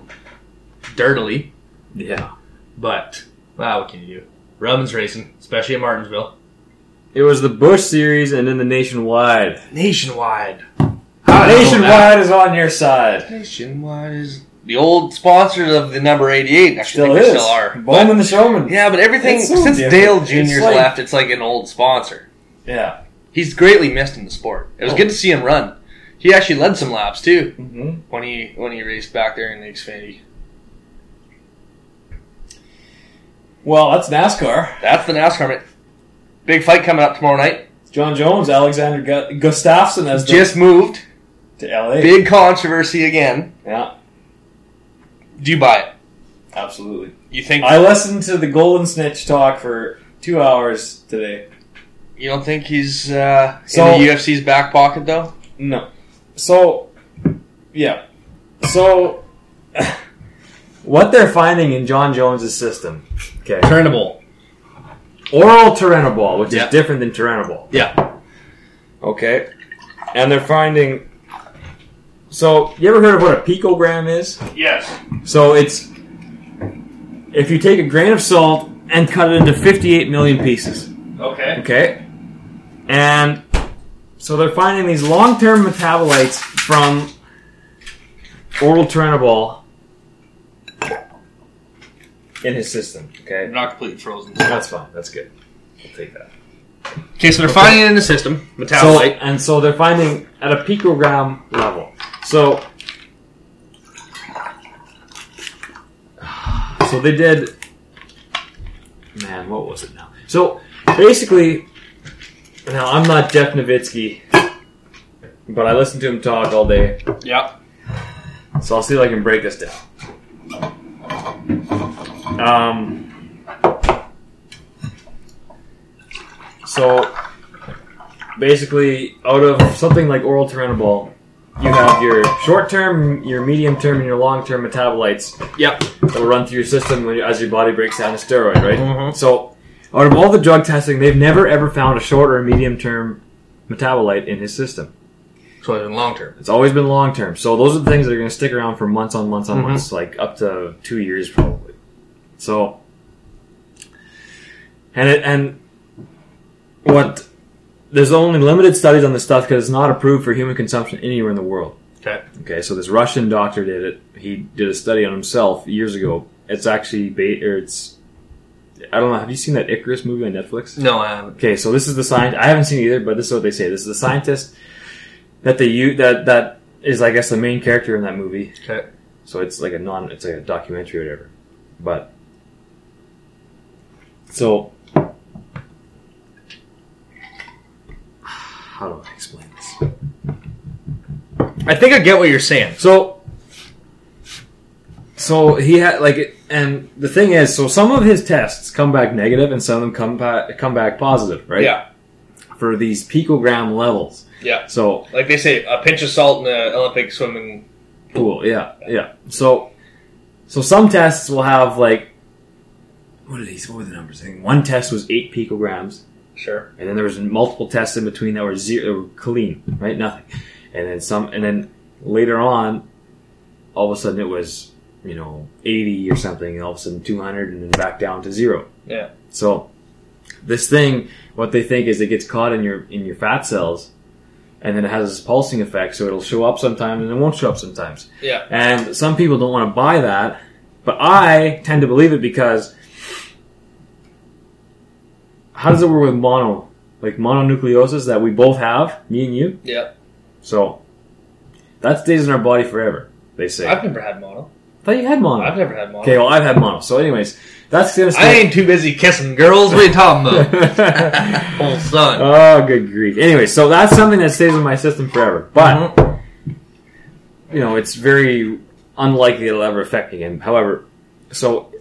Speaker 2: dirtily,
Speaker 3: Yeah.
Speaker 2: but ah, what can you do? Rubbin's racing, especially in Martinsville,
Speaker 3: It was the Bush series and then the Nationwide.
Speaker 2: nationwide.
Speaker 3: Nationwide is on your side.
Speaker 2: Nationwide is the old sponsors of the number eighty-eight. Actually,
Speaker 3: Still
Speaker 2: I think
Speaker 3: is.
Speaker 2: they still are.
Speaker 3: Bowman the Showman.
Speaker 2: Yeah, but everything
Speaker 3: It's so
Speaker 2: since
Speaker 3: different.
Speaker 2: Dale
Speaker 3: It's
Speaker 2: Junior's
Speaker 3: like-
Speaker 2: left, it's like an old sponsor.
Speaker 3: Yeah.
Speaker 2: He's greatly missed in the sport. It was
Speaker 3: Oh.
Speaker 2: good to see him run. He actually led some laps too
Speaker 3: hmm
Speaker 2: when he when he raced back there in the Xfinity.
Speaker 3: Well, that's NASCAR.
Speaker 2: That's the NASCAR. man. Big fight coming up tomorrow night.
Speaker 3: John Jones, Alexander Gu- Gustafsson as the,
Speaker 2: Just moved.
Speaker 3: to LA.
Speaker 2: Big controversy again.
Speaker 3: Yeah,
Speaker 2: Do you buy it?
Speaker 3: absolutely.
Speaker 2: You think
Speaker 3: I listened to the Golden Snitch talk for two hours today.
Speaker 2: you don't think he's uh,
Speaker 3: So-
Speaker 2: in the UFC's back pocket though?
Speaker 3: No. So, yeah. So, what they're finding in John Jones's system, okay,
Speaker 2: Turnable.
Speaker 3: oral tyrannoball, which
Speaker 2: Yeah.
Speaker 3: is different than tyrannoball.
Speaker 2: Yeah.
Speaker 3: Okay. And they're finding. So, you ever heard of what a picogram is?
Speaker 2: Yes.
Speaker 3: So, it's. If you take a grain of salt and cut it into 58 million pieces.
Speaker 2: Okay.
Speaker 3: Okay. And so they're finding these long term metabolites from oral tyrannobol in his system. Okay.
Speaker 2: not completely frozen.
Speaker 3: That's fine. That's good. We'll take that.
Speaker 2: Okay, so they're finding it in the system.
Speaker 3: So,
Speaker 2: Metabolite.
Speaker 3: and so they're finding at a picogram level. So, so they did. Man, what was it now? So basically, now I'm not Jeff Nowitzki, but I listen to him talk all day,
Speaker 2: yeah.
Speaker 3: so I'll see if I can break this down. Um. So basically out of something like oral tyrannobol, you have your short term, your medium term, and your long term metabolites
Speaker 2: Yep.
Speaker 3: that will run through your system when, as your body breaks down a steroid, right?
Speaker 2: Mhm.
Speaker 3: So, out of all the drug testing, they've never ever found a short or a medium term metabolite in his system.
Speaker 2: So it's in long term.
Speaker 3: It's always been long term. So those are the things that are going to stick around for months on months on months, like up to two years probably. So, and it, and what there's only limited studies on this stuff because it's not approved for human consumption anywhere in the world.
Speaker 2: Okay.
Speaker 3: Okay, so this Russian doctor did it. He did a study on himself years ago. It's actually ba- or it's I don't know. Have you seen that Icarus movie on Netflix?
Speaker 2: No, I haven't.
Speaker 3: Okay, so this is the scientist. I haven't seen it either, but this is what they say. This is the scientist that they use that that is, I guess, the main character in that movie.
Speaker 2: Okay.
Speaker 3: So it's like a non, it's like a documentary or whatever. But so how do I explain this?
Speaker 2: I think I get what you're saying.
Speaker 3: So so he had like, and the thing is, so some of his tests come back negative, and some of them come back come back positive, right?
Speaker 2: Yeah.
Speaker 3: For these picogram levels.
Speaker 2: Yeah.
Speaker 3: So
Speaker 2: Like they say, a pinch of salt in an Olympic swimming.
Speaker 3: Cool. Yeah. Yeah. So, so some tests will have like, what are these? What were the numbers? I think one test was eight picograms,
Speaker 2: Sure.
Speaker 3: and then there was multiple tests in between that were zero, that were clean, right? Nothing. And then some, and then later on, all of a sudden it was, you know, eighty or something, and all of a sudden two hundred, and then back down to zero.
Speaker 2: Yeah.
Speaker 3: So, this thing, what they think is it gets caught in your in your fat cells, and then it has this pulsing effect, so it'll show up sometimes and it won't show up sometimes.
Speaker 2: Yeah.
Speaker 3: And some people don't want to buy that, but I tend to believe it because how does it work with mono? Like mononucleosis that we both have, me and you.
Speaker 2: Yeah.
Speaker 3: So that stays in our body forever, they say. I
Speaker 2: I've never had mono.
Speaker 3: thought you had mono.
Speaker 2: I've never had mono.
Speaker 3: okay, well, I've had mono. So, anyways, that's going to
Speaker 2: I
Speaker 3: stay.
Speaker 2: ain't too busy kissing girls. What are you talking about? Old son.
Speaker 3: oh, good grief. Anyway, so that's something that stays in my system forever. But.
Speaker 2: Mhm.
Speaker 3: you know, it's very unlikely it'll ever affect me again. However, so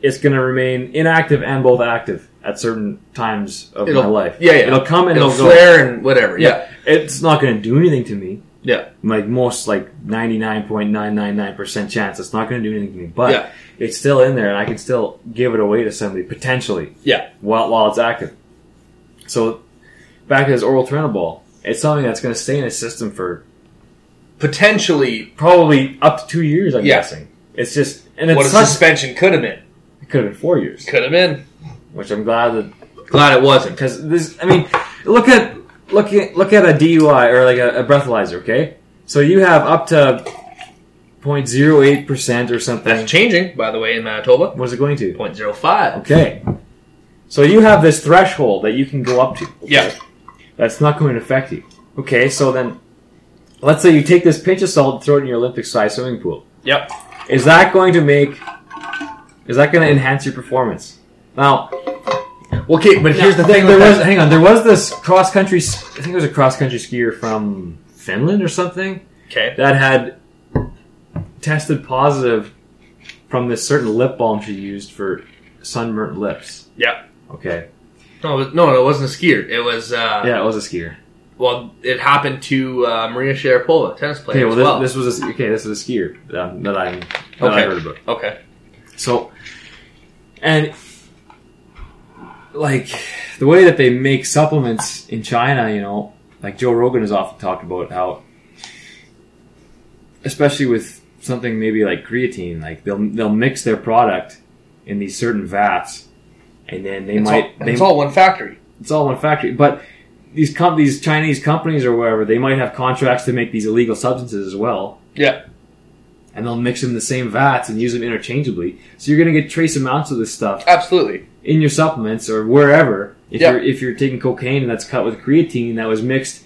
Speaker 3: it's going to remain inactive and both active at certain times of
Speaker 2: It'll-
Speaker 3: my life.
Speaker 2: yeah, yeah.
Speaker 3: It'll come and
Speaker 2: it'll
Speaker 3: it'll,
Speaker 2: flare and whatever.
Speaker 3: go. Yeah. It's not going to do anything to me.
Speaker 2: Yeah.
Speaker 3: Like most, like 99.999% chance, it's not going to do anything to me. But
Speaker 2: Yeah.
Speaker 3: it's still in there and I can still give it away to somebody potentially
Speaker 2: Yeah.
Speaker 3: while, while it's active. So back to this oral tyrannobol, it's something that's going to stay in the system for
Speaker 2: Potentially.
Speaker 3: probably up to two years. I'm
Speaker 2: Yeah.
Speaker 3: guessing. It's just and it's
Speaker 2: what a
Speaker 3: such
Speaker 2: suspension could have been.
Speaker 3: it could have been four years,
Speaker 2: Could have been.
Speaker 3: which I'm glad that
Speaker 2: Glad it wasn't.
Speaker 3: because this. I mean, look at look at look at a DUI or like a, a breathalyzer. Okay, so you have up to 0.08 percent or something.
Speaker 2: That's changing, by the way, in Manitoba.
Speaker 3: What's it going to?
Speaker 2: 0.05.
Speaker 3: Okay, so you have this threshold that you can go up to. okay?
Speaker 2: Yeah.
Speaker 3: that's not going to affect you. Okay, so then let's say you take this pinch of salt and throw it in your Olympic-sized swimming pool.
Speaker 2: Yep.
Speaker 3: Is that going to make? Is that going to enhance your performance? Now,
Speaker 2: Okay, but here's the thing.
Speaker 3: there
Speaker 2: with
Speaker 3: was
Speaker 2: that.
Speaker 3: hang on. There was this cross country. I think it was a cross country skier from Finland or something
Speaker 2: Okay.
Speaker 3: that had tested positive from this certain lip balm she used for sunburnt lips.
Speaker 2: Yep.
Speaker 3: Okay,
Speaker 2: No, it- no, it wasn't a skier. It was, uh,
Speaker 3: yeah, it was a skier.
Speaker 2: well, it happened to uh, Maria Sharapova, tennis player
Speaker 3: Okay, well,
Speaker 2: as
Speaker 3: this,
Speaker 2: well.
Speaker 3: this was a, okay. This was a skier um, that I that I
Speaker 2: Okay.
Speaker 3: heard about.
Speaker 2: okay.
Speaker 3: So, and like the way that they make supplements in China, you know, like Joe Rogan has often talked about how, especially with something maybe like creatine, like they'll they'll mix their product in these certain vats, and then they
Speaker 2: It's,
Speaker 3: might
Speaker 2: all,
Speaker 3: they,
Speaker 2: it's all one factory.
Speaker 3: it's all one factory, but. These, com- these Chinese companies or wherever they might have contracts to make these illegal substances as well,
Speaker 2: Yeah.
Speaker 3: and they'll mix them in the same vats and use them interchangeably. So you're going to get trace amounts of this stuff
Speaker 2: Absolutely.
Speaker 3: in your supplements or wherever. If
Speaker 2: Yeah.
Speaker 3: you're if you're taking cocaine and that's cut with creatine that was mixed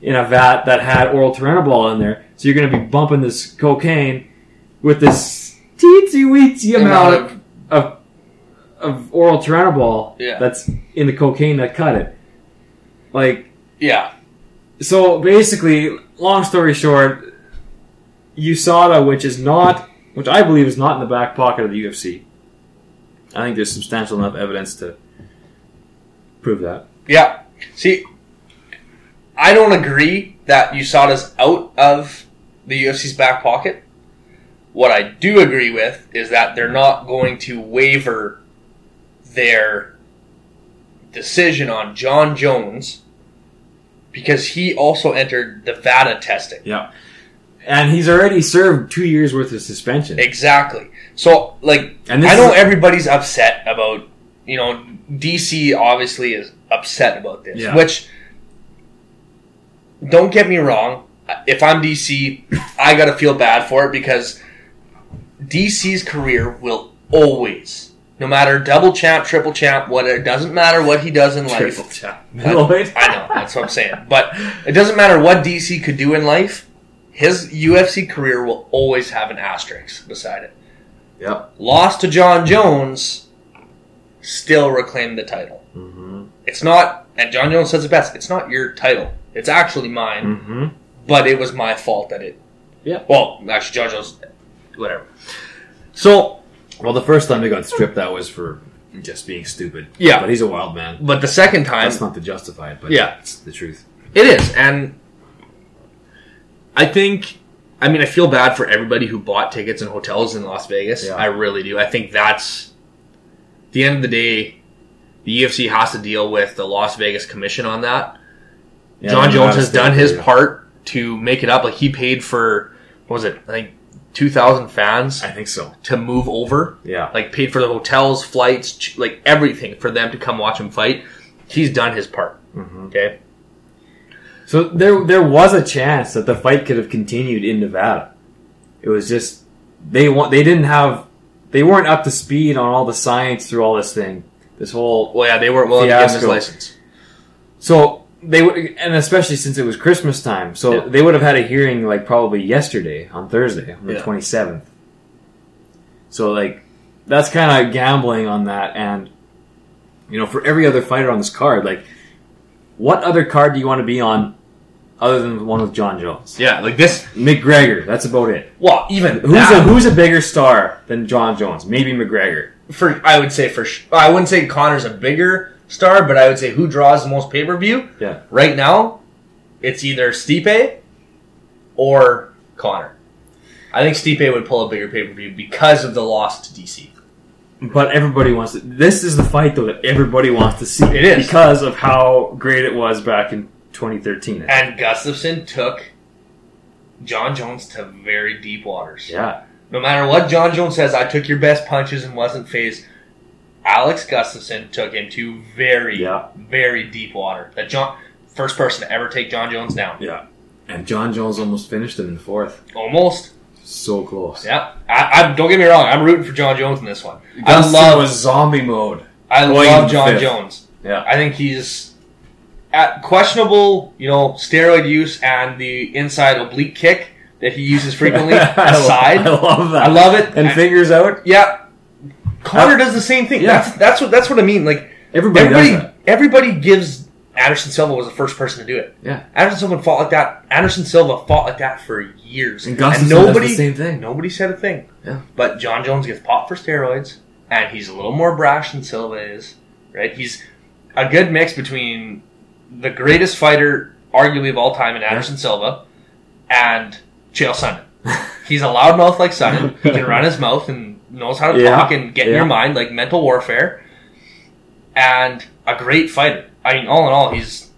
Speaker 3: in a vat that had oral tyrannobol in there, so you're going to be bumping this cocaine with this teensy weensy amount of, of of oral tyrannobol
Speaker 2: Yeah.
Speaker 3: that's in the cocaine that cut it. Like
Speaker 2: Yeah.
Speaker 3: so basically, long story short, USADA, which is not, which I believe is not in the back pocket of the UFC. I think there's substantial enough evidence to prove that.
Speaker 2: Yeah. See, I don't agree that USADA's out of the UFC's back pocket. What I do agree with is that they're not going to waver their decision on John Jones because he also entered the VADA testing.
Speaker 3: Yeah. And he's already served two years worth of suspension.
Speaker 2: Exactly. So, like,
Speaker 3: And this
Speaker 2: I know
Speaker 3: is-
Speaker 2: everybody's upset about, you know, DC obviously is upset about this,
Speaker 3: Yeah.
Speaker 2: which, don't get me wrong, if I'm DC, I gotta feel bad for it because DC's career will always, no matter double champ, triple champ, what it doesn't matter what he does in life.
Speaker 3: Middleweight?
Speaker 2: I know that's what I'm saying, but it doesn't matter what DC could do in life. His UFC career will always have an asterisk beside it
Speaker 3: Yep.
Speaker 2: lost to John Jones, still reclaimed the title.
Speaker 3: Mm-hmm.
Speaker 2: It's not, and John Jones says it best, it's not your title. It's actually mine,
Speaker 3: Mm-hmm.
Speaker 2: but it was my fault that it.
Speaker 3: Yeah.
Speaker 2: Well, actually, John Jones, whatever. So,
Speaker 3: Well, the first time they got stripped, that was for just being stupid.
Speaker 2: Yeah.
Speaker 3: But he's a wild man.
Speaker 2: but the second time,
Speaker 3: That's not to justify it, but
Speaker 2: Yeah.
Speaker 3: it's the truth.
Speaker 2: It is, and I think I mean I feel bad for everybody who bought tickets and hotels in Las Vegas.
Speaker 3: Yeah.
Speaker 2: I really do. I think that's at the end of the day, the UFC has to deal with the Las Vegas commission on that.
Speaker 3: Yeah,
Speaker 2: John
Speaker 3: Nevada
Speaker 2: Jones has
Speaker 3: State
Speaker 2: done his
Speaker 3: Fair.
Speaker 2: part to make it up. Like he paid for what was it? I think two thousand fans
Speaker 3: I think so.
Speaker 2: to move over
Speaker 3: Yeah.
Speaker 2: like paid for the hotels, flights, ch- like everything for them to come watch him fight. He's done his part.
Speaker 3: Mm-hmm.
Speaker 2: Okay.
Speaker 3: So there, there was a chance that the fight could have continued in Nevada. It was just they want they didn't have they weren't up to speed on all the science through all this thing. This whole
Speaker 2: Well, yeah, they weren't willing to give him his
Speaker 3: Fiasco.
Speaker 2: license.
Speaker 3: so they would and especially since it was Christmas time, so
Speaker 2: Yeah.
Speaker 3: they would have had a hearing like probably yesterday on Thursday on the
Speaker 2: Yeah.
Speaker 3: twenty seventh. So like that's kind of gambling on that, and you know for every other fighter on this card, like what other card do you want to be on other than the one with John Jones?
Speaker 2: Yeah, like this.
Speaker 3: McGregor. That's about it.
Speaker 2: Well, even
Speaker 3: Who's a who's a bigger star than John Jones? Maybe McGregor.
Speaker 2: for I would say for sh- I wouldn't say Connor's a bigger star, but I would say who draws the most pay per view
Speaker 3: Yeah.
Speaker 2: right now. It's either Stipe or Connor. I think Stipe would pull a bigger pay per view because of the loss to DC.
Speaker 3: But everybody wants to. This is the fight though that everybody wants to see.
Speaker 2: It is.
Speaker 3: because of how great it was back in 2013.
Speaker 2: And Gustafson took John Jones to very deep waters.
Speaker 3: yeah,
Speaker 2: No matter what John Jones says, I took your best punches and wasn't phased. Alex Gustafson took him to very,
Speaker 3: Yeah.
Speaker 2: very deep water. That John, first person to ever take John Jones down,
Speaker 3: Yeah. And John Jones almost finished him in the fourth.
Speaker 2: almost.
Speaker 3: So close.
Speaker 2: Yeah, I, I don't get me wrong. I'm rooting for John Jones in this one. I
Speaker 3: Gustin
Speaker 2: love,
Speaker 3: was zombie mode.
Speaker 2: I
Speaker 3: going
Speaker 2: love
Speaker 3: into
Speaker 2: John
Speaker 3: fifth.
Speaker 2: Jones.
Speaker 3: Yeah.
Speaker 2: I think he's at questionable, you know, steroid use and the inside oblique kick that he uses frequently
Speaker 3: I lo- I
Speaker 2: aside.
Speaker 3: love that.
Speaker 2: I love it.
Speaker 3: And
Speaker 2: I-
Speaker 3: fingers out.
Speaker 2: Yeah, Connor does the same thing.
Speaker 3: Yeah.
Speaker 2: That's that's what that's what I mean. Like
Speaker 3: Everybody, does
Speaker 2: everybody,
Speaker 3: that.
Speaker 2: everybody gives Anderson Silva was the first person to do it.
Speaker 3: Yeah.
Speaker 2: Anderson Silva fought like that. Anderson Silva fought like that for years,
Speaker 3: And Gustafson
Speaker 2: nobody
Speaker 3: does the same thing.
Speaker 2: nobody said a thing.
Speaker 3: Yeah.
Speaker 2: But John Jones gets popped for steroids, and he's a little more brash than Silva is. Right? He's a good mix between the greatest fighter, arguably of all time, in Anderson Silva, and Chael Sonnen. He's a loudmouth like Sonnen. He can run his mouth and knows how to
Speaker 3: Yeah.
Speaker 2: talk and get in your
Speaker 3: Yeah.
Speaker 2: mind, like mental warfare. And a great fighter. I mean, all in all, he's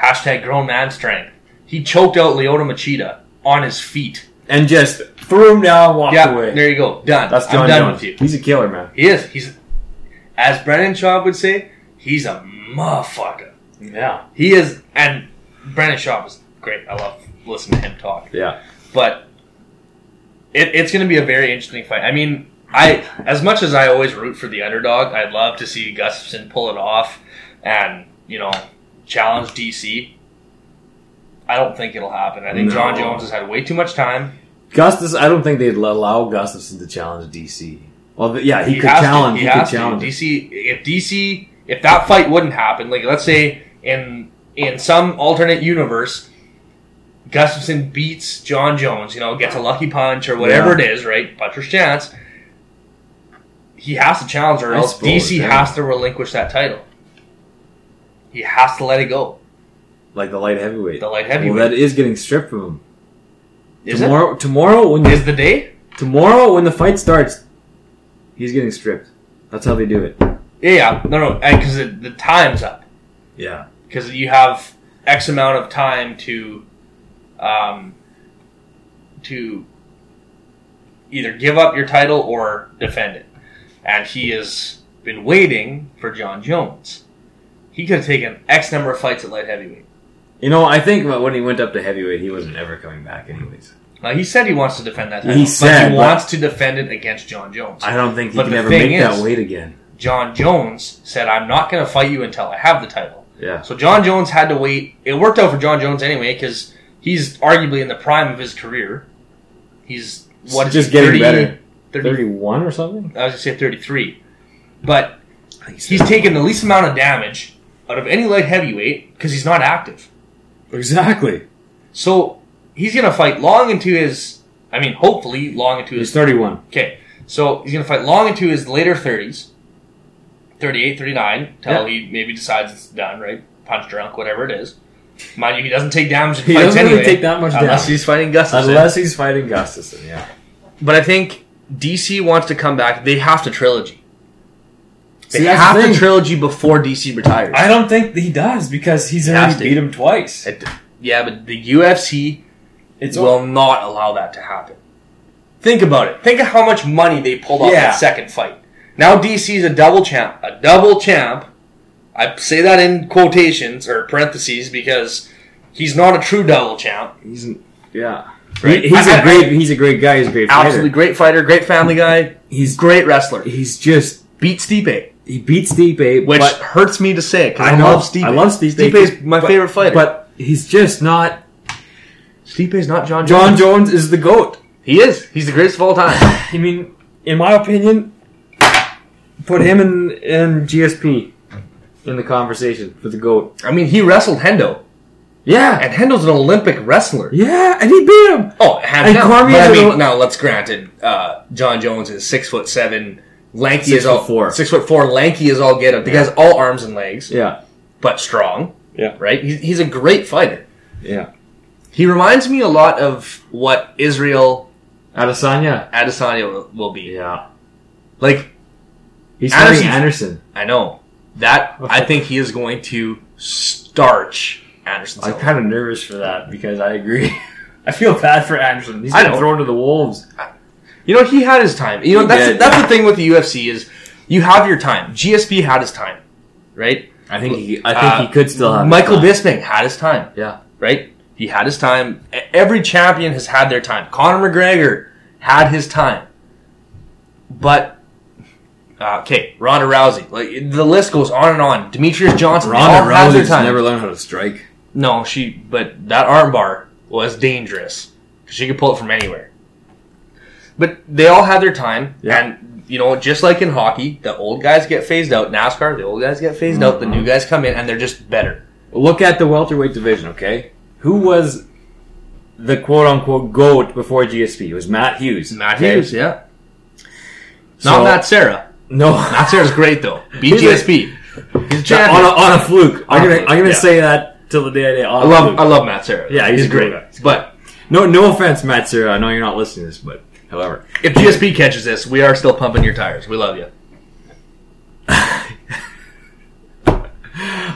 Speaker 2: hashtag grown man strength. He choked out Leota Machida on his feet.
Speaker 3: And just threw him down and walked
Speaker 2: Yeah,
Speaker 3: away.
Speaker 2: there you go. Done.
Speaker 3: That's John
Speaker 2: I'm done
Speaker 3: Jones.
Speaker 2: with you.
Speaker 3: He's a killer, man.
Speaker 2: He is. He's, as Brennan Schaub would say, he's a motherfucker.
Speaker 3: Yeah.
Speaker 2: He is, and Brennan Schaub is great. I love listening to him talk.
Speaker 3: Yeah.
Speaker 2: But it, it's going to be a very interesting fight. I mean, I as much as I always root for the underdog, I'd love to see Gustafson pull it off and you know challenge DC. I don't think it'll happen. I think
Speaker 3: No.
Speaker 2: John Jones has had way too much time.
Speaker 3: Gustus, I don't think they'd allow Gustafson to challenge DC. Well, th- yeah, he, could
Speaker 2: has to.
Speaker 3: challenge. he could
Speaker 2: has to.
Speaker 3: challenge.
Speaker 2: DC. If DC, if that fight wouldn't happen, like let's say in in some alternate universe, Gustafson beats John Jones, you know, gets a lucky punch or whatever
Speaker 3: Yeah.
Speaker 2: it is, right? Puncher's chance. He has to challenge, or
Speaker 3: I
Speaker 2: else
Speaker 3: suppose,
Speaker 2: DC
Speaker 3: yeah.
Speaker 2: has to relinquish that title. He has to let it go.
Speaker 3: like the light heavyweight.
Speaker 2: The light
Speaker 3: well,
Speaker 2: heavyweight
Speaker 3: that is getting stripped from him.
Speaker 2: is it?
Speaker 3: tomorrow, tomorrow when
Speaker 2: Is the day?
Speaker 3: tomorrow when the fight starts, he's getting stripped. That's how they do it.
Speaker 2: Yeah, yeah. no, no, because the time's up.
Speaker 3: Yeah.
Speaker 2: because you have X amount of time to, um, to either give up your title or defend it. And he has been waiting for John Jones. He could have taken X number of fights at light heavyweight.
Speaker 3: You know, I think about when he went up to heavyweight, he wasn't ever coming back, anyways.
Speaker 2: Now he said he wants to defend that
Speaker 3: He
Speaker 2: title,
Speaker 3: said,
Speaker 2: but he
Speaker 3: but-
Speaker 2: wants to defend it against John Jones.
Speaker 3: I don't think he
Speaker 2: But
Speaker 3: can
Speaker 2: the
Speaker 3: ever
Speaker 2: thing
Speaker 3: make
Speaker 2: is-
Speaker 3: that weight again.
Speaker 2: John Jones said, "I'm not going to fight you until I have the title."
Speaker 3: Yeah.
Speaker 2: So John Jones had to wait. It worked out for John Jones anyway because he's arguably in the prime of his career. He's what is
Speaker 3: just
Speaker 2: he,
Speaker 3: getting
Speaker 2: 30
Speaker 3: better.
Speaker 2: 30
Speaker 3: Thirty-one or something.
Speaker 2: I was gonna say thirty-three, but he's taken the least amount of damage out of any light heavyweight because he's not active.
Speaker 3: Exactly.
Speaker 2: So he's gonna fight long into his. I mean, hopefully, long into his
Speaker 3: He's thirty-one.
Speaker 2: Okay, so he's going to fight long into his later 30s, 38, 39, till
Speaker 3: Yeah.
Speaker 2: he maybe decides it's done, right? Punch drunk, whatever it is. Mind you, he doesn't take damage in
Speaker 3: He
Speaker 2: fights
Speaker 3: doesn't really
Speaker 2: anyway.
Speaker 3: take that much
Speaker 2: unless
Speaker 3: damage.
Speaker 2: he's fighting Gustafson.
Speaker 3: Unless he's fighting Gustafson, yeah.
Speaker 2: but I think DC wants to come back. They have to trilogy. They
Speaker 3: See, that's
Speaker 2: have
Speaker 3: the
Speaker 2: to
Speaker 3: thing.
Speaker 2: trilogy before DC retires.
Speaker 3: I don't think he does because he's
Speaker 2: Has
Speaker 3: already
Speaker 2: to.
Speaker 3: beat him twice.
Speaker 2: It- yeah, but the UFC
Speaker 3: It's
Speaker 2: will not allow that to happen. Think about it. Think of how much money they pulled off
Speaker 3: Yeah.
Speaker 2: that second fight. Now DC is a double champ. A double champ. I say that in quotations or parentheses because he's not a true double champ.
Speaker 3: he's an- yeah.
Speaker 2: Right.
Speaker 3: He- he's
Speaker 2: I-
Speaker 3: a
Speaker 2: I-
Speaker 3: great he's a great guy. He's a great fighter.
Speaker 2: Absolutely great fighter, great family guy,
Speaker 3: He's
Speaker 2: great wrestler.
Speaker 3: he's just
Speaker 2: Beat Stipe,
Speaker 3: he beats Stipe,
Speaker 2: which
Speaker 3: but
Speaker 2: hurts me to say because I,
Speaker 3: I know.
Speaker 2: love Stipe.
Speaker 3: I love Stipe.
Speaker 2: Stipe's my
Speaker 3: But-
Speaker 2: favorite fighter.
Speaker 3: but he's just not
Speaker 2: Stipe's not John.
Speaker 3: John
Speaker 2: Jones.
Speaker 3: Jones is the GOAT.
Speaker 2: He is. He's the greatest of all time.
Speaker 3: I mean, in my opinion, put him in, in GSP in the conversation for the GOAT.
Speaker 2: I mean, he wrestled Hendo,
Speaker 3: Yeah.
Speaker 2: and Hendo's an Olympic wrestler.
Speaker 3: Yeah, and he beat him.
Speaker 2: Oh, hands
Speaker 3: And
Speaker 2: down.
Speaker 3: Cormier's
Speaker 2: But I
Speaker 3: a
Speaker 2: mean,
Speaker 3: little-
Speaker 2: now let's grant it. Uh, John Jones is six foot seven, lanky
Speaker 3: Six
Speaker 2: as all
Speaker 3: foot four.
Speaker 2: six foot four, lanky as all get up. The guy's all arms and legs,
Speaker 3: Yeah.
Speaker 2: but strong,
Speaker 3: Yeah.
Speaker 2: right? He's, he's a great fighter.
Speaker 3: Yeah.
Speaker 2: He reminds me a lot of what Israel
Speaker 3: Adesanya.
Speaker 2: Adesanya will, will be.
Speaker 3: Yeah.
Speaker 2: Like
Speaker 3: He's
Speaker 2: Anderson's-
Speaker 3: fighting Anderson.
Speaker 2: I know that I think he is going to starch Anderson.
Speaker 3: I'm
Speaker 2: Silva.
Speaker 3: kind of nervous for that because I agree. I feel bad for Anderson. He's
Speaker 2: I
Speaker 3: been
Speaker 2: know.
Speaker 3: thrown to the wolves.
Speaker 2: You know, he had his time. You know,
Speaker 3: He
Speaker 2: that's
Speaker 3: did,
Speaker 2: that's
Speaker 3: yeah.
Speaker 2: the thing with the UFC is you have your time. GSP had his time, right?
Speaker 3: I think he, I
Speaker 2: Uh,
Speaker 3: think he could still have
Speaker 2: Michael
Speaker 3: Bisping.
Speaker 2: Bisping had his time.
Speaker 3: Yeah,
Speaker 2: right? He had his time. E- Every champion has had their time. Conor McGregor had his time, but uh, okay, Ronda Rousey. Like the list goes on and on. Demetrius Johnson. they all
Speaker 3: Ronda
Speaker 2: had their
Speaker 3: Rousey's
Speaker 2: time.
Speaker 3: never learned how to strike.
Speaker 2: No, she. But that armbar was dangerous. She could pull it from anywhere. But they all had their time,
Speaker 3: Yeah.
Speaker 2: and you know, just like in hockey, the old guys get phased out. NASCAR, the old guys get phased
Speaker 3: Mm-hmm.
Speaker 2: out. The new guys come in, and they're just better.
Speaker 3: Look at the welterweight division, okay? Who was the quote unquote goat before GSP? It was Matt Hughes. okay?
Speaker 2: yeah. Not
Speaker 3: So-
Speaker 2: Matt Sarah.
Speaker 3: No,
Speaker 2: Not Sarah's great though. BGSP. He's a
Speaker 3: Yeah, on,
Speaker 2: champion.
Speaker 3: a, on a fluke. I'm gonna,
Speaker 2: fluke,
Speaker 3: I'm gonna
Speaker 2: yeah.
Speaker 3: say that till the day I die. On
Speaker 2: I
Speaker 3: a
Speaker 2: love
Speaker 3: fluke.
Speaker 2: I love Matt Sarah.
Speaker 3: Yeah, he's a cool
Speaker 2: great.
Speaker 3: guy.
Speaker 2: But
Speaker 3: no, no offense, Matt Serra. I know you're not listening to this, but however,
Speaker 2: if GSP catches this, we are still pumping your tires. We love you.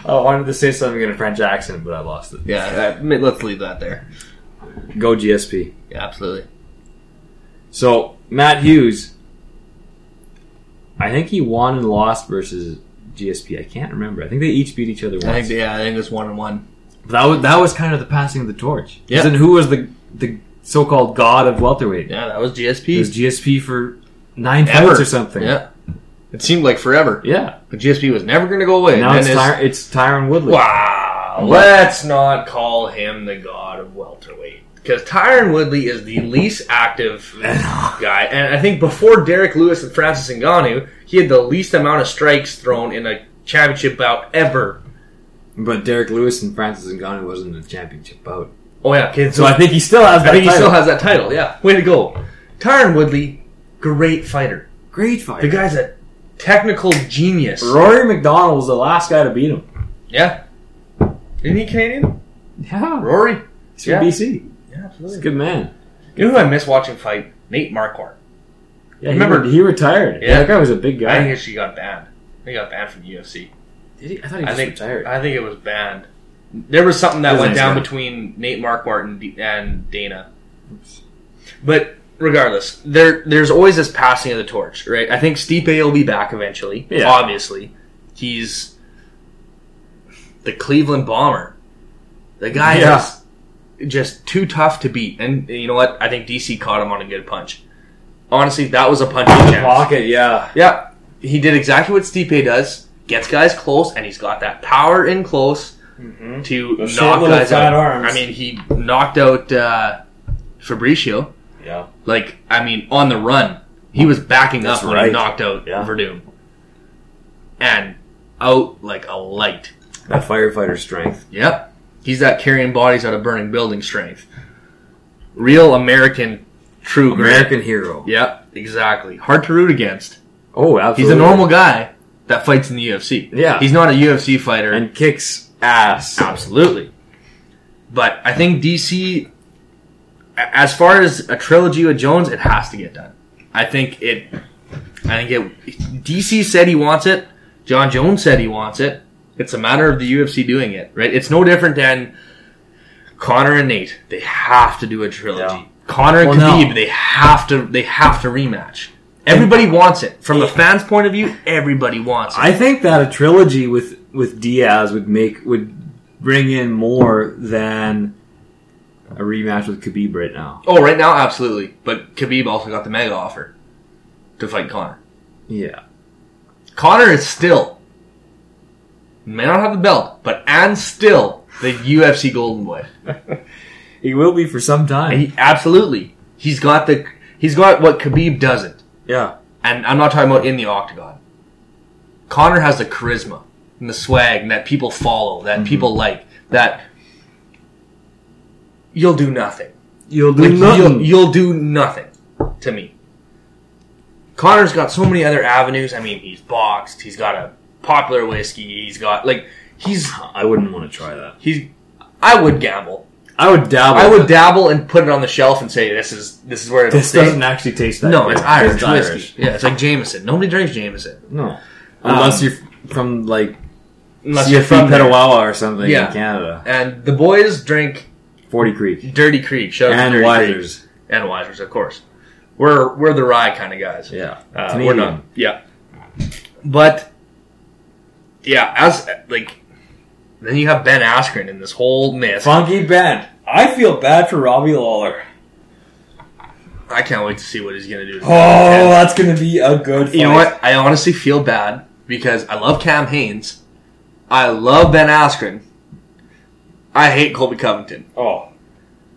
Speaker 3: Oh, I wanted to say something in a French accent, but I lost it.
Speaker 2: Yeah, uh, ma- let's leave that there.
Speaker 3: Go GSP.
Speaker 2: Yeah, absolutely.
Speaker 3: So Matt Hughes, I think he won and lost versus GSP. I can't remember. I think they each beat each other once.
Speaker 2: I think yeah, I think it's one and one.
Speaker 3: But that was that was kind of the passing of the torch.
Speaker 2: Yeah.
Speaker 3: Then who was the the so called god of welterweight?
Speaker 2: Yeah, that was
Speaker 3: It was
Speaker 2: GSP.
Speaker 3: GSP for nine
Speaker 2: Ever.
Speaker 3: fights or something.
Speaker 2: Yeah. It seemed like forever.
Speaker 3: Yeah.
Speaker 2: But GSP was never gonna go away. And
Speaker 3: Now
Speaker 2: then
Speaker 3: it's,
Speaker 2: his-
Speaker 3: Ty- it's Tyron Woodley.
Speaker 2: Wow. Let's not call him the god of welterweight. Because Tyron Woodley is the least active guy. And I think before Derek Lewis and Francis Ngannou, he had the least amount of strikes thrown in a championship bout ever.
Speaker 3: But Derek Lewis and Francis Ngannou wasn't in the championship bout.
Speaker 2: Oh, yeah. Okay, so
Speaker 3: So I think he still has
Speaker 2: I
Speaker 3: that
Speaker 2: think he
Speaker 3: title.
Speaker 2: still has that title. Yeah. Way to go. Tyron Woodley, great fighter.
Speaker 3: Great
Speaker 2: The
Speaker 3: fight.
Speaker 2: guy's a technical genius.
Speaker 3: Rory McDonald was the last guy to beat him.
Speaker 2: Yeah. Isn't he Canadian?
Speaker 3: Yeah.
Speaker 2: Rory.
Speaker 3: It's from
Speaker 2: Yeah.
Speaker 3: BC. He's
Speaker 2: Yeah,
Speaker 3: a
Speaker 2: absolutely.
Speaker 3: good man.
Speaker 2: You know who I miss watching fight? Nate Marquardt.
Speaker 3: Yeah,
Speaker 2: Remember-
Speaker 3: remember, he, retired.
Speaker 2: Yeah.
Speaker 3: That guy was a big
Speaker 2: I
Speaker 3: guy.
Speaker 2: think she got banned. He got banned from UFC.
Speaker 3: Did he? I thought he
Speaker 2: I
Speaker 3: just
Speaker 2: think
Speaker 3: retired.
Speaker 2: I think it was banned. There was something that
Speaker 3: He's a
Speaker 2: went
Speaker 3: nice
Speaker 2: down
Speaker 3: guy.
Speaker 2: between Nate Marquardt and, D- and Dana. But regardless, there there's always this passing of the torch, right? I think Stipe will be back eventually.
Speaker 3: Yeah.
Speaker 2: Obviously, he's the Cleveland Bomber. The guy
Speaker 3: Yeah.
Speaker 2: is just too tough to beat, and you know what? I think DC caught him on a good punch. Honestly, that was a punching chance.
Speaker 3: Pocket, yeah.
Speaker 2: Yeah, he did exactly what Stipe does. Gets guys close, and he's got that power in close
Speaker 3: Mm-hmm.
Speaker 2: to
Speaker 3: Those short
Speaker 2: knock
Speaker 3: little
Speaker 2: guys
Speaker 3: fat
Speaker 2: out.
Speaker 3: arms.
Speaker 2: I mean, he knocked out uh, Fabricio.
Speaker 3: Yeah.
Speaker 2: Like, I mean, on the run, he was backing
Speaker 3: That's
Speaker 2: up when he
Speaker 3: right.
Speaker 2: knocked out
Speaker 3: Yeah.
Speaker 2: Verdum, and out like a light.
Speaker 3: That firefighter strength.
Speaker 2: Yep, he's that carrying bodies out of burning building strength. Real American, true American.
Speaker 3: American hero.
Speaker 2: Yep, exactly. Hard to root against.
Speaker 3: Oh, absolutely.
Speaker 2: He's a normal guy that fights in the UFC.
Speaker 3: Yeah.
Speaker 2: He's not a UFC fighter.
Speaker 3: and kicks ass.
Speaker 2: Absolutely. But I think DC, a- as far as a trilogy with Jones, it has to get done. I think it. I think it. DC said he wants it. John Jones said he wants it. It's a matter of the UFC doing it, right? It's no different than Connor and Nate. They have to do a trilogy.
Speaker 3: Yeah.
Speaker 2: Connor and
Speaker 3: Well, no.
Speaker 2: Khabib, they have to. They have to rematch. Everybody wants it. From the fans' point of view, everybody wants it.
Speaker 3: I think that a trilogy with with Diaz would make would bring in more than a rematch with Khabib right now.
Speaker 2: Oh, right now, absolutely. But Khabib also got the mega offer to fight Connor.
Speaker 3: Yeah.
Speaker 2: Connor is still may not have the belt, but and still the UFC golden boy.
Speaker 3: He will be for some time.
Speaker 2: He, absolutely, he's got the he's got what Khabib doesn't,
Speaker 3: yeah.
Speaker 2: and I'm not talking about in the octagon. Connor has the charisma and the swag that people follow, that people like, that you'll do nothing.
Speaker 3: You'll do
Speaker 2: Like, you'll,
Speaker 3: nothing.
Speaker 2: you'll do nothing to me. Connor's got so many other avenues. I mean, he's boxed. He's got a popular whiskey. He's got like he's
Speaker 3: I wouldn't want to try that.
Speaker 2: he's. I would gamble.
Speaker 3: I would dabble.
Speaker 2: I would dabble and put it on the shelf and say this is this is where it'll
Speaker 3: This
Speaker 2: stay.
Speaker 3: doesn't actually taste that
Speaker 2: No,
Speaker 3: good.
Speaker 2: it's Irish whiskey.
Speaker 3: Irish.
Speaker 2: Yeah, it's like Jameson. Nobody drinks Jameson
Speaker 3: No. Um, Unless you're from like
Speaker 2: unless
Speaker 3: CFP
Speaker 2: you're from there.
Speaker 3: Petawawa or something
Speaker 2: Yeah.
Speaker 3: in Canada.
Speaker 2: And the boys drink
Speaker 3: Forty Creek.
Speaker 2: Dirty Creek. Shout out to
Speaker 3: And
Speaker 2: Dirty Creek.
Speaker 3: Wisers.
Speaker 2: and Wisers, of course. We're we're the rye kind of guys.
Speaker 3: Yeah.
Speaker 2: Uh, we're
Speaker 3: Canadian.
Speaker 2: not. Yeah. But yeah, as like then you have Ben Askren in this whole mess.
Speaker 3: Funky Ben. I feel bad for Robbie Lawler.
Speaker 2: I can't wait to see what he's gonna do.
Speaker 3: Oh, that's gonna be a good. Fight.
Speaker 2: uh, you know what? I honestly feel bad because I love Cam Haynes, I love Ben Askren, I hate Colby Covington.
Speaker 3: Oh,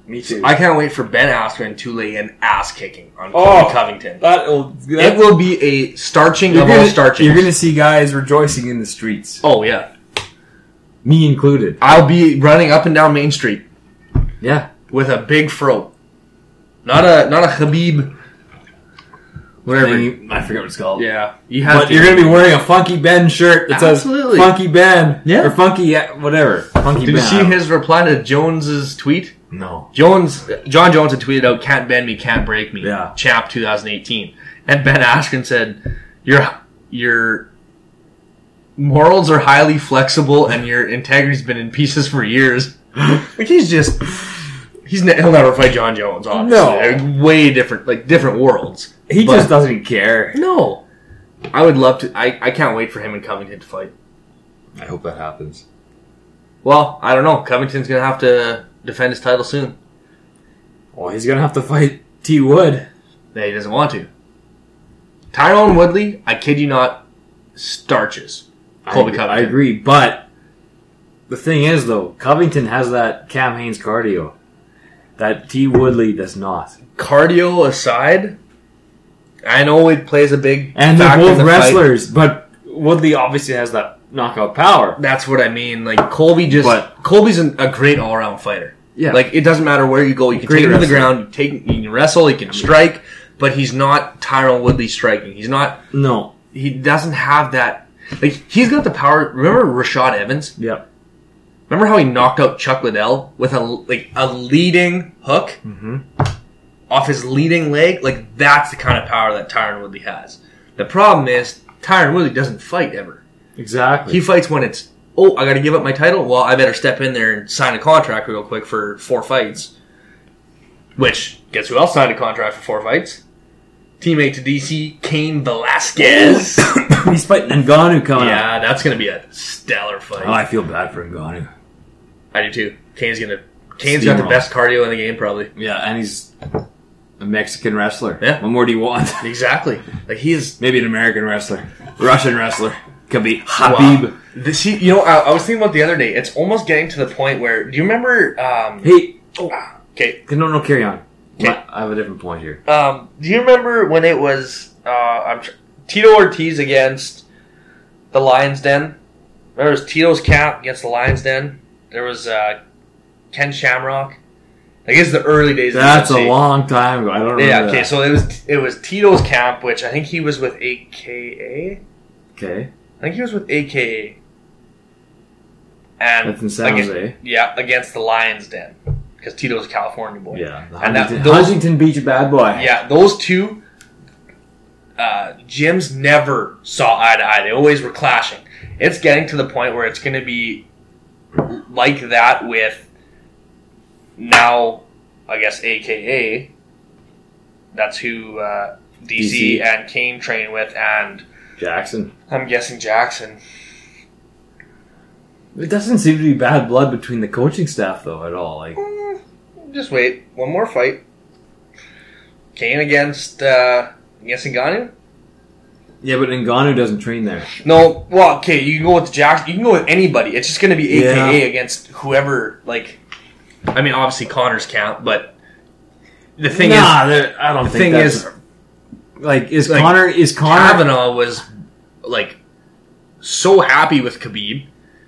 Speaker 3: me too.
Speaker 2: I can't wait for Ben Askren to lay an ass kicking on
Speaker 3: Oh.
Speaker 2: Colby Covington.
Speaker 3: that will.
Speaker 2: It will be a starching
Speaker 3: You're
Speaker 2: of all
Speaker 3: gonna,
Speaker 2: starchings.
Speaker 3: you're gonna see guys rejoicing in the streets,
Speaker 2: oh yeah,
Speaker 3: me included.
Speaker 2: I'll be running up and down Main Street.
Speaker 3: Yeah.
Speaker 2: with a big fro. Not a not a Habib. Whatever.
Speaker 3: I forget what it's called.
Speaker 2: yeah, you have
Speaker 3: But
Speaker 2: to.
Speaker 3: you're gonna be wearing a Funky Ben shirt that
Speaker 2: Absolutely.
Speaker 3: says Funky Ben.
Speaker 2: Yeah.
Speaker 3: Or Funky yeah, whatever. Funky
Speaker 2: Did you
Speaker 3: Ben.
Speaker 2: see his reply to Jones's tweet?
Speaker 3: No.
Speaker 2: Jones, John Jones had tweeted out, "Can't bend me, can't break me."
Speaker 3: Yeah.
Speaker 2: Champ 2018, and Ben Askren said, "Your your morals are highly flexible, and your integrity's been in pieces for years." Like he's just. He's ne- he'll never fight John Jones, obviously.
Speaker 3: No.
Speaker 2: They're way different, like different worlds.
Speaker 3: He
Speaker 2: But-
Speaker 3: just doesn't care.
Speaker 2: No. I would love to. I, I can't wait for him and Covington to fight.
Speaker 3: I hope that happens.
Speaker 2: Well, I don't know. Covington's going to have to defend his title soon.
Speaker 3: Well, he's gonna have to fight T Wood.
Speaker 2: Yeah, he doesn't want to. Tyrone Woodley, I kid you not, starches. Colby
Speaker 3: I,
Speaker 2: Covington.
Speaker 3: I agree, but the thing is, though, Covington has that Cam Haynes cardio that T Woodley does not,
Speaker 2: Cardio aside, I know it plays a big
Speaker 3: and they're
Speaker 2: factor in
Speaker 3: both
Speaker 2: the fight.
Speaker 3: wrestlers. But Woodley obviously has that knockout power.
Speaker 2: That's what I mean. Like Colby just
Speaker 3: But-
Speaker 2: Colby's an, a great all around fighter.
Speaker 3: Yeah.
Speaker 2: Like it doesn't matter where you go, you can
Speaker 3: Great
Speaker 2: take him to the
Speaker 3: wrestler.
Speaker 2: ground, you take you can wrestle, he can strike, but he's not Tyrone Woodley striking. He's not
Speaker 3: No,
Speaker 2: he doesn't have that. Like he's got the power. Remember Rashad Evans?
Speaker 3: yeah,
Speaker 2: Remember how he knocked out Chuck Liddell with a like a leading hook off his leading leg? Like that's the kind of power that Tyron Woodley has. The problem is Tyron Woodley doesn't fight ever.
Speaker 3: exactly.
Speaker 2: He fights when it's oh I got to give up my title. Well I better step in there and sign a contract real quick for four fights. Which guess who else signed a contract for four fights? Teammate to DC Kane Velasquez.
Speaker 3: he's fighting Ngannou coming up.
Speaker 2: Yeah, that's gonna be a stellar fight.
Speaker 3: Oh, Uh, I feel bad for Ngannou.
Speaker 2: I do too. Kane's gonna. Kane's got the
Speaker 3: Steamroll.
Speaker 2: best cardio in the game, probably.
Speaker 3: Yeah, and he's a Mexican wrestler.
Speaker 2: Yeah.
Speaker 3: What more do you want?
Speaker 2: Exactly. Like he is.
Speaker 3: Maybe an American wrestler, Russian wrestler. Could be
Speaker 2: wow.
Speaker 3: Habib.
Speaker 2: This, he, you know, I, I was thinking about the other day. It's almost getting to the point where. Do you remember? Um,
Speaker 3: Hey,
Speaker 2: oh, ah, okay.
Speaker 3: no, no, carry on.
Speaker 2: Okay.
Speaker 3: My- I have a different point here.
Speaker 2: Um, do you remember when it was? Uh, I'm tr- Tito Ortiz against the Lions Den. Remember, it was Tito's cap against the Lions Den. There was uh, Ken Shamrock. I guess the early days. of
Speaker 3: That's a
Speaker 2: UFC.
Speaker 3: long time ago. I don't remember.
Speaker 2: Yeah. Okay.
Speaker 3: that.
Speaker 2: So it was it was Tito's camp, which I think he was with AKA.
Speaker 3: Okay.
Speaker 2: I think he was with AKA. And
Speaker 3: That's in San
Speaker 2: against-
Speaker 3: Jose.
Speaker 2: yeah, against the Lions Den, because Tito's a California boy.
Speaker 3: Yeah. the
Speaker 2: And that-
Speaker 3: Huntington,
Speaker 2: those-
Speaker 3: Huntington Beach bad boy.
Speaker 2: Yeah, those two uh, gyms never saw eye to eye. They always were clashing. It's getting to the point where it's going to be like that with now, I guess, AKA. That's who uh, DC,
Speaker 3: DC.
Speaker 2: and Kane train with, and
Speaker 3: Jackson.
Speaker 2: I'm guessing Jackson.
Speaker 3: It doesn't seem to be bad blood between the coaching staff though at all. Like
Speaker 2: Hmm, Just wait, one more fight. Kane against, uh, I'm guessing Ganyu?
Speaker 3: yeah, but Ngannou doesn't train there.
Speaker 2: No, well, okay, you can go with Jack. You can go with anybody. It's just going to be AKA
Speaker 3: Yeah.
Speaker 2: against whoever. Like, I mean, obviously Connors count, but the thing
Speaker 3: nah, there- I don't.
Speaker 2: is, the
Speaker 3: think
Speaker 2: thing
Speaker 3: that's-
Speaker 2: is,
Speaker 3: like, is
Speaker 2: like,
Speaker 3: Connor is Connor?
Speaker 2: Kavanaugh was like so happy with Khabib.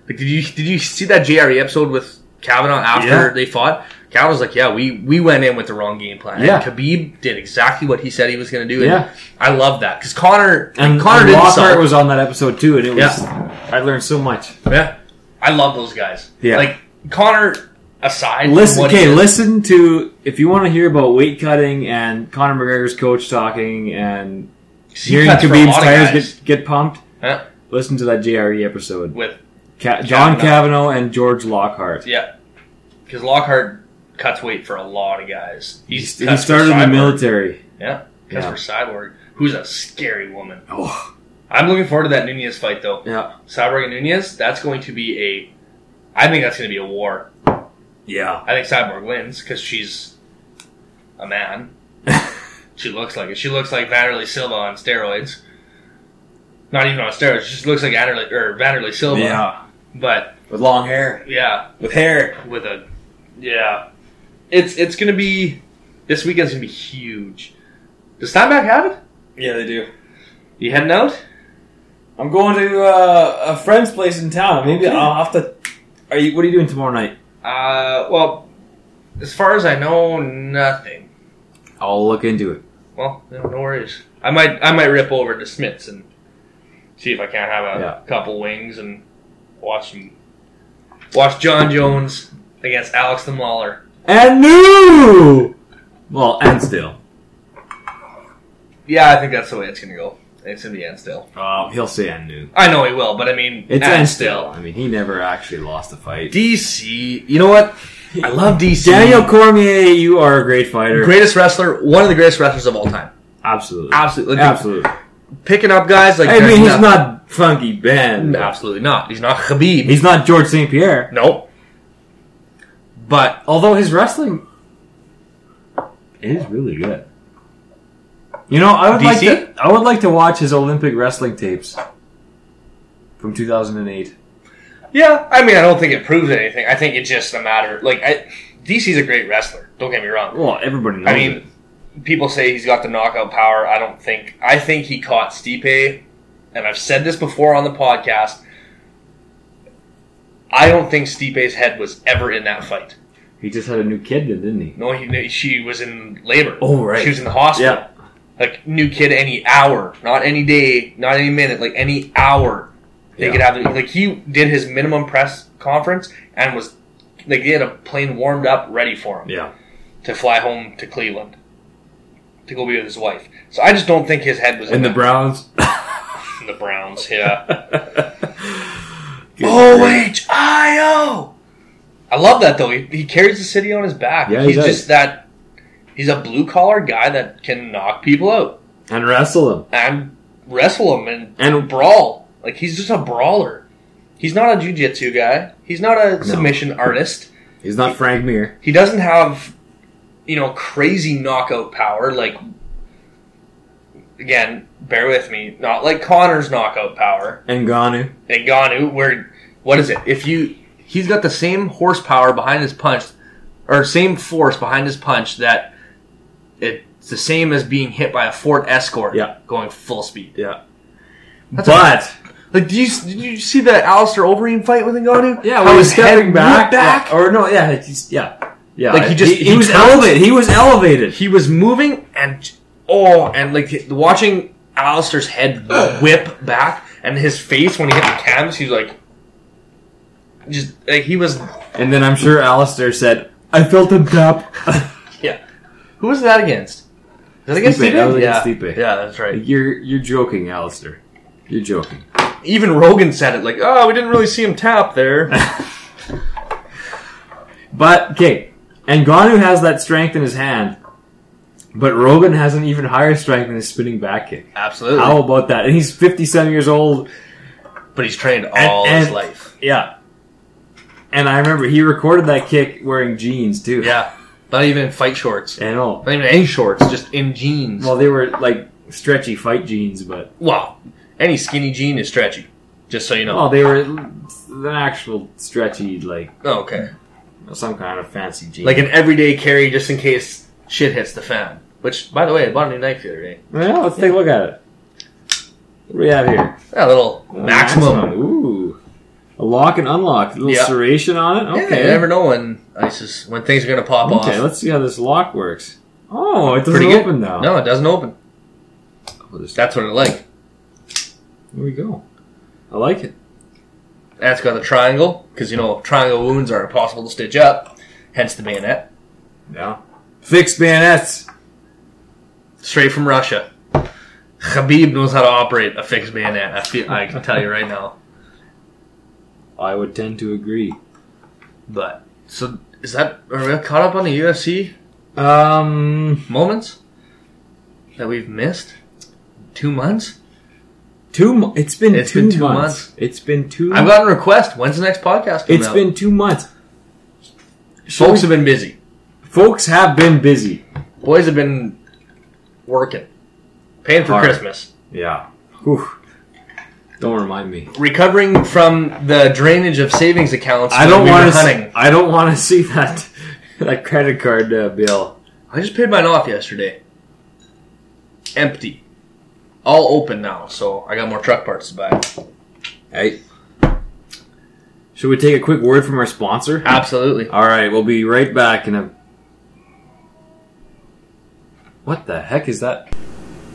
Speaker 2: Like, did you did you see that JRE episode with Kavanaugh after
Speaker 3: Yeah.
Speaker 2: they fought? Kavanaugh's like, yeah, we we went in with the wrong game plan.
Speaker 3: Yeah.
Speaker 2: and Khabib did exactly what he said he was going to do. And
Speaker 3: Yeah.
Speaker 2: I love that because Connor
Speaker 3: and
Speaker 2: Connor
Speaker 3: Connor and
Speaker 2: didn't
Speaker 3: Lockhart
Speaker 2: suck.
Speaker 3: was on that episode too, and it was.
Speaker 2: Yeah.
Speaker 3: I learned so much.
Speaker 2: Yeah, I love those guys.
Speaker 3: Yeah.
Speaker 2: like Connor aside. from
Speaker 3: Listen,
Speaker 2: what he
Speaker 3: okay,
Speaker 2: did-
Speaker 3: listen to if you want to hear about weight cutting and Conor McGregor's coach talking and
Speaker 2: he
Speaker 3: hearing
Speaker 2: cuts for a
Speaker 3: Khabib's
Speaker 2: lot of
Speaker 3: tires
Speaker 2: guys.
Speaker 3: get, get pumped.
Speaker 2: Yeah,
Speaker 3: Listen to that JRE episode.
Speaker 2: with
Speaker 3: Ca- John
Speaker 2: Kavanaugh.
Speaker 3: Kavanaugh and George Lockhart.
Speaker 2: yeah, because Lockhart cuts weight for a lot of guys. He's
Speaker 3: He started in the military.
Speaker 2: Yeah, because
Speaker 3: Yeah.
Speaker 2: we're Cyborg, who's a scary woman.
Speaker 3: Oh,
Speaker 2: I'm looking forward to that Nunez fight though.
Speaker 3: yeah,
Speaker 2: Cyborg and Nunez, that's going to be a. I think that's going to be a war.
Speaker 3: yeah.
Speaker 2: I think Cyborg wins because she's a man. She looks like it. She looks like Vanderlei Silva on steroids. Not even on steroids. She just looks like Vanderlei or Vanderlei Silva.
Speaker 3: yeah,
Speaker 2: But
Speaker 3: with long hair,
Speaker 2: yeah,
Speaker 3: with hair.
Speaker 2: with a yeah, it's it's going to be this weekend's going to be huge. Does Steinbeck have it?
Speaker 3: Yeah, they do.
Speaker 2: You heading out?
Speaker 3: I'm going to uh, a friend's place in town. Maybe I'll have to. Are you? What are you doing tomorrow night?
Speaker 2: Uh, well, as far as I know, nothing.
Speaker 3: I'll look into it.
Speaker 2: Well, no, no worries. I might I might rip over to Smith's and see if I can't have a
Speaker 3: Yeah.
Speaker 2: couple wings and watch some watch John Jones against Alex the Mauler.
Speaker 3: And new. Well, and still,
Speaker 2: Yeah, I think that's the way it's gonna go. It's gonna be Ansdale.
Speaker 3: um, he'll say and new.
Speaker 2: I know he will, but I mean
Speaker 3: It's
Speaker 2: Ansdale.
Speaker 3: and still. I mean, he never actually lost a fight.
Speaker 2: DC, you know what? I love DC.
Speaker 3: Daniel Cormier, you are a great fighter.
Speaker 2: greatest wrestler, one of the greatest wrestlers of all time.
Speaker 3: Absolutely.
Speaker 2: Absolutely,
Speaker 3: Absolutely.
Speaker 2: picking up guys like
Speaker 3: I
Speaker 2: there's
Speaker 3: mean, he's
Speaker 2: nothing.
Speaker 3: not Funky Ben.
Speaker 2: absolutely not. He's not Khabib.
Speaker 3: He's not George St. Pierre.
Speaker 2: Nope. But
Speaker 3: Although his wrestling is really good. You know, I would
Speaker 2: DC?
Speaker 3: like to I would like to watch his Olympic wrestling tapes from 2008.
Speaker 2: yeah, I mean, I don't think it proves anything. I think it's just a matter like I, DC's a great wrestler. Don't get me wrong.
Speaker 3: Well, everybody knows
Speaker 2: I mean,
Speaker 3: it.
Speaker 2: People say he's got the knockout power. I don't think. I think he caught Stipe, and I've said this before on the podcast. I don't think Stipe's head was ever in that fight.
Speaker 3: He just had a new kid then, didn't he?
Speaker 2: No, he, she was in labor.
Speaker 3: Oh, right.
Speaker 2: She was in the hospital.
Speaker 3: Yeah.
Speaker 2: Like new kid any hour, not any day, not any minute, like any hour. They
Speaker 3: Yeah.
Speaker 2: could have like he did his minimum press conference and was like they had a plane warmed up ready for him
Speaker 3: Yeah.
Speaker 2: to fly home to Cleveland to go be with his wife. So I just don't think his head was
Speaker 3: And the
Speaker 2: in
Speaker 3: Browns.
Speaker 2: the, the Browns. Yeah. O
Speaker 3: oh
Speaker 2: H I O. I love that though. He, he carries the city on his back.
Speaker 3: Yeah, he
Speaker 2: he's
Speaker 3: does.
Speaker 2: just that. He's a blue collar guy that can knock people out
Speaker 3: And wrestle him.
Speaker 2: and wrestle them and
Speaker 3: And
Speaker 2: brawl. Like he's just a brawler. He's not a jujitsu guy. He's not a submission artist.
Speaker 3: he's not Frank Mir.
Speaker 2: He doesn't have, you know, crazy knockout power. Like, again, bear with me. Not like Connor's knockout power.
Speaker 3: And Ganu.
Speaker 2: And Ganu, where what is it? If you he's got the same horsepower behind his punch, or same force behind his punch that it's the same as being hit by a Ford Escort.
Speaker 3: Yeah.
Speaker 2: going full speed.
Speaker 3: Yeah.
Speaker 2: That's a-
Speaker 3: but
Speaker 2: Like, do you did you see that Alistair Overeem fight with Ngannou?
Speaker 3: Yeah,
Speaker 2: How
Speaker 3: when he was
Speaker 2: his head
Speaker 3: stepping back,
Speaker 2: went back.
Speaker 3: yeah, or no, yeah, he's, yeah, yeah.
Speaker 2: Like, he just-
Speaker 3: he,
Speaker 2: he
Speaker 3: was
Speaker 2: touched-
Speaker 3: elevated. He was elevated.
Speaker 2: He was moving and oh, and like watching Alistair's head whip back and his face when he hit the canvas, he was like, just like he was.
Speaker 3: And then I'm sure Alistair said, "I felt him tap."
Speaker 2: Yeah, who was that against? Was that against
Speaker 3: Stipe,
Speaker 2: Stipe?
Speaker 3: that was against
Speaker 2: yeah.
Speaker 3: Stipe.
Speaker 2: yeah, that's right.
Speaker 3: you're you're joking, Alistair. You're joking.
Speaker 2: Even Rogan said it, like, "Oh, we didn't really see him tap there."
Speaker 3: But okay, and Ganu has that strength in his hand, but Rogan has an even higher strength in his spinning back kick.
Speaker 2: Absolutely,
Speaker 3: How about that? And he's 57 years old.
Speaker 2: but he's trained
Speaker 3: And-
Speaker 2: all his
Speaker 3: and-
Speaker 2: life.
Speaker 3: Yeah. And I remember he recorded that kick wearing jeans too.
Speaker 2: Yeah, not even in fight shorts.
Speaker 3: And all.
Speaker 2: Not even any shorts, just in jeans.
Speaker 3: Well, they were like stretchy fight jeans, but
Speaker 2: Well, any skinny jean is stretchy. Just so you know.
Speaker 3: oh, they were an actual stretchy, like
Speaker 2: Oh, okay.
Speaker 3: some kind of fancy jean.
Speaker 2: Like an everyday carry just in case shit hits the fan. Which, by the way, I bought a new knife the other day.
Speaker 3: well, let's take a look at it. What do we have here?
Speaker 2: A little
Speaker 3: A
Speaker 2: maximum.
Speaker 3: Ooh, a lock and unlock, a little
Speaker 2: Yeah.
Speaker 3: serration on it.
Speaker 2: Yeah,
Speaker 3: Okay,
Speaker 2: you never know when ISIS when things are gonna pop
Speaker 3: okay.
Speaker 2: off.
Speaker 3: Let's see how this lock works. Oh, it doesn't
Speaker 2: Pretty good.
Speaker 3: open now.
Speaker 2: No, it doesn't open.
Speaker 3: Oh, there's-
Speaker 2: That's what I like.
Speaker 3: There we go. I like it.
Speaker 2: That's got the triangle because you know triangle wounds are impossible to stitch up. Hence the bayonet,
Speaker 3: Yeah. Fixed bayonets.
Speaker 2: straight from Russia. Khabib knows how to operate a fixed bayonet. I feel I can tell you right now.
Speaker 3: I would tend to agree.
Speaker 2: But so is that are we caught up on the UFC
Speaker 3: Um,
Speaker 2: moments? that we've missed? Two months?
Speaker 3: Two. Mo- it's been
Speaker 2: It's
Speaker 3: two,
Speaker 2: been two
Speaker 3: months.
Speaker 2: months.
Speaker 3: It's been two.
Speaker 2: I've got a request. When's the next podcast coming
Speaker 3: it's
Speaker 2: out?
Speaker 3: been two months.
Speaker 2: Folks have been busy.
Speaker 3: Folks have been busy.
Speaker 2: Boys have been working, paying for
Speaker 3: Hard.
Speaker 2: Christmas,
Speaker 3: Yeah. Whew. Don't remind me.
Speaker 2: recovering from the drainage of savings accounts.
Speaker 3: I don't
Speaker 2: want
Speaker 3: want
Speaker 2: to
Speaker 3: to.
Speaker 2: hunting.
Speaker 3: I don't want to see that that credit card uh, bill.
Speaker 2: I just paid mine off yesterday. Empty, all open now. So I got more truck parts to buy.
Speaker 3: Hey. Should we take a quick word from our sponsor?
Speaker 2: Absolutely.
Speaker 3: All right, we'll be right back in a. What the heck is that?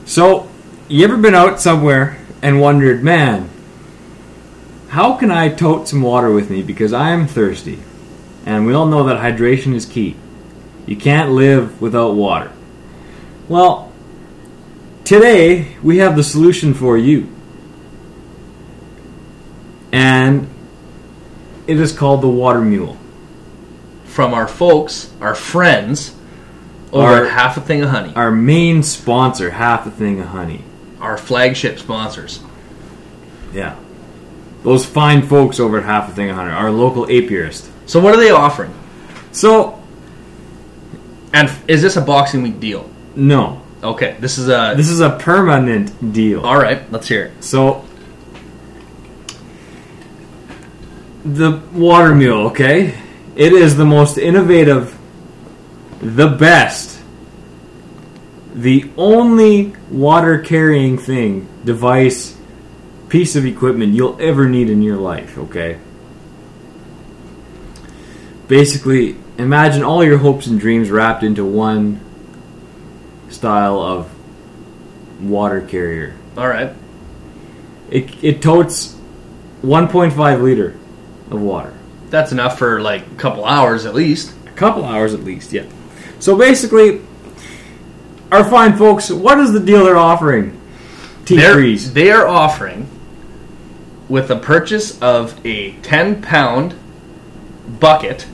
Speaker 3: So, you ever been out somewhere and wondered, man, how can I tote some water with me because I'm thirsty? And we all know that hydration is key. You can't live without water. Well, today we have the solution for you. And it is called the water mule.
Speaker 2: From our folks, our friends, over
Speaker 3: Our-
Speaker 2: at half a thing of honey,
Speaker 3: our main sponsor, half a thing of honey.
Speaker 2: our flagship sponsors.
Speaker 3: Yeah. Those fine folks over at Half a Thing of Honey, our local apiarist.
Speaker 2: So what are they offering?
Speaker 3: So,
Speaker 2: And f- is this a Boxing Week deal?
Speaker 3: no.
Speaker 2: Okay, this is a.
Speaker 3: This is a permanent deal.
Speaker 2: all right, let's hear it.
Speaker 3: So, the water mule, okay? It is the most innovative, the best, the only water carrying thing, device, piece of equipment you'll ever need in your life, okay? Basically, imagine all your hopes and dreams wrapped into one style of water carrier.
Speaker 2: All right.
Speaker 3: It, it totes 1.5 liter of water.
Speaker 2: That's enough for like a couple hours at least.
Speaker 3: A couple hours at least, yeah. So basically, our fine folks, what is the deal they're offering? Tea
Speaker 2: They're-
Speaker 3: trees.
Speaker 2: They are offering with the purchase of a 10 pound bucket
Speaker 3: of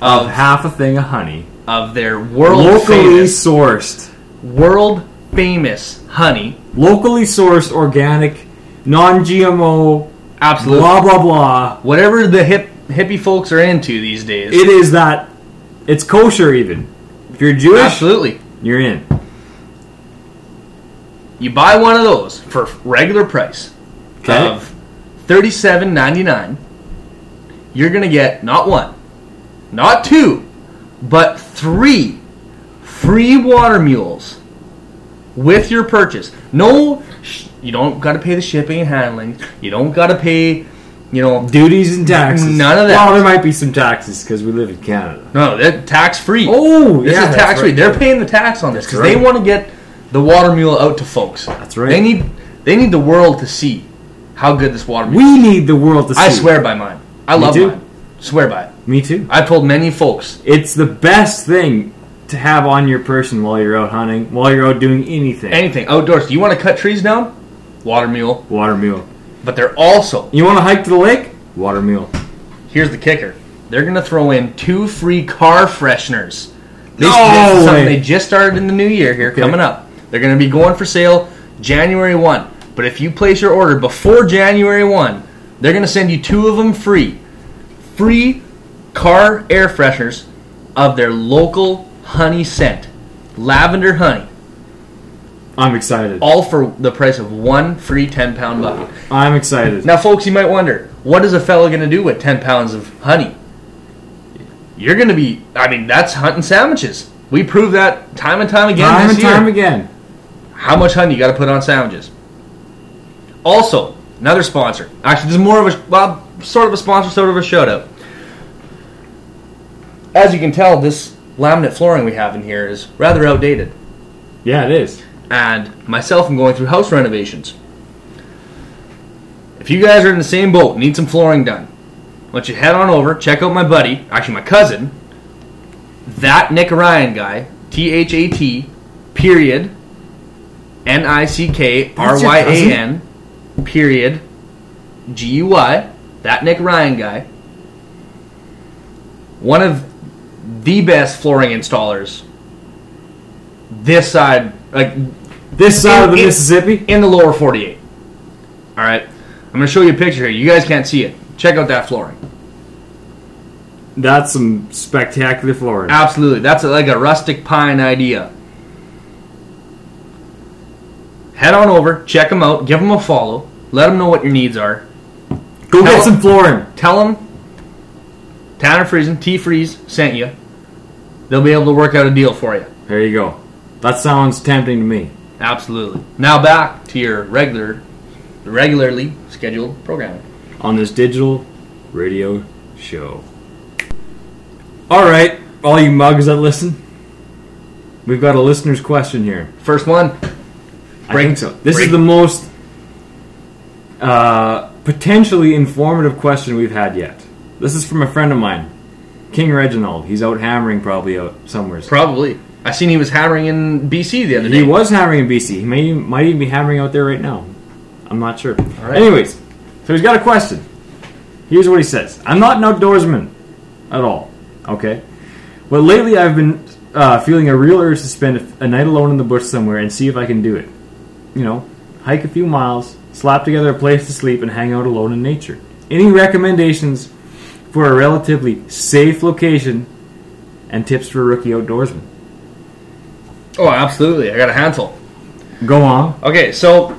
Speaker 2: of
Speaker 3: half a thing of honey.
Speaker 2: of their world
Speaker 3: Locally
Speaker 2: famous
Speaker 3: sourced.
Speaker 2: world famous honey.
Speaker 3: Locally sourced organic, non GMO,
Speaker 2: Absolutely.
Speaker 3: blah, blah, blah.
Speaker 2: Whatever the hip hippie folks are into these days.
Speaker 3: It is that. It's kosher, even. If you're Jewish,
Speaker 2: Absolutely.
Speaker 3: you're in.
Speaker 2: You buy one of those for regular price
Speaker 3: Okay.
Speaker 2: of thirty-seven ninety-nine. You're gonna get not one, not two, but three free water mules with your purchase. No, sh- you don't gotta pay the shipping and handling. You don't gotta pay, you know,
Speaker 3: Duties and taxes.
Speaker 2: None of that.
Speaker 3: Well, there might be some taxes because we live in Canada.
Speaker 2: no, they're tax free.
Speaker 3: Oh,
Speaker 2: this
Speaker 3: yeah, that's
Speaker 2: is tax free.
Speaker 3: right.
Speaker 2: They're paying the tax on this because they
Speaker 3: right.
Speaker 2: want to get the water mule out to folks.
Speaker 3: That's right.
Speaker 2: They need they need the world to see how good this water mule.
Speaker 3: We
Speaker 2: is.
Speaker 3: need the world to see.
Speaker 2: I swear by mine. I love
Speaker 3: too.
Speaker 2: mine. Swear by it.
Speaker 3: Me too.
Speaker 2: I've told many folks.
Speaker 3: It's the best thing to have on your person while you're out hunting, while you're out doing anything.
Speaker 2: Anything outdoors. Do you want to cut trees down? Water mule.
Speaker 3: Water mule.
Speaker 2: But they're also
Speaker 3: You want to hike to the lake? Water mule.
Speaker 2: here's the kicker. They're gonna throw in two free car fresheners. This,
Speaker 3: No
Speaker 2: this is something
Speaker 3: way.
Speaker 2: they just started in the new year here coming up. They're gonna be going for sale January one. But if you place your order before January one, they're gonna send you two of them free. Free car air fresheners of their local honey scent. Lavender honey.
Speaker 3: I'm excited.
Speaker 2: all for the price of one free 10 pound bucket.
Speaker 3: I'm excited.
Speaker 2: Now, folks, you might wonder, what is a fella going to do with 10 pounds of honey? You're going to be, I mean, that's hunting sandwiches. We prove that time and time again
Speaker 3: time
Speaker 2: this
Speaker 3: and
Speaker 2: year.
Speaker 3: time again.
Speaker 2: How much honey you got to put on sandwiches. Also, another sponsor. Actually, this is more of a, well, sort of a sponsor, sort of a shout out. As you can tell, this laminate flooring we have in here is rather outdated
Speaker 3: Yeah, it is.
Speaker 2: and myself am going through house renovations. If you guys are in the same boat, need some flooring done, why don't you head on over, check out my buddy, actually my cousin, that Nick Ryan guy, T H A T, period, N I C K R
Speaker 3: That's your
Speaker 2: Y A N, period, G U Y, that Nick Ryan guy, one of the best flooring installers this side, like
Speaker 3: This side of the
Speaker 2: It- it-
Speaker 3: Mississippi?
Speaker 2: in the lower 48. All right. I'm going to show you a picture here. You guys can't see it. Check out that flooring.
Speaker 3: That's some spectacular flooring.
Speaker 2: Absolutely. That's like a rustic pine idea. Head on over, check them out, give them a follow, let them know what your needs are.
Speaker 3: Go
Speaker 2: Tell-
Speaker 3: get some flooring.
Speaker 2: Tell them Tanner Friesen, T Freeze sent you. They'll be able to work out a deal for you.
Speaker 3: There you go. That sounds tempting to me.
Speaker 2: Absolutely. Now back to your regular, regularly scheduled programming.
Speaker 3: on this digital radio show. All right, all you mugs that listen, we've got a listener's question here.
Speaker 2: First one.
Speaker 3: I
Speaker 2: Break-
Speaker 3: think so. This
Speaker 2: break.
Speaker 3: is the most uh, potentially informative question we've had yet. This is from a friend of mine, King Reginald. He's out hammering probably out somewhere.
Speaker 2: Probably. I seen he was hammering in BC the other day.
Speaker 3: He was hammering in BC. He may might even be hammering out there right now. I'm not sure.
Speaker 2: right.
Speaker 3: Anyways, so he's got a question. Here's what he says: I'm not an outdoorsman at all. Okay, but lately I've been uh, feeling a real urge to spend a night alone in the bush somewhere and see if I can do it. You know, hike a few miles, slap together a place to sleep, and hang out alone in nature. Any recommendations for a relatively safe location and tips for a rookie outdoorsman?
Speaker 2: Oh, absolutely. I got a handful.
Speaker 3: Go on.
Speaker 2: Okay, so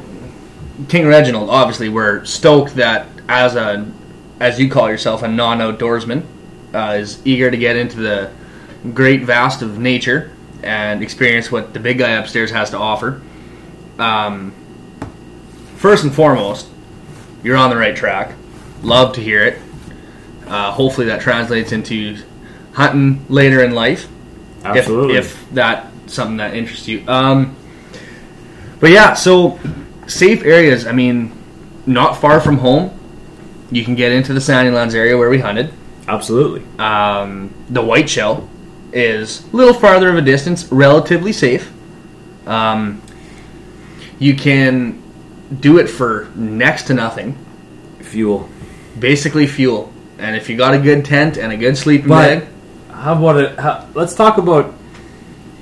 Speaker 2: King Reginald, obviously, we're stoked that as a, as you call yourself, a non-outdoorsman, uh, is eager to get into the great vast of nature and experience what the big guy upstairs has to offer. Um, first and foremost, you're on the right track. Love to hear it. Uh, hopefully, that translates into hunting later in life
Speaker 3: Absolutely.
Speaker 2: if, if that's something that interests you. Um, but yeah, so safe areas. I mean, not far from home, you can get into the Sandylands area where we hunted.
Speaker 3: Absolutely.
Speaker 2: Um, the White Shell is a little farther of a distance, relatively safe. Um, you can do it for next to nothing,
Speaker 3: Fuel.
Speaker 2: basically fuel. And if you got a good tent and a good sleeping
Speaker 3: But-
Speaker 2: bag,
Speaker 3: How about it? How, let's talk about.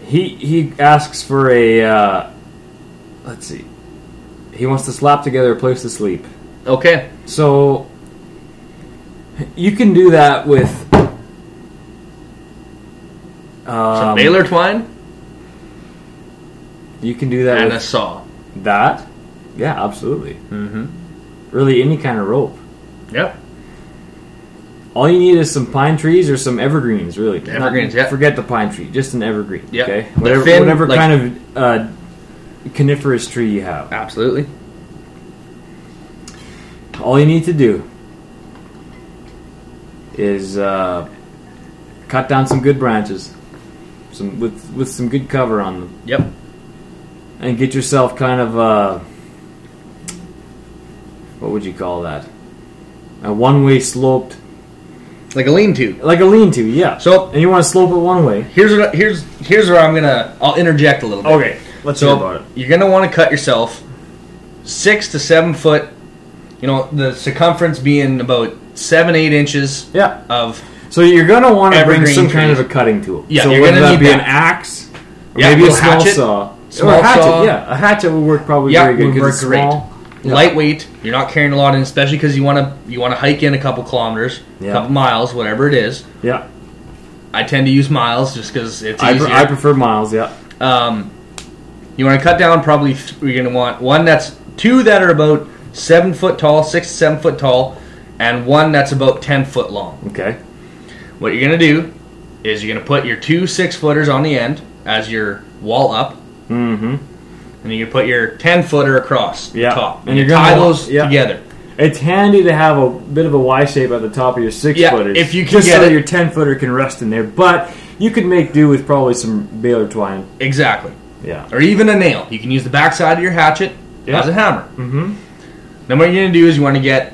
Speaker 3: He he asks for a. Uh, let's see. He wants to slap together a place to sleep.
Speaker 2: okay,
Speaker 3: So you can do that with.
Speaker 2: some
Speaker 3: Um,
Speaker 2: baler twine
Speaker 3: You can do that
Speaker 2: and a
Speaker 3: with
Speaker 2: saw.
Speaker 3: that. Yeah, absolutely.
Speaker 2: Mm-hmm.
Speaker 3: Really, any kind of rope.
Speaker 2: Yep.
Speaker 3: All you need is some pine trees or some evergreens, really. Not-
Speaker 2: Evergreens, yeah.
Speaker 3: Forget the pine tree, just an evergreen.
Speaker 2: Yeah.
Speaker 3: Okay.
Speaker 2: The
Speaker 3: Whatever,
Speaker 2: thin,
Speaker 3: whatever
Speaker 2: like-
Speaker 3: kind of uh, coniferous tree you have.
Speaker 2: Absolutely.
Speaker 3: All you need to do is uh, cut down some good branches, some with with some good cover on them,
Speaker 2: Yep.
Speaker 3: and get yourself kind of uh, what would you call that? A one-way sloped,
Speaker 2: Like a lean-to.
Speaker 3: like a lean-to, yeah.
Speaker 2: So
Speaker 3: and you want to slope it one way.
Speaker 2: here's what, here's here's where I'm gonna I'll interject a little bit.
Speaker 3: let's
Speaker 2: So you're gonna want to cut yourself six to seven foot. You know the circumference being about seven eight inches
Speaker 3: Yeah.
Speaker 2: of
Speaker 3: So you're gonna want to bring
Speaker 2: Evergreen
Speaker 3: some kind
Speaker 2: trees.
Speaker 3: of a cutting tool.
Speaker 2: Yeah,
Speaker 3: so
Speaker 2: you're
Speaker 3: whether
Speaker 2: gonna
Speaker 3: that
Speaker 2: need
Speaker 3: be an
Speaker 2: that.
Speaker 3: axe, or
Speaker 2: Yeah,
Speaker 3: maybe a
Speaker 2: little
Speaker 3: small
Speaker 2: hatchet.
Speaker 3: saw. or
Speaker 2: Small
Speaker 3: a hatchet,
Speaker 2: saw.
Speaker 3: yeah, a hatchet would work probably
Speaker 2: Yeah,
Speaker 3: very good
Speaker 2: would
Speaker 3: because
Speaker 2: work
Speaker 3: it's
Speaker 2: great.
Speaker 3: small. Yeah.
Speaker 2: lightweight. You're not carrying a lot in, especially because you want to you want to hike in a couple kilometers,
Speaker 3: Yeah.
Speaker 2: couple miles, whatever it is.
Speaker 3: Yeah,
Speaker 2: I tend to use miles just because it's
Speaker 3: I,
Speaker 2: easier.
Speaker 3: pre- I prefer miles. Yeah,
Speaker 2: Um, you want to cut down probably. Th- you're going to want one that's two that are about seven foot tall, six to seven foot tall, and one that's about ten foot long.
Speaker 3: okay,
Speaker 2: What you're going to do is you're going to put your two six footers on the end as your wall up,
Speaker 3: mm-hmm.
Speaker 2: and you put your ten footer across
Speaker 3: Yeah.
Speaker 2: the top, and,
Speaker 3: And
Speaker 2: you
Speaker 3: you're gonna
Speaker 2: tie
Speaker 3: want-
Speaker 2: those
Speaker 3: yeah.
Speaker 2: together.
Speaker 3: It's handy to have a bit of a Y shape at the top of your six
Speaker 2: Yeah,
Speaker 3: footers.
Speaker 2: if you can
Speaker 3: just
Speaker 2: get
Speaker 3: so
Speaker 2: it.
Speaker 3: your ten footer can rest in there, but you could make do with probably some baler twine.
Speaker 2: Exactly,
Speaker 3: Yeah,
Speaker 2: or even a nail. You can use the backside of your hatchet
Speaker 3: Yeah.
Speaker 2: as a hammer.
Speaker 3: mm-hmm.
Speaker 2: Then what you're gonna do is you want to get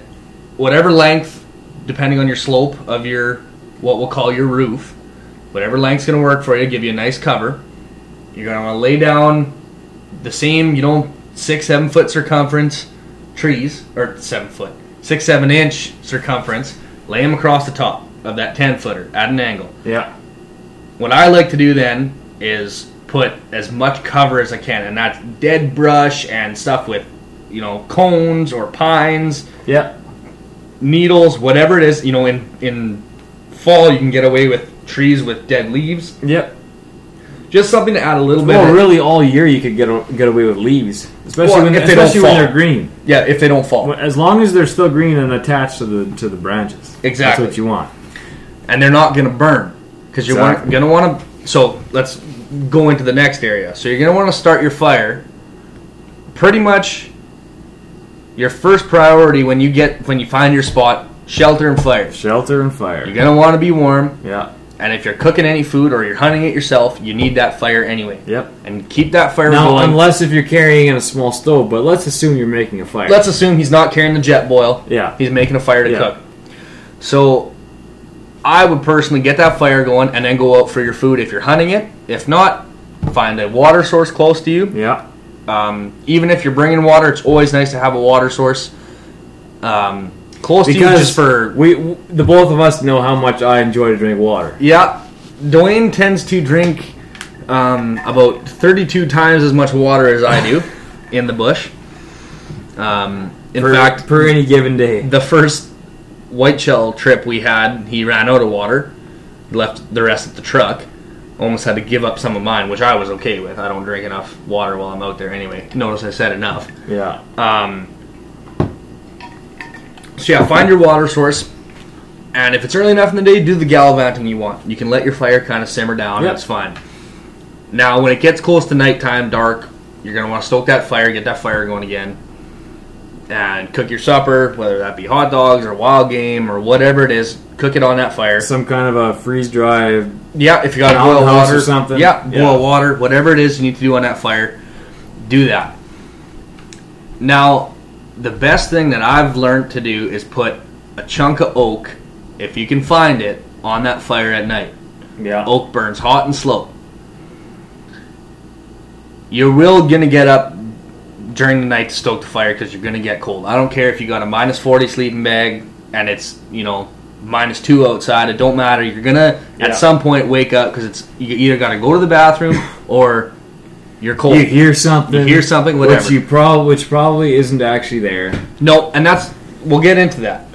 Speaker 2: whatever length, depending on your slope of your what we'll call your roof, whatever length's gonna work for you, give you a nice cover. You're gonna want to lay down the same, you know, six seven foot circumference trees or seven foot, six seven inch circumference. Lay them across the top of that ten footer at an angle.
Speaker 3: yeah,
Speaker 2: What I like to do then is put as much cover as I can, and that's dead brush and stuff with, you know, cones or pines,
Speaker 3: Yeah.
Speaker 2: needles, whatever it is. You know, in in fall you can get away with trees with dead leaves.
Speaker 3: Yep.
Speaker 2: Just something to add a little bit.
Speaker 3: Well,
Speaker 2: of-
Speaker 3: Oh, really, all year you could get a, get away with leaves, especially
Speaker 2: Well,
Speaker 3: when,
Speaker 2: if they don't
Speaker 3: especially when
Speaker 2: fall.
Speaker 3: they're green.
Speaker 2: Yeah, if they don't fall,
Speaker 3: As long as they're still green and attached to the to the branches. That's
Speaker 2: Exactly.
Speaker 3: what you want.
Speaker 2: and they're not going to burn because you're
Speaker 3: Exactly.
Speaker 2: gonna want to. So let's go into the next area. So you're going to want to start your fire. Pretty much, your first priority when you get when you find your spot, shelter and fire.
Speaker 3: Shelter and fire.
Speaker 2: You're gonna want to be warm,
Speaker 3: yeah.
Speaker 2: and if you're cooking any food or you're hunting it yourself, you need that fire anyway.
Speaker 3: Yep.
Speaker 2: And keep that fire
Speaker 3: Now,
Speaker 2: going.
Speaker 3: unless if you're carrying in a small stove, but let's assume you're making a fire.
Speaker 2: Let's assume he's not carrying the jet boil.
Speaker 3: yeah.
Speaker 2: He's making a fire to
Speaker 3: Yeah.
Speaker 2: cook. So I would personally get that fire going and then go out for your food if you're hunting it. If not, find a water source close to you.
Speaker 3: Yeah.
Speaker 2: Um, even if you're bringing water, it's always nice to have a water source um, close to you
Speaker 3: Because
Speaker 2: just for.
Speaker 3: we w- the both of us know how much I enjoy to drink water.
Speaker 2: Yeah. Dwayne tends to drink um, about 32 times as much water as I do in the bush. Um, in
Speaker 3: per,
Speaker 2: fact,
Speaker 3: per any given day.
Speaker 2: the first white shell trip we had, he ran out of water, left the rest at the truck. Almost had to give up some of mine, which I was okay with. I don't drink enough water while I'm out there anyway. Notice I said enough.
Speaker 3: Yeah.
Speaker 2: Um, so yeah, find your water source, and if it's early enough in the day, do the gallivanting you want. You can let your fire kind of simmer down.
Speaker 3: Yep.
Speaker 2: That's fine. Now, when it gets close to nighttime, dark, you're gonna want to stoke that fire, get that fire going again, and cook your supper, whether that be hot dogs or wild game or whatever it is. Cook it on that fire.
Speaker 3: Some kind of a freeze dry.
Speaker 2: Yeah, if you got to
Speaker 3: An
Speaker 2: boil
Speaker 3: outhouse
Speaker 2: water
Speaker 3: or something.
Speaker 2: Yeah,
Speaker 3: Yeah.
Speaker 2: boil water, whatever it is you need to do on that fire, do that. Now, the best thing that I've learned to do is put a chunk of oak, if you can find it, on that fire at night.
Speaker 3: Yeah.
Speaker 2: Oak burns hot and slow. You're real gonna get up during the night to stoke the fire because you're gonna get cold. I don't care if you got a minus forty sleeping bag and it's you know minus two outside. It don't matter. You're gonna
Speaker 3: Yeah.
Speaker 2: at some point wake up because it's you either gotta go to the bathroom or you're cold.
Speaker 3: You hear something.
Speaker 2: You hear something,
Speaker 3: Which
Speaker 2: whatever.
Speaker 3: you prob- which probably isn't actually there.
Speaker 2: no, and that's we'll get into that.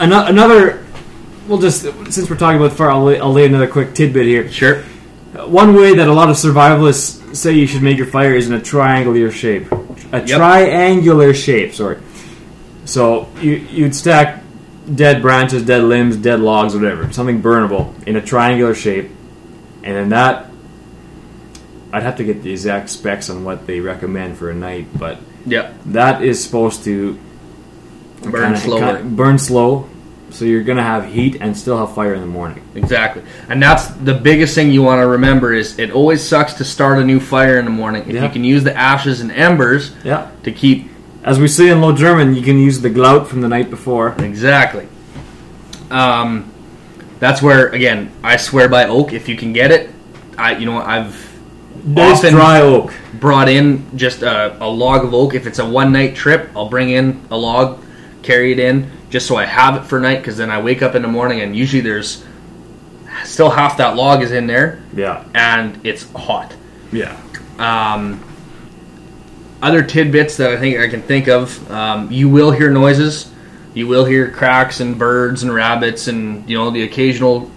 Speaker 3: Ano- another. We'll just since we're talking about fire, I'll lay, I'll lay another quick tidbit here.
Speaker 2: Sure.
Speaker 3: One way that a lot of survivalists say you should make your fire is in a triangular shape. A triangular shape, sorry. So you, you'd stack dead branches, dead limbs, dead logs, whatever, something burnable in a triangular shape, and then that. I'd have to get the exact specs on what they recommend for a night, but
Speaker 2: Yeah.
Speaker 3: that is supposed to
Speaker 2: Burn
Speaker 3: kinda-
Speaker 2: slower.
Speaker 3: kinda- burn slow, so you're gonna have heat and still have fire in the morning.
Speaker 2: Exactly. And that's the biggest thing you want to remember is it always sucks to start a new fire in the morning. If
Speaker 3: Yeah.
Speaker 2: you can use the ashes and embers
Speaker 3: Yeah.
Speaker 2: to keep
Speaker 3: As we say in Low German, you can use the glout from the night before.
Speaker 2: exactly. Um that's where again, I swear by oak if you can get it. I you know what, I've
Speaker 3: Nice
Speaker 2: Often-
Speaker 3: dry oak.
Speaker 2: brought in just a, a log of oak. If it's a one night trip, I'll bring in a log, carry it in, just so I have it for night. Because then I wake up in the morning and usually there's still half that log is in there
Speaker 3: Yeah,
Speaker 2: and it's hot.
Speaker 3: yeah.
Speaker 2: Um, other tidbits that I think I can think of: um, you will hear noises, you will hear cracks and birds and rabbits and you know the occasional.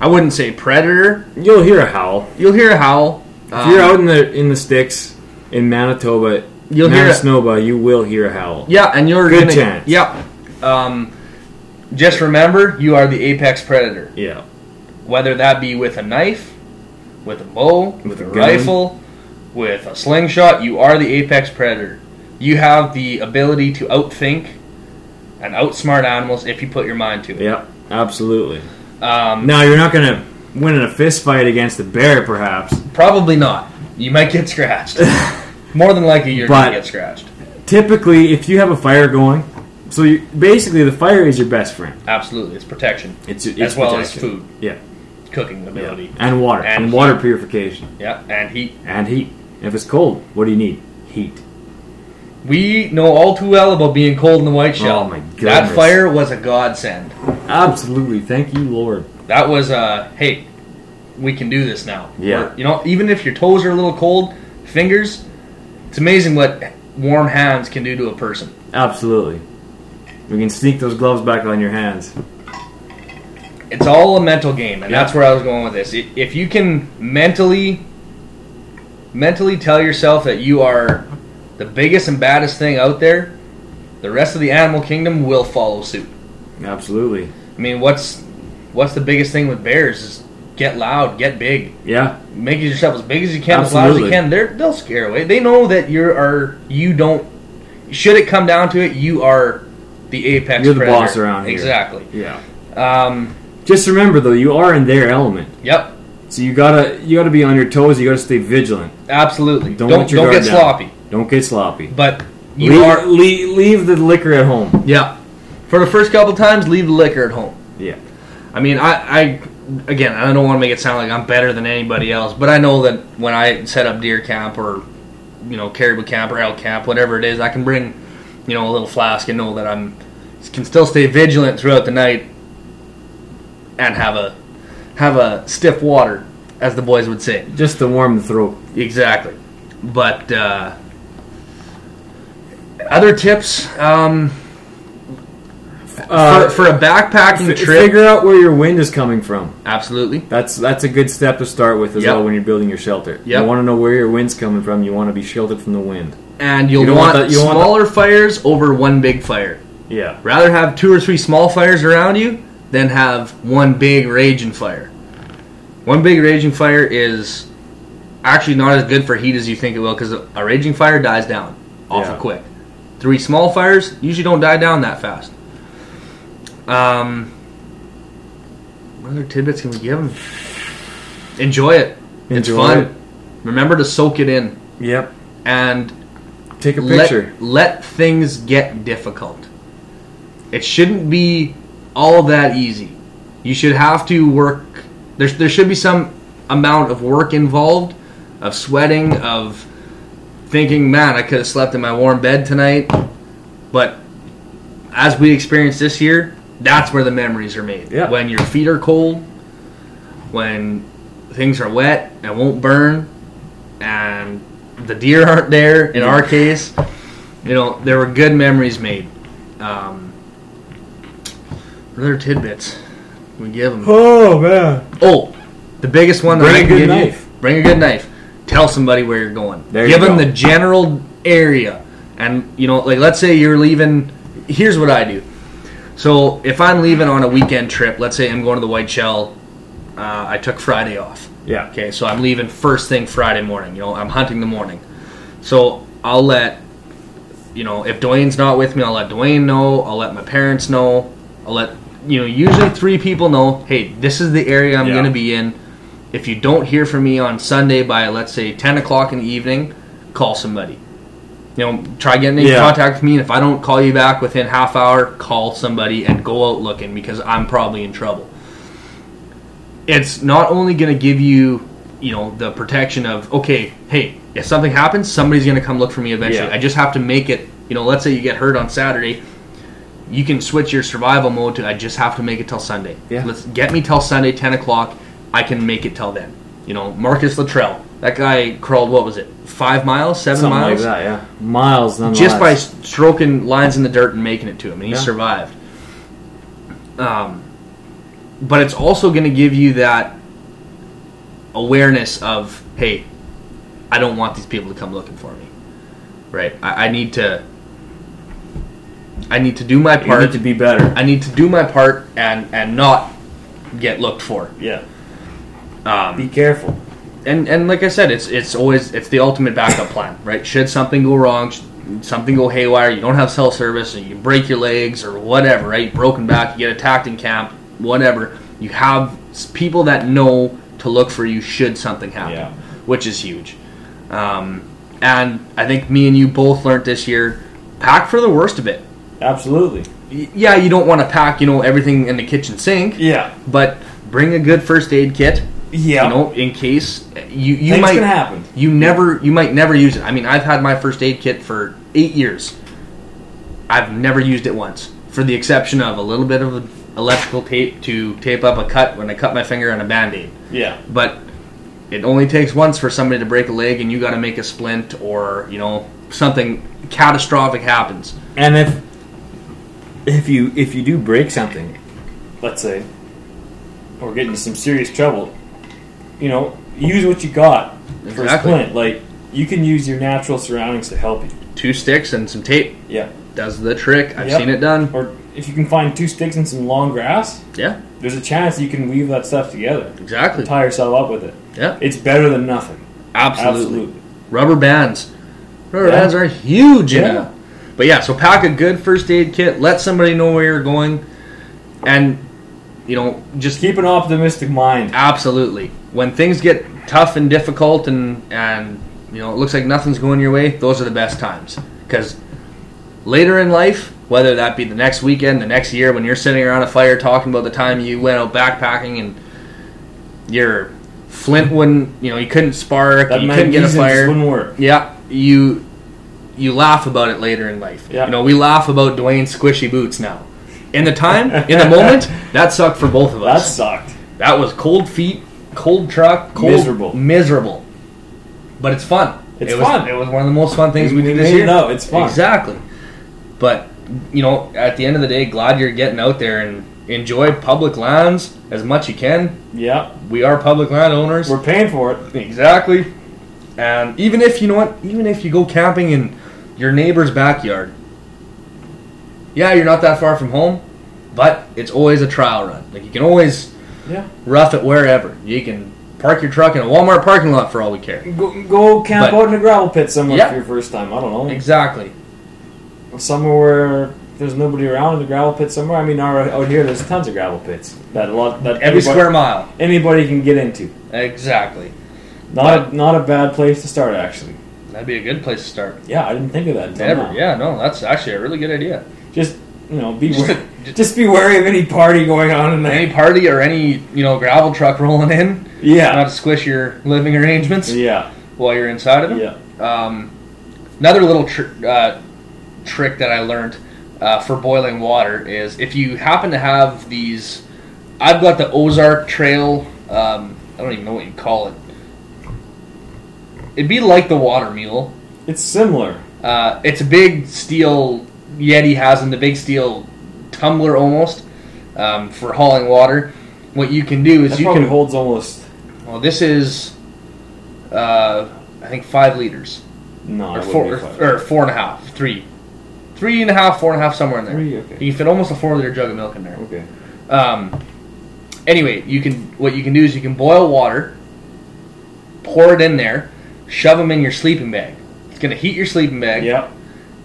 Speaker 2: I wouldn't say predator.
Speaker 3: You'll hear a howl
Speaker 2: You'll hear a howl. Um,
Speaker 3: if you're out in the in the sticks in Manitoba,
Speaker 2: You'll hear it.
Speaker 3: Manitoba. You will hear a howl.
Speaker 2: Yeah, and you're
Speaker 3: Good
Speaker 2: gonna,
Speaker 3: chance.
Speaker 2: Yeah. Um, just remember, you are the apex predator.
Speaker 3: Yeah,
Speaker 2: Whether that be with a knife, with a bow, with
Speaker 3: With
Speaker 2: a
Speaker 3: a gun.
Speaker 2: rifle, with a slingshot, you are the apex predator. You have the ability to outthink and outsmart animals if you put your mind to it.
Speaker 3: yeah, absolutely.
Speaker 2: Um,
Speaker 3: Now you're not gonna win in a fist fight against a bear, perhaps.
Speaker 2: probably not. You might get scratched. More than likely, you're
Speaker 3: But-
Speaker 2: gonna get scratched.
Speaker 3: Typically, if you have a fire going, so you, basically the fire is your best friend.
Speaker 2: Absolutely, it's protection
Speaker 3: It's, it's
Speaker 2: as well as
Speaker 3: protection.
Speaker 2: food,
Speaker 3: Yeah,
Speaker 2: cooking
Speaker 3: yeah.
Speaker 2: ability.
Speaker 3: and water
Speaker 2: And
Speaker 3: and,
Speaker 2: heat.
Speaker 3: water purification
Speaker 2: Yeah, and heat.
Speaker 3: and heat. If it's cold, what do you need? Heat.
Speaker 2: We know all too well about being cold in the white shell.
Speaker 3: Oh my
Speaker 2: That
Speaker 3: goodness.
Speaker 2: fire was a godsend.
Speaker 3: Absolutely. Thank you, Lord.
Speaker 2: That was uh hey, we can do this now.
Speaker 3: Yeah.
Speaker 2: We're- you know, even if your toes are a little cold, fingers, it's amazing what warm hands can do to a person.
Speaker 3: Absolutely. We can sneak those gloves back on your hands.
Speaker 2: It's all a mental game, and
Speaker 3: Yeah.
Speaker 2: that's where I was going with this. I- If you can mentally, mentally tell yourself that you are the biggest and baddest thing out there, the rest of the animal kingdom will follow suit.
Speaker 3: Absolutely.
Speaker 2: I mean, what's what's the biggest thing with bears is get loud, get big.
Speaker 3: Yeah.
Speaker 2: make yourself as big as you can, as loud as
Speaker 3: Absolutely.
Speaker 2: you can. They're, they'll scare away. They know that you are you don't. Should it come down to it, you are the apex.
Speaker 3: You're the
Speaker 2: predator.
Speaker 3: boss around here.
Speaker 2: Exactly.
Speaker 3: Yeah.
Speaker 2: Um,
Speaker 3: Just remember though, you are in their element.
Speaker 2: yep.
Speaker 3: So you gotta you gotta be on your toes, you gotta stay vigilant.
Speaker 2: Absolutely.
Speaker 3: Don't
Speaker 2: Don't
Speaker 3: let
Speaker 2: don't,
Speaker 3: your guard
Speaker 2: get
Speaker 3: down.
Speaker 2: sloppy.
Speaker 3: Don't get sloppy.
Speaker 2: But you
Speaker 3: leave,
Speaker 2: are.
Speaker 3: leave, leave the liquor at home.
Speaker 2: Yeah. For the first couple times, leave the liquor at home.
Speaker 3: Yeah.
Speaker 2: I mean, I, I again, I don't want to make it sound like I'm better than anybody else, but I know that when I set up deer camp or you know caribou camp or elk camp, whatever it is, I can bring you know a little flask and know that I'm can still stay vigilant throughout the night and have a have a stiff water, as the boys would say.
Speaker 3: Just to warm the throat.
Speaker 2: Exactly. But uh, other tips um,
Speaker 3: Uh,
Speaker 2: for, for a backpacking
Speaker 3: f-
Speaker 2: trip.
Speaker 3: Uh, Figure out where your wind is coming from.
Speaker 2: absolutely.
Speaker 3: That's that's a good step to start with as
Speaker 2: Yep.
Speaker 3: well when you're building your shelter.
Speaker 2: Yep.
Speaker 3: You want to know where your wind's coming from. You want to be sheltered from the wind.
Speaker 2: and you'll
Speaker 3: You don't want
Speaker 2: want,
Speaker 3: that- you don't want
Speaker 2: smaller fires over one big fire.
Speaker 3: Yeah.
Speaker 2: Rather have two or three small fires around you than have one big raging fire. One big raging fire is actually not as good for heat as you think it will because a raging fire dies down awful
Speaker 3: Yeah.
Speaker 2: quick. Three small fires usually don't die down that fast. Um, what other tidbits can we give them? Enjoy it. it's
Speaker 3: Enjoy
Speaker 2: fun.
Speaker 3: it.
Speaker 2: Remember to soak it in
Speaker 3: Yep.
Speaker 2: and
Speaker 3: Take a
Speaker 2: let,
Speaker 3: picture.
Speaker 2: let things get difficult. It shouldn't be all that easy. You should have to work. There, there should be some amount of work involved, of sweating, of thinking, man, I could have slept in my warm bed tonight. But as we experienced this year, that's where the memories are made.
Speaker 3: Yeah.
Speaker 2: When your feet are cold, when things are wet and won't burn, and the deer aren't there in our case you know there were good memories made um what other tidbits we give them
Speaker 3: oh man.
Speaker 2: oh the biggest one that
Speaker 3: Bring
Speaker 2: I
Speaker 3: a
Speaker 2: can
Speaker 3: good
Speaker 2: give you-
Speaker 3: knife.
Speaker 2: bring a good knife tell somebody where you're going
Speaker 3: There you
Speaker 2: give them
Speaker 3: go.
Speaker 2: the general area and you know like let's say you're leaving here's what i do so if i'm leaving on a weekend trip let's say i'm going to the white shell uh, i took friday off
Speaker 3: Yeah.
Speaker 2: Okay, so I'm leaving first thing Friday morning. You know, I'm hunting the morning. So I'll let, you know, if Dwayne's not with me, I'll let Dwayne know. I'll let my parents know. I'll let, you know, usually three people know hey, this is the area I'm
Speaker 3: Yeah.
Speaker 2: going to be in. If you don't hear from me on Sunday by, let's say, 10 o'clock in the evening, call somebody. You know, try getting in
Speaker 3: Yeah.
Speaker 2: contact with me. And if I don't call you back within half hour, call somebody and go out looking because I'm probably in trouble it's not only going to give you, you know, the protection of okay, hey, if something happens, somebody's going to come look for me eventually.
Speaker 3: Yeah.
Speaker 2: I just have to make it. You know, let's say you get hurt on Saturday, you can switch your survival mode to I just have to make it till Sunday.
Speaker 3: Yeah.
Speaker 2: Let's get me till Sunday, ten o'clock. I can make it till then. You know, Marcus Luttrell, that guy crawled what was it, five miles, seven
Speaker 3: Something
Speaker 2: miles,
Speaker 3: like that. Yeah. Miles.
Speaker 2: just by
Speaker 3: nonetheless.
Speaker 2: stroking lines in the dirt and making it to him, and he
Speaker 3: Yeah.
Speaker 2: survived. Um, but it's also going to give you that awareness of, hey, I don't want these people to come looking for me, right? I, I need to, I need to do my
Speaker 3: You
Speaker 2: part.
Speaker 3: need to be better.
Speaker 2: I need to do my part and and not get looked for.
Speaker 3: Yeah.
Speaker 2: Um,
Speaker 3: Be careful.
Speaker 2: and and like I said, it's it's always it's the ultimate backup plan, right? Should something go wrong, sh- something go haywire, you don't have cell service, and you break your legs or whatever, right? Broken back, you get attacked in camp, whatever. You have s- people that know to look for you should something happen,
Speaker 3: Yeah.
Speaker 2: which is huge. Um, and I think me and you both learned this year: pack for the worst of it.
Speaker 3: Absolutely.
Speaker 2: Y- Yeah, you don't want to pack, you know, everything in the kitchen sink,
Speaker 3: Yeah.
Speaker 2: but bring a good first aid kit.
Speaker 3: Yeah.
Speaker 2: You know, in case eh, you you
Speaker 3: Things
Speaker 2: might
Speaker 3: can happen.
Speaker 2: you never you might never use it. I mean, I've had my first aid kit for 8 years. I've never used it once for the exception of a little bit of a, electrical tape to tape up a cut when I cut my finger on a band aid.
Speaker 3: Yeah.
Speaker 2: But it only takes once for somebody to break a leg and you got to make a splint or, you know, something catastrophic happens.
Speaker 3: And if if you if you do break something, let's say, or get into some serious trouble, you know, use what you got for a
Speaker 2: Exactly.
Speaker 3: splint. Like you can use your natural surroundings to help you.
Speaker 2: Two sticks and some tape
Speaker 3: Yeah.
Speaker 2: does the trick. I've
Speaker 3: Yep.
Speaker 2: seen it done.
Speaker 3: Or if you can find two sticks and some long grass,
Speaker 2: Yeah,
Speaker 3: there's a chance you can weave that stuff together.
Speaker 2: exactly.
Speaker 3: Tie yourself up with it.
Speaker 2: Yeah,
Speaker 3: It's better than nothing.
Speaker 2: absolutely.
Speaker 3: Absolutely.
Speaker 2: Rubber bands. Rubber
Speaker 3: Yeah.
Speaker 2: bands are huge. in
Speaker 3: Yeah.
Speaker 2: it. But yeah, so pack a good first aid kit. Let somebody know where you're going, and you know just
Speaker 3: Keep an optimistic mind.
Speaker 2: Absolutely. When things get tough and difficult, and and you know it looks like nothing's going your way, those are the best times. Because later in life, whether that be the next weekend, the next year, when you're sitting around a fire talking about the time you went out backpacking and your flint wouldn't, you know, you couldn't spark,
Speaker 3: That
Speaker 2: you couldn't get a
Speaker 3: magnesium just
Speaker 2: fire.
Speaker 3: wouldn't work.
Speaker 2: Yeah, you you laugh about it later in life.
Speaker 3: Yeah.
Speaker 2: You know, we laugh about Dwayne's squishy boots now. In the time, in the moment, that sucked for both of
Speaker 3: That
Speaker 2: us.
Speaker 3: sucked.
Speaker 2: That was cold feet, cold truck, cold,
Speaker 3: Miserable.
Speaker 2: miserable. But it's fun.
Speaker 3: It's
Speaker 2: it was,
Speaker 3: fun.
Speaker 2: It was one of the most fun things we,
Speaker 3: We
Speaker 2: did this
Speaker 3: made
Speaker 2: year.
Speaker 3: it out. It's fun.
Speaker 2: Exactly. But you know, at the end of the day, glad you're getting out there and enjoy public lands as much you can.
Speaker 3: Yeah.
Speaker 2: We are public landowners.
Speaker 3: We're paying for it.
Speaker 2: exactly. And even if you know what, even if you go camping in your neighbor's backyard, yeah, you're not that far from home, but it's always a trial run. Like you can always
Speaker 3: Yeah.
Speaker 2: rough it wherever. You can park your truck in a Walmart parking lot for all we care.
Speaker 3: Go, go camp
Speaker 2: But-
Speaker 3: out in a gravel pit somewhere
Speaker 2: Yeah.
Speaker 3: for your first time. I don't know.
Speaker 2: Exactly.
Speaker 3: somewhere where there's nobody around in the gravel pit somewhere. I mean, out, out here there's tons of gravel pits that a lot that
Speaker 2: Every
Speaker 3: anybody,
Speaker 2: square mile.
Speaker 3: anybody can get into.
Speaker 2: Exactly.
Speaker 3: Not a, not a bad place to start actually.
Speaker 2: That'd be a good place to start.
Speaker 3: Yeah, I didn't think of that. until
Speaker 2: Never.
Speaker 3: now.
Speaker 2: Yeah, no, that's actually a really good idea.
Speaker 3: Just you know, be
Speaker 2: Just
Speaker 3: just,
Speaker 2: a-
Speaker 3: just be wary of any party going on in
Speaker 2: Any
Speaker 3: there.
Speaker 2: party or any, you know, gravel truck rolling in, not
Speaker 3: Yeah.
Speaker 2: to squish your living arrangements
Speaker 3: Yeah.
Speaker 2: while you're inside of it.
Speaker 3: Yeah.
Speaker 2: Um, another little tr- uh, trick that I learned uh, for boiling water is if you happen to have these, I've got the Ozark Trail. Um, I don't even know what you call it. It'd be like the water mule.
Speaker 3: It's similar.
Speaker 2: Uh, it's a big steel Yeti has in the big steel tumbler almost um, for hauling water. What you can do is
Speaker 3: That
Speaker 2: you
Speaker 3: probably
Speaker 2: can
Speaker 3: holds almost
Speaker 2: well, this is uh, I think five liters
Speaker 3: no.
Speaker 2: or
Speaker 3: it
Speaker 2: four,
Speaker 3: wouldn't be five.
Speaker 2: or, or four and a half, three, three and a half, four and a half, somewhere in there.
Speaker 3: Three, okay.
Speaker 2: You can fit almost a four liter jug of milk in there.
Speaker 3: Okay.
Speaker 2: Um, anyway, you can what you can do is you can boil water, pour it in there, shove them in your sleeping bag. It's gonna heat your sleeping bag,
Speaker 3: Yeah.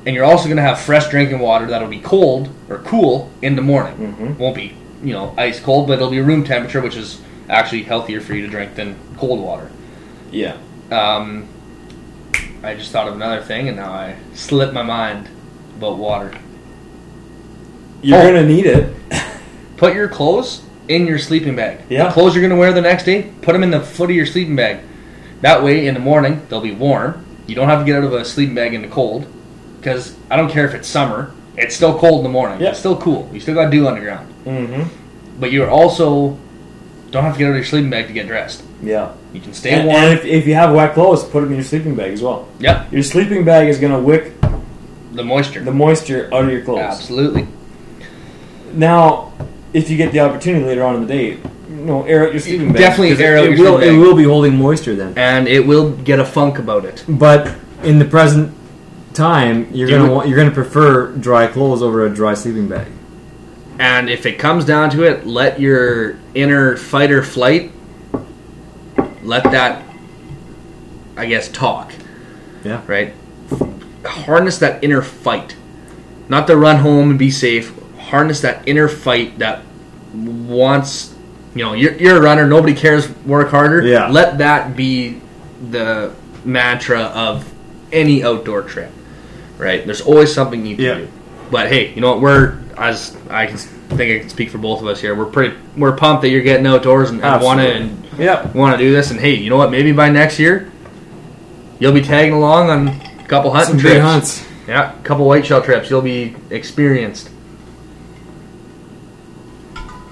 Speaker 2: and you're also gonna have fresh drinking water that'll be cold or cool in the morning.
Speaker 3: Mhm.
Speaker 2: Won't be you know ice cold, but it'll be room temperature, which is actually healthier for you to drink than cold water.
Speaker 3: Yeah.
Speaker 2: Um, I just thought of another thing, and now I slipped my mind about water.
Speaker 3: You're
Speaker 2: Oh.
Speaker 3: gonna need it.
Speaker 2: Put your clothes in your sleeping bag.
Speaker 3: Yeah.
Speaker 2: The clothes you're going to wear the next day, put them in the foot of your sleeping bag. That way, in the morning, they'll be warm. You don't have to get out of a sleeping bag in the cold, because I don't care if it's summer. It's still cold in the morning.
Speaker 3: Yeah.
Speaker 2: It's still cool. You still got dew on the ground.
Speaker 3: Mm-hmm.
Speaker 2: But you are also don't have to get out of your sleeping bag to get dressed.
Speaker 3: Yeah.
Speaker 2: You can stay
Speaker 3: And,
Speaker 2: warm.
Speaker 3: and if, if you have wet clothes, put them in your sleeping bag as well.
Speaker 2: yep.
Speaker 3: Your sleeping bag is gonna wick
Speaker 2: The moisture.
Speaker 3: the moisture out of your clothes.
Speaker 2: Absolutely.
Speaker 3: Now, if you get the opportunity later on in the day, you know, air out your sleeping bag.
Speaker 2: Definitely
Speaker 3: 'cause
Speaker 2: air
Speaker 3: it,
Speaker 2: out
Speaker 3: it
Speaker 2: your
Speaker 3: will,
Speaker 2: sleeping
Speaker 3: It
Speaker 2: bag.
Speaker 3: will be holding moisture then.
Speaker 2: And it will get a funk about it.
Speaker 3: But in the present time, you're
Speaker 2: You
Speaker 3: gonna
Speaker 2: would-
Speaker 3: want, you're gonna prefer dry clothes over a dry sleeping bag.
Speaker 2: And if it comes down to it, let your inner fight or flight, let that, I guess, talk,
Speaker 3: Yeah.
Speaker 2: right? Harness that inner fight. Not to run home and be safe. Harness that inner fight that wants, you know, you're, you're a runner, nobody cares, work harder.
Speaker 3: Yeah.
Speaker 2: Let that be the mantra of any outdoor trip, right? There's always something you can
Speaker 3: Yeah.
Speaker 2: do. But hey, you know what? We're as I can think I can speak for both of us here. We're pretty we're pumped that you're getting outdoors and want to
Speaker 3: Absolutely.
Speaker 2: and
Speaker 3: Yeah.
Speaker 2: want to do this. And hey, you know what? Maybe by next year, you'll be tagging along on a couple hunting
Speaker 3: Some
Speaker 2: trips.
Speaker 3: big hunts.
Speaker 2: Yeah, a couple white shell trips. You'll be experienced.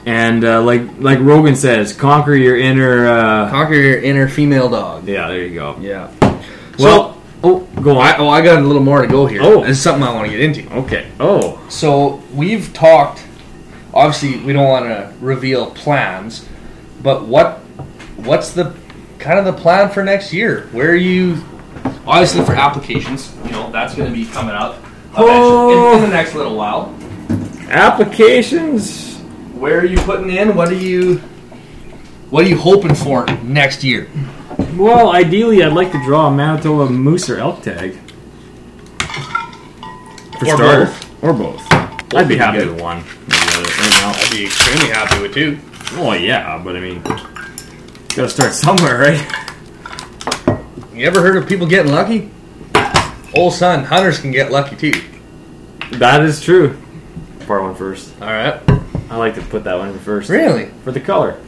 Speaker 3: And uh, like like Rogan says, conquer your inner. Uh,
Speaker 2: Conquer your inner female dog.
Speaker 3: yeah, there you go.
Speaker 2: Yeah.
Speaker 3: Well, oh, go
Speaker 2: I,
Speaker 3: on.
Speaker 2: oh, I got a little more to go here.
Speaker 3: Oh.
Speaker 2: This is something I want to get into.
Speaker 3: okay. Oh,
Speaker 2: So we've talked. Obviously, we don't want to reveal plans, but what what's the kind of the plan for next year? Where are you? Obviously, for applications, you know that's going to be coming up eventually, in, in the next little while.
Speaker 3: applications.
Speaker 2: Where are you putting in? What are you? What are you hoping for next year?
Speaker 3: Well, ideally, I'd like to draw a Manitoba moose or elk tag. For
Speaker 2: Or
Speaker 3: starter.
Speaker 2: both.
Speaker 3: Or both. I'd be happy with one.
Speaker 2: I'd be extremely happy with two.
Speaker 3: Well, yeah, but I mean, gotta start somewhere, right?
Speaker 2: You ever heard of people getting lucky? Old son, hunters can get lucky too.
Speaker 3: That is true. Part one first.
Speaker 2: All right.
Speaker 3: I like to put that one in first.
Speaker 2: Really?
Speaker 3: For the color.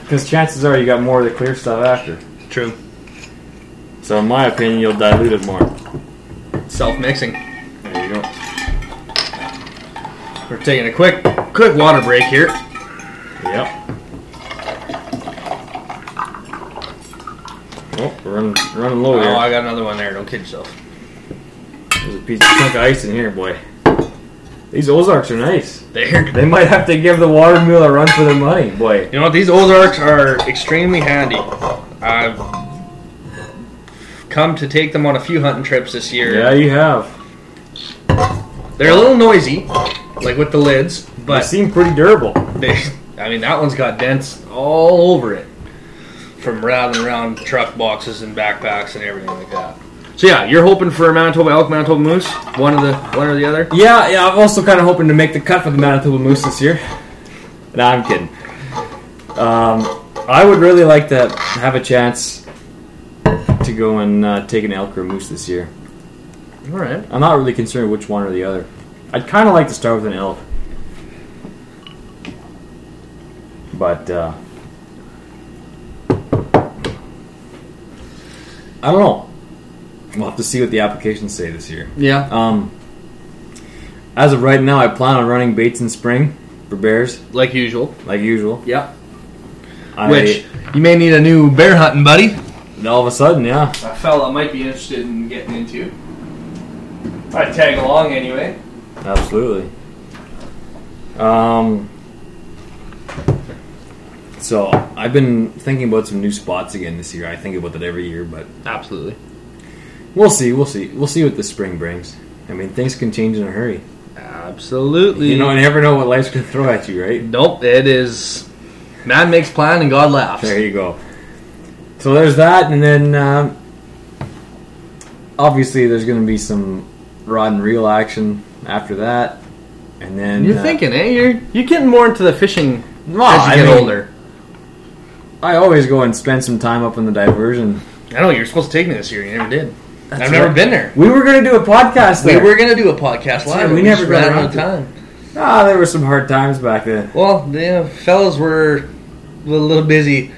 Speaker 3: Because chances are you got more of the clear stuff after.
Speaker 2: True.
Speaker 3: So, in my opinion, you'll dilute it more.
Speaker 2: Self mixing.
Speaker 3: There you go.
Speaker 2: We're taking a quick, quick water break here.
Speaker 3: Yep. Oh, we're running, running low
Speaker 2: Oh,
Speaker 3: here.
Speaker 2: I got another one there. Don't kid yourself.
Speaker 3: There's a piece of chunk of ice in here, boy. These Ozarks are nice.
Speaker 2: There.
Speaker 3: They might have to give the water mule a run for their money, boy.
Speaker 2: You know what? These Ozarks are extremely handy. I've come to take them on a few hunting trips this year.
Speaker 3: Yeah, you have.
Speaker 2: They're a little noisy, like with the lids,
Speaker 3: They
Speaker 2: but
Speaker 3: seem pretty durable.
Speaker 2: they, I mean, that one's got dents all over it from rattling around truck boxes and backpacks and everything like that. So yeah, you're hoping for a Manitoba elk, Manitoba moose, one of the one or the other.
Speaker 3: Yeah, yeah. I'm also kind of hoping to make the cut for the Manitoba Moose this year. Nah, I'm kidding. Um, I would really like to have a chance to go and uh, take an elk or moose this year.
Speaker 2: All right.
Speaker 3: I'm not really concerned which one or the other. I'd kind of like to start with an elk. But, uh. I don't know. We'll have to see what the applications say this year.
Speaker 2: Yeah.
Speaker 3: Um. As of right now, I plan on running baits in spring for bears,
Speaker 2: Like usual.
Speaker 3: like usual.
Speaker 2: Yeah.
Speaker 3: I,
Speaker 2: Which you may need a new bear hunting buddy.
Speaker 3: all of a sudden, yeah.
Speaker 2: A fella might be interested in getting into. I tag along anyway.
Speaker 3: Absolutely. Um, so I've been thinking about some new spots again this year. I think about that every year, but
Speaker 2: Absolutely.
Speaker 3: we'll see. We'll see. We'll see what this spring brings. I mean, things can change in a hurry.
Speaker 2: Absolutely.
Speaker 3: You know, you never know what life's gonna throw at you, right?
Speaker 2: nope. It is. Man makes plan and God laughs.
Speaker 3: There you go. So there's that, and then um, obviously there's gonna be some rod and reel action after that, and then
Speaker 2: You're
Speaker 3: uh,
Speaker 2: thinking, eh? You're you're getting more into the fishing
Speaker 3: Well,
Speaker 2: as you
Speaker 3: I
Speaker 2: get
Speaker 3: mean-
Speaker 2: older.
Speaker 3: I always go and spend some time up in the diversion.
Speaker 2: I know you're supposed to take me this year. You never did. I've
Speaker 3: That's
Speaker 2: never
Speaker 3: right.
Speaker 2: been there.
Speaker 3: We were gonna do a podcast
Speaker 2: We
Speaker 3: there.
Speaker 2: were gonna do a podcast
Speaker 3: right,
Speaker 2: live.
Speaker 3: we
Speaker 2: but
Speaker 3: never got
Speaker 2: just ran
Speaker 3: around
Speaker 2: out of
Speaker 3: to it.
Speaker 2: time.
Speaker 3: Ah, there were some hard times back then.
Speaker 2: Well, the fellas were a little busy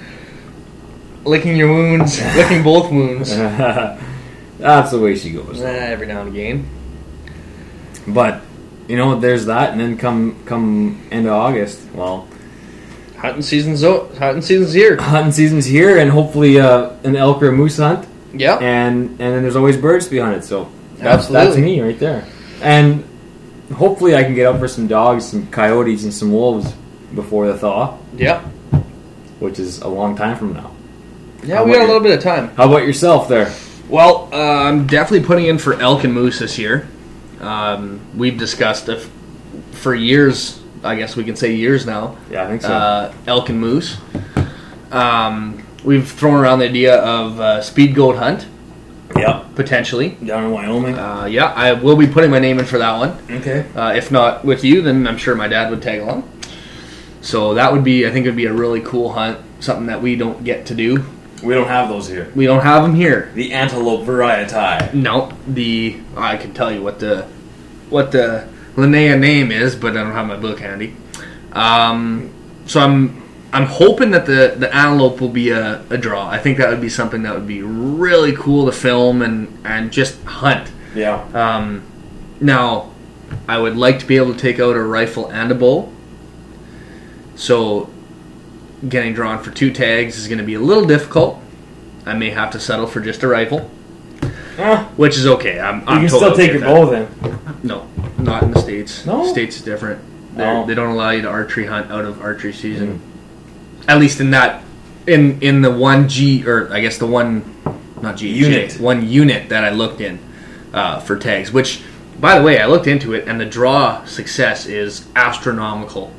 Speaker 2: licking your wounds, licking both wounds.
Speaker 3: That's the way she goes.
Speaker 2: Uh, every now and again.
Speaker 3: But you know, there's that, and then come come end of August. Well,
Speaker 2: Hunting season's o- hunting season's here.
Speaker 3: hunting season's here, and hopefully uh, an elk or a moose hunt,
Speaker 2: Yeah.
Speaker 3: and and then there's always birds to be hunted. So that's
Speaker 2: Absolutely.
Speaker 3: that's me right there, and hopefully I can get up for some dogs, some coyotes, and some wolves before the thaw,
Speaker 2: Yeah.
Speaker 3: which is a long time from now.
Speaker 2: Yeah,
Speaker 3: How
Speaker 2: we
Speaker 3: about
Speaker 2: got a
Speaker 3: you?
Speaker 2: little bit of time.
Speaker 3: How about yourself there?
Speaker 2: Well, uh, I'm definitely putting in for elk and moose this year. Um, we've discussed if, for years, I guess we can say years now,
Speaker 3: Yeah, I think
Speaker 2: uh, elk and moose. Um, we've thrown around the idea of uh, speed goat hunt
Speaker 3: yep,
Speaker 2: potentially.
Speaker 3: down in Wyoming.
Speaker 2: Uh, yeah, I will be putting my name in for that one.
Speaker 3: okay.
Speaker 2: Uh, if not with you, then I'm sure my dad would tag along. So that would be, I think, it would be a really cool hunt. Something that we don't get to do.
Speaker 3: We don't have those here.
Speaker 2: We don't have them here.
Speaker 3: The antelope varietai.
Speaker 2: No, the I can tell you what the what the Linnea name is, but I don't have my book handy. Um, so I'm I'm hoping that the the antelope will be a, a draw. I think that would be something that would be really cool to film and and just hunt.
Speaker 3: Yeah.
Speaker 2: Um, now, I would like to be able to take out a rifle and a bow. So getting drawn for two tags is going to be a little difficult. I may have to settle for just a rifle,
Speaker 3: Eh,
Speaker 2: which is okay. I'm, I'm
Speaker 3: you can
Speaker 2: totally
Speaker 3: still take
Speaker 2: okay
Speaker 3: your
Speaker 2: with that.
Speaker 3: bow then.
Speaker 2: No, not in the states.
Speaker 3: No?
Speaker 2: states is different. They're-
Speaker 3: Oh.
Speaker 2: They don't allow you to archery hunt out of archery season.
Speaker 3: Mm-hmm.
Speaker 2: At least in that, in in the one G or I guess the one, not G
Speaker 3: Unit.
Speaker 2: J, one unit that I looked in uh, for tags. Which, by the way, I looked into it, and the draw success is astronomical.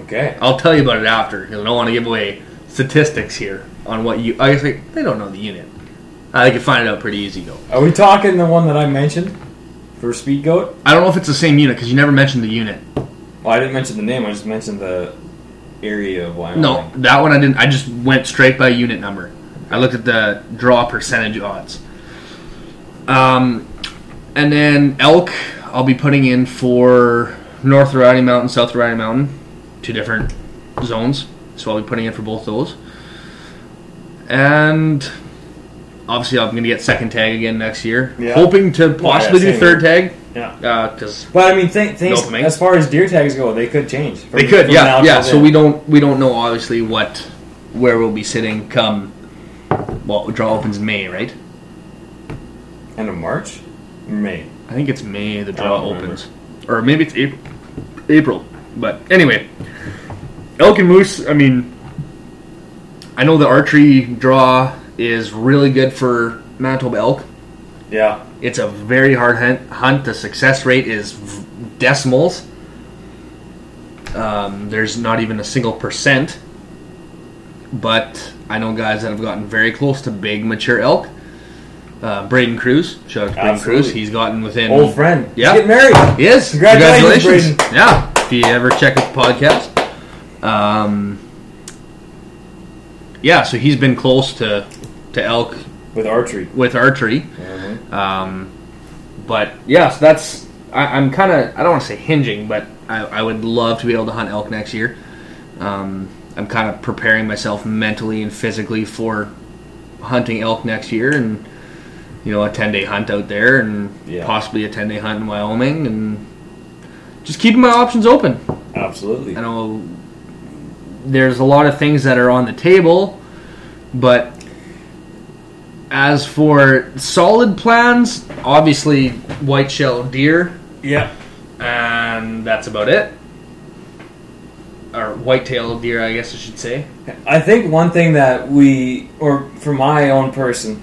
Speaker 3: Okay.
Speaker 2: I'll tell you about it after because I don't want to give away statistics here on what you. I guess like, they don't know the unit. I can find it out pretty easy though.
Speaker 3: Are we talking the one that I mentioned for Speed Goat?
Speaker 2: I don't know if it's the same unit because you never mentioned the unit.
Speaker 3: Well, I didn't mention the name. I just mentioned the area of Wyoming.
Speaker 2: No, that one I didn't. I just went straight by unit number. I looked at the draw percentage odds. Um, and then elk, I'll be putting in for North Rocky Mountain, South Rocky Mountain, two different zones. So I'll be putting in for both those. And obviously, I'm going to get second tag again next year.
Speaker 3: Yeah.
Speaker 2: Hoping to possibly
Speaker 3: same
Speaker 2: do third tag Uh,
Speaker 3: Yeah.
Speaker 2: because
Speaker 3: But I mean, th- things
Speaker 2: Dopamine.
Speaker 3: as far as deer tags go, they could change. From,
Speaker 2: They could,
Speaker 3: from now
Speaker 2: yeah,
Speaker 3: till
Speaker 2: yeah. So
Speaker 3: then.
Speaker 2: we don't we don't know obviously what where we'll be sitting come well draw opens in May, right?
Speaker 3: end of March, May.
Speaker 2: I think it's May the draw
Speaker 3: remember.
Speaker 2: opens, or maybe it's April. April, but anyway, elk and moose. I mean, I know the archery draw is really good for Manitoba elk.
Speaker 3: Yeah.
Speaker 2: It's a very hard hunt. Hunt the success rate is v- decimals. Um, there's not even a single percent. But I know guys that have gotten very close to big mature elk. Uh, Braden Cruz, shout out to Braden
Speaker 3: Absolutely.
Speaker 2: Cruz. He's gotten within.
Speaker 3: Old friend.
Speaker 2: Yeah.
Speaker 3: Get married.
Speaker 2: He is.
Speaker 3: Congratulations, Braden.
Speaker 2: Yeah. If you ever check with the podcast. Um, yeah, so he's been close to to elk
Speaker 3: With archery.
Speaker 2: with archery.
Speaker 3: Mhm.
Speaker 2: Um, but yeah, so that's I, I'm kind of I don't want to say hinging, but I, I would love to be able to hunt elk next year. Um, I'm kind of preparing myself mentally and physically for hunting elk next year, and you know a 10 day hunt out there, and
Speaker 3: Yeah.
Speaker 2: possibly a 10 day hunt in Wyoming, and just keeping my options open.
Speaker 3: Absolutely.
Speaker 2: I know there's a lot of things that are on the table, but as for solid plans, obviously white shell deer,
Speaker 3: Yeah.
Speaker 2: and that's about it. Or whitetail deer, I guess I should say.
Speaker 3: I think one thing that we, or for my own person,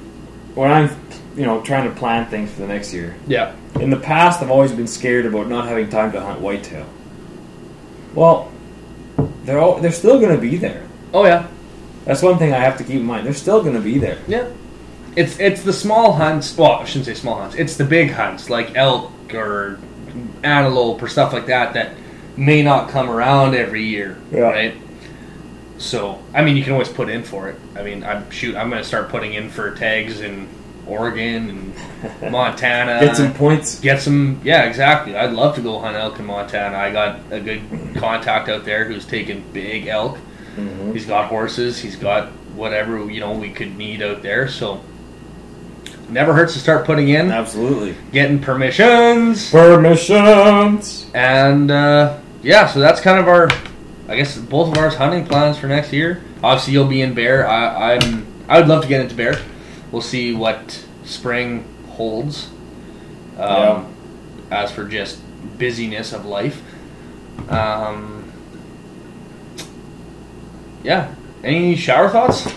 Speaker 3: when I'm, you know, trying to plan things for the next year,
Speaker 2: Yeah.
Speaker 3: in the past I've always been scared about not having time to hunt whitetail. Well, they're all, they're still going to be there.
Speaker 2: Oh yeah.
Speaker 3: That's one thing I have to keep in mind. They're still going to be there.
Speaker 2: Yeah. It's it's the small hunts. Well, I shouldn't say small hunts. It's the big hunts like elk or antelope or stuff like that that may not come around every year,
Speaker 3: Yeah.
Speaker 2: right? So, I mean, you can always put in for it. I mean, I'm shoot. I'm going to start putting in for tags in Oregon and Montana.
Speaker 3: Get some points.
Speaker 2: Get some, yeah, exactly. I'd love to go hunt elk in Montana. I got a good contact out there who's taking big elk.
Speaker 3: Mm-hmm.
Speaker 2: He's got horses. He's got whatever you know we could need out there. So never hurts to start putting in,
Speaker 3: Absolutely.
Speaker 2: getting permissions,
Speaker 3: Permissions.
Speaker 2: and uh, yeah. So that's kind of our, I guess, both of our hunting plans for next year. Obviously, you'll be in bear. I, I'm. I would love to get into bear. We'll see what spring holds. Um,
Speaker 3: Yeah.
Speaker 2: As for just busyness of life. Um, yeah. Any shower thoughts?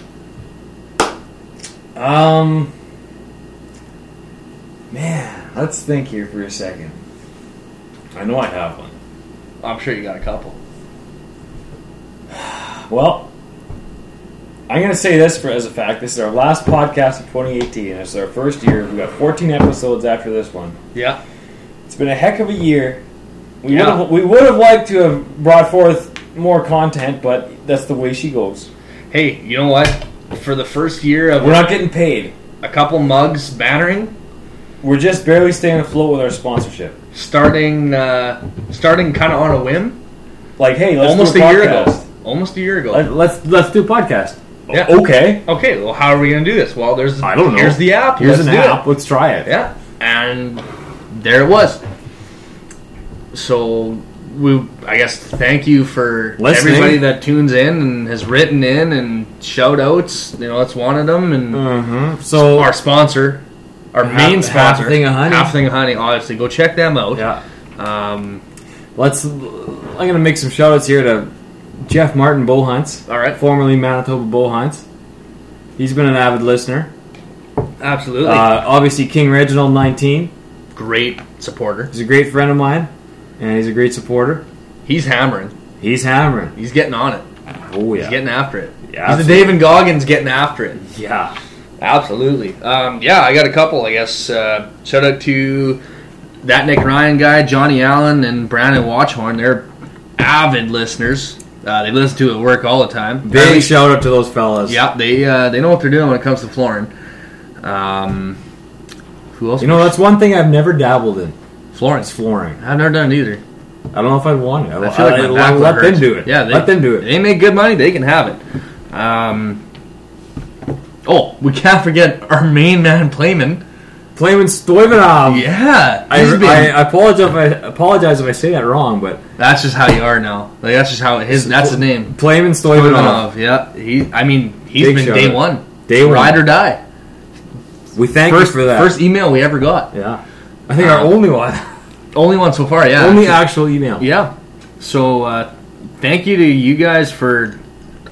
Speaker 3: Um, man, let's think here for a second. I know I have one.
Speaker 2: I'm sure you got a couple.
Speaker 3: Well, I'm going to say this for as a fact. This is our last podcast of 2018. This is our first year. We've got 14 episodes after this one.
Speaker 2: Yeah.
Speaker 3: It's been a heck of a year. We
Speaker 2: Yeah.
Speaker 3: would have we would have liked to have brought forth more content, but that's the way she goes.
Speaker 2: Hey, you know what? For the first year
Speaker 3: We're
Speaker 2: of
Speaker 3: not getting paid.
Speaker 2: a couple mugs bannering,
Speaker 3: We're just barely staying afloat with our sponsorship.
Speaker 2: starting uh, starting kind of on a whim,
Speaker 3: Like, hey, let's
Speaker 2: almost
Speaker 3: do
Speaker 2: a,
Speaker 3: a,
Speaker 2: year
Speaker 3: podcast.
Speaker 2: ago. Almost a year ago.
Speaker 3: Let- Let's let's do a podcast.
Speaker 2: Yeah.
Speaker 3: Okay.
Speaker 2: okay, well, how are we gonna do this? Well, there's
Speaker 3: I don't know.
Speaker 2: Here's the app.
Speaker 3: Here's
Speaker 2: Let's
Speaker 3: an
Speaker 2: do it.
Speaker 3: app. Let's try it.
Speaker 2: Yeah, and there it was. so we, I guess, thank you for
Speaker 3: Listening.
Speaker 2: everybody that tunes in and has written in and shout outs. You know, that's one of them. And
Speaker 3: Mm-hmm. So
Speaker 2: Oh, our sponsor, our
Speaker 3: Half-
Speaker 2: main
Speaker 3: Half
Speaker 2: sponsor,
Speaker 3: Thing of Honey.
Speaker 2: Half Thing of Honey, obviously. Go check them out.
Speaker 3: yeah,
Speaker 2: Um,
Speaker 3: let's. I'm gonna make some shout outs here to Jeff Martin Bohunts,
Speaker 2: all right.
Speaker 3: formerly Manitoba Bohunts. He's been an avid listener.
Speaker 2: Absolutely.
Speaker 3: Uh, obviously, King Reginald 19.
Speaker 2: Great supporter.
Speaker 3: He's a great friend of mine, and he's a great supporter.
Speaker 2: He's hammering.
Speaker 3: He's hammering.
Speaker 2: He's getting on it.
Speaker 3: Oh
Speaker 2: He's getting after it.
Speaker 3: yeah,
Speaker 2: He's the David Goggins getting after it.
Speaker 3: yeah.
Speaker 2: Absolutely. Um, yeah, I got a couple, I guess. Uh, shout out to that Nick Ryan guy, Johnny Allen, and Brandon Watchhorn. They're avid listeners. Uh, they listen to it at work all the time.
Speaker 3: Big shout out to those fellas.
Speaker 2: Yeah, they uh, they know what they're doing when it comes to flooring. Um, who else?
Speaker 3: You know, that's one thing I've never dabbled in. It's
Speaker 2: Florence.
Speaker 3: flooring.
Speaker 2: I've never done it either.
Speaker 3: I don't know if I'd want it. I,
Speaker 2: I feel like my
Speaker 3: I-
Speaker 2: back would
Speaker 3: Uh, let
Speaker 2: hurt.
Speaker 3: them do it.
Speaker 2: Yeah, they,
Speaker 3: let them do it.
Speaker 2: They make good money. They can have it. Um, oh, we can't forget our main man, Playman.
Speaker 3: Playman Stoivanov.
Speaker 2: Yeah,
Speaker 3: I,
Speaker 2: he's been-
Speaker 3: I, I apologize. If I apologize if I say that wrong, but
Speaker 2: that's just how you are now. Like that's just how his. That's his name.
Speaker 3: Playman Stoivanov.
Speaker 2: Ivanov. Yeah, he. I mean, he's
Speaker 3: Big
Speaker 2: been
Speaker 3: shout
Speaker 2: day
Speaker 3: out.
Speaker 2: one,
Speaker 3: Day one.
Speaker 2: ride or die.
Speaker 3: We thank
Speaker 2: first
Speaker 3: you for that.
Speaker 2: First email we ever got.
Speaker 3: yeah, I think our
Speaker 2: Um,
Speaker 3: only one,
Speaker 2: Only one so far. Yeah,
Speaker 3: only actual email.
Speaker 2: Yeah. So uh, thank you to you guys for,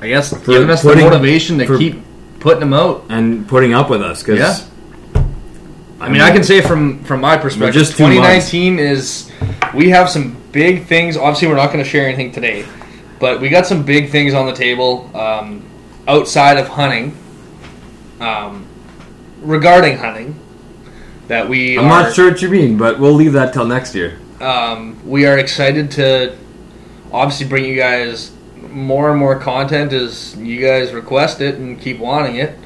Speaker 2: I guess, giving us
Speaker 3: putting-
Speaker 2: the motivation to
Speaker 3: for-
Speaker 2: keep putting them out.
Speaker 3: and putting up with us because
Speaker 2: Yeah. I mean, I can say from from my perspective,
Speaker 3: Just two
Speaker 2: 2019 is we have some big things. Obviously, we're not going to share anything today, but we got some big things on the table um, outside of hunting, um, regarding hunting. That we
Speaker 3: I'm
Speaker 2: are,
Speaker 3: not sure what you mean, but we'll leave that till next year.
Speaker 2: um, we are excited to obviously bring you guys more and more content as you guys request it and keep wanting it.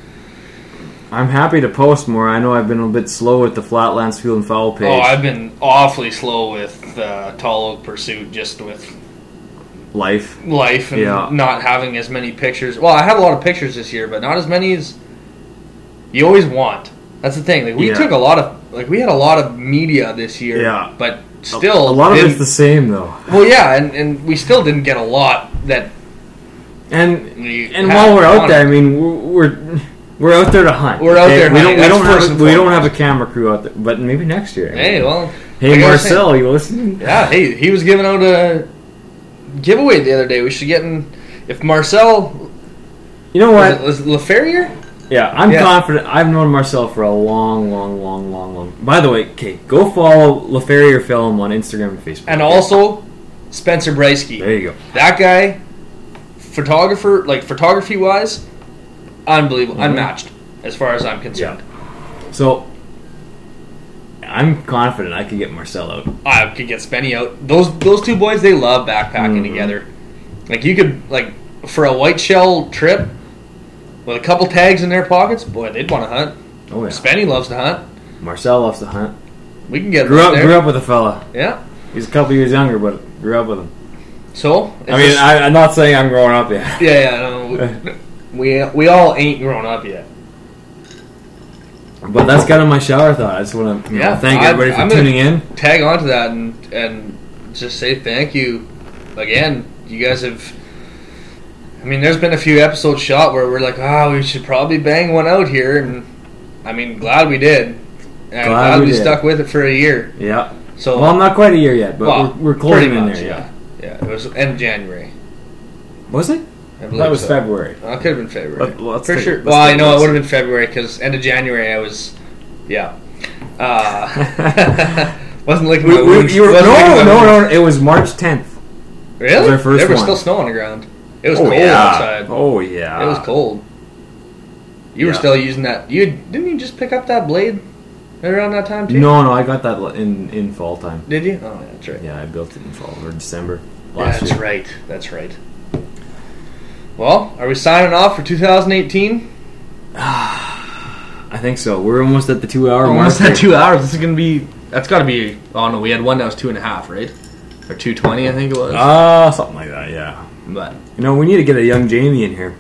Speaker 3: I'm happy to post more. I know I've been a bit slow with the Flatlands Field and Foul page.
Speaker 2: Oh, I've been awfully slow with uh, Tall Oak Pursuit, just with
Speaker 3: Life.
Speaker 2: life and
Speaker 3: Yeah.
Speaker 2: not having as many pictures. Well, I had a lot of pictures this year, but not as many as you always want. That's the thing. Like we
Speaker 3: Yeah.
Speaker 2: took a lot of like we had a lot of media this year.
Speaker 3: Yeah.
Speaker 2: But still
Speaker 3: a lot of
Speaker 2: didn't-
Speaker 3: it's the same though.
Speaker 2: Well, yeah, and, and we still didn't get a lot that
Speaker 3: And
Speaker 2: we
Speaker 3: And
Speaker 2: had
Speaker 3: while we're out
Speaker 2: wanted.
Speaker 3: there, I mean, we're we're, we're out there to hunt.
Speaker 2: We're out there
Speaker 3: We don't, we
Speaker 2: hunting,
Speaker 3: don't
Speaker 2: that's first
Speaker 3: have
Speaker 2: and
Speaker 3: we don't
Speaker 2: foremost.
Speaker 3: have a camera crew out there, but maybe next year.
Speaker 2: Hey, well,
Speaker 3: Hey,
Speaker 2: like I was saying-
Speaker 3: Marcel, you listening?
Speaker 2: yeah, hey, he was giving out a giveaway the other day. We should get in. If Marcel
Speaker 3: You know
Speaker 2: was, it,
Speaker 3: what?
Speaker 2: was it LeFerrier?
Speaker 3: Yeah, I'm
Speaker 2: Yeah.
Speaker 3: confident. I've known Marcel for a long, long, long, long, long. By the way, okay, go follow LaFerrier Film on Instagram and Facebook.
Speaker 2: and also Spencer
Speaker 3: there
Speaker 2: Breisky.
Speaker 3: you go.
Speaker 2: That guy, photographer, like photography wise, unbelievable,
Speaker 3: Mhm.
Speaker 2: unmatched as far as I'm concerned.
Speaker 3: So, I'm confident I could get Marcel out.
Speaker 2: I could get Spenny out. Those those two boys, they love backpacking
Speaker 3: Mhm.
Speaker 2: together. Like you could like for a white shell trip with a couple tags in their pockets, boy, they'd want to hunt.
Speaker 3: Oh yeah,
Speaker 2: Spenny loves to hunt.
Speaker 3: Marcel loves to hunt.
Speaker 2: We can get
Speaker 3: Grew
Speaker 2: them
Speaker 3: up,
Speaker 2: out there.
Speaker 3: grew up with a fella.
Speaker 2: Yeah.
Speaker 3: He's a couple years younger, but grew up with him.
Speaker 2: So
Speaker 3: I mean, I, Eh. I'm not saying I'm growing up yet.
Speaker 2: yeah, yeah. No, we, we we all ain't grown up yet.
Speaker 3: But that's kind of my shower thought. I just want to
Speaker 2: Yeah,
Speaker 3: thank
Speaker 2: I-
Speaker 3: everybody for
Speaker 2: I'm gonna-
Speaker 3: tuning in.
Speaker 2: tag on to that and and just say thank you again. You guys have. I mean, there's been a few episodes shot where we're like, ah, we should probably bang one out here, and I mean, glad we did, and glad,
Speaker 3: we
Speaker 2: we,
Speaker 3: did.
Speaker 2: stuck with it for a year.
Speaker 3: Yeah.
Speaker 2: So,
Speaker 3: Well, I'm not quite a year yet, but
Speaker 2: well,
Speaker 3: we're, we're
Speaker 2: pretty
Speaker 3: closing in
Speaker 2: much,
Speaker 3: there. Yeah.
Speaker 2: yeah, yeah. It was end of January.
Speaker 3: Was it?
Speaker 2: I believe
Speaker 3: That was
Speaker 2: so.
Speaker 3: February.
Speaker 2: Well, it could have been February.
Speaker 3: Let- let's
Speaker 2: for
Speaker 3: take-
Speaker 2: sure.
Speaker 3: let's
Speaker 2: Well, I
Speaker 3: take-
Speaker 2: know it
Speaker 3: let's-
Speaker 2: would have been February because end of January I was, yeah, uh, wasn't looking.
Speaker 3: We,
Speaker 2: my
Speaker 3: we,
Speaker 2: wounds-
Speaker 3: you were, no,
Speaker 2: wasn't licking my wounds.
Speaker 3: no, no. It was March 10th.
Speaker 2: Really?
Speaker 3: was our first
Speaker 2: there was
Speaker 3: one.
Speaker 2: still snow on the ground. It was cold outside.
Speaker 3: Oh yeah.
Speaker 2: It was cold. You were
Speaker 3: Yeah.
Speaker 2: still using that. You didn't you just pick up that blade around that time too?
Speaker 3: No, no. I got that in in fall time.
Speaker 2: Did you? Oh, yeah, that's right. Yeah,
Speaker 3: Yeah, I built it in fall or December last
Speaker 2: that's
Speaker 3: year.
Speaker 2: right. That's right. Well, are we signing off for 2018?
Speaker 3: I think so. We're almost at the two hour mark. here.
Speaker 2: two hours. This is gonna be. That's got to be. Oh no, we had one that was two and a half, right? Or two twenty, I think it was.
Speaker 3: Ah, something like that. Yeah.
Speaker 2: but
Speaker 3: You know, we need to get a young Jamie in here.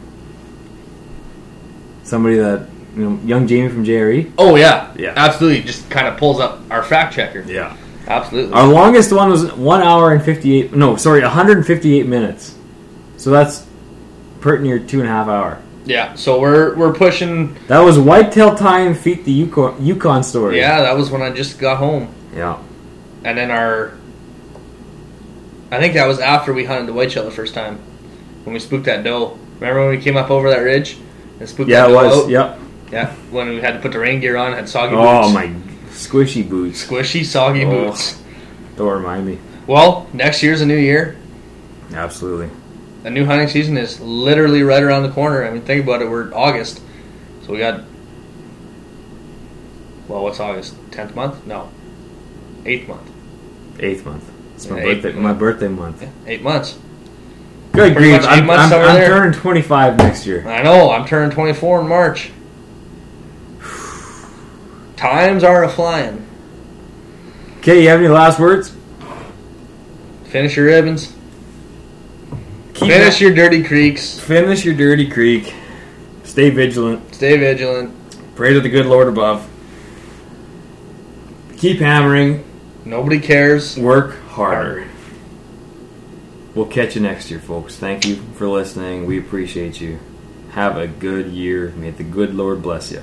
Speaker 3: Somebody that you know, young Jamie from E. JRE.
Speaker 2: oh yeah,
Speaker 3: Yeah.
Speaker 2: absolutely. Just kind of pulls up our fact checker.
Speaker 3: Yeah.
Speaker 2: Absolutely.
Speaker 3: Our longest one was one hour and fifty-eight. No, sorry, one hundred and fifty-eight minutes. So that's pretty near two and a half hour.
Speaker 2: yeah. So we're we're pushing.
Speaker 3: That was whitetail time feet the Yukon, Yukon story.
Speaker 2: Yeah, that was when I just got home,
Speaker 3: yeah.
Speaker 2: and then our. I think that was after we hunted the whitetail the first time, when we spooked that doe. Remember when we came up over that ridge and spooked
Speaker 3: Yeah,
Speaker 2: that
Speaker 3: it
Speaker 2: doe
Speaker 3: was.
Speaker 2: out?
Speaker 3: Yep.
Speaker 2: Yeah, when we had to put the rain gear on, had soggy boots.
Speaker 3: Oh my squishy boots.
Speaker 2: Squishy, soggy
Speaker 3: Oh.
Speaker 2: boots.
Speaker 3: Don't remind me.
Speaker 2: Well, next year's a new year.
Speaker 3: Absolutely.
Speaker 2: The new hunting season is literally right around the corner. I mean, think about it. We're August, so we got. Well, what's August? Tenth month? No, eighth month.
Speaker 3: Eighth month. It's my
Speaker 2: Yeah, eighth
Speaker 3: birthday. My birthday month.
Speaker 2: Yeah, eight months.
Speaker 3: Good
Speaker 2: Pretty
Speaker 3: grief!
Speaker 2: much eight
Speaker 3: I'm,
Speaker 2: months
Speaker 3: I'm,
Speaker 2: over
Speaker 3: I'm
Speaker 2: there.
Speaker 3: turning 25 next year.
Speaker 2: I know. I'm turning 24 in March. Times are a flying.
Speaker 3: Okay, you have any last words?
Speaker 2: Finish your ribbons.
Speaker 3: Keep
Speaker 2: Finish your dirty creeks.
Speaker 3: Finish your dirty creek. Stay vigilant.
Speaker 2: Stay vigilant.
Speaker 3: Pray to the good Lord above. Keep hammering.
Speaker 2: Nobody cares.
Speaker 3: Work harder. We'll catch you next year, folks. Thank you for listening. We appreciate you. Have a good year. May the good Lord bless you.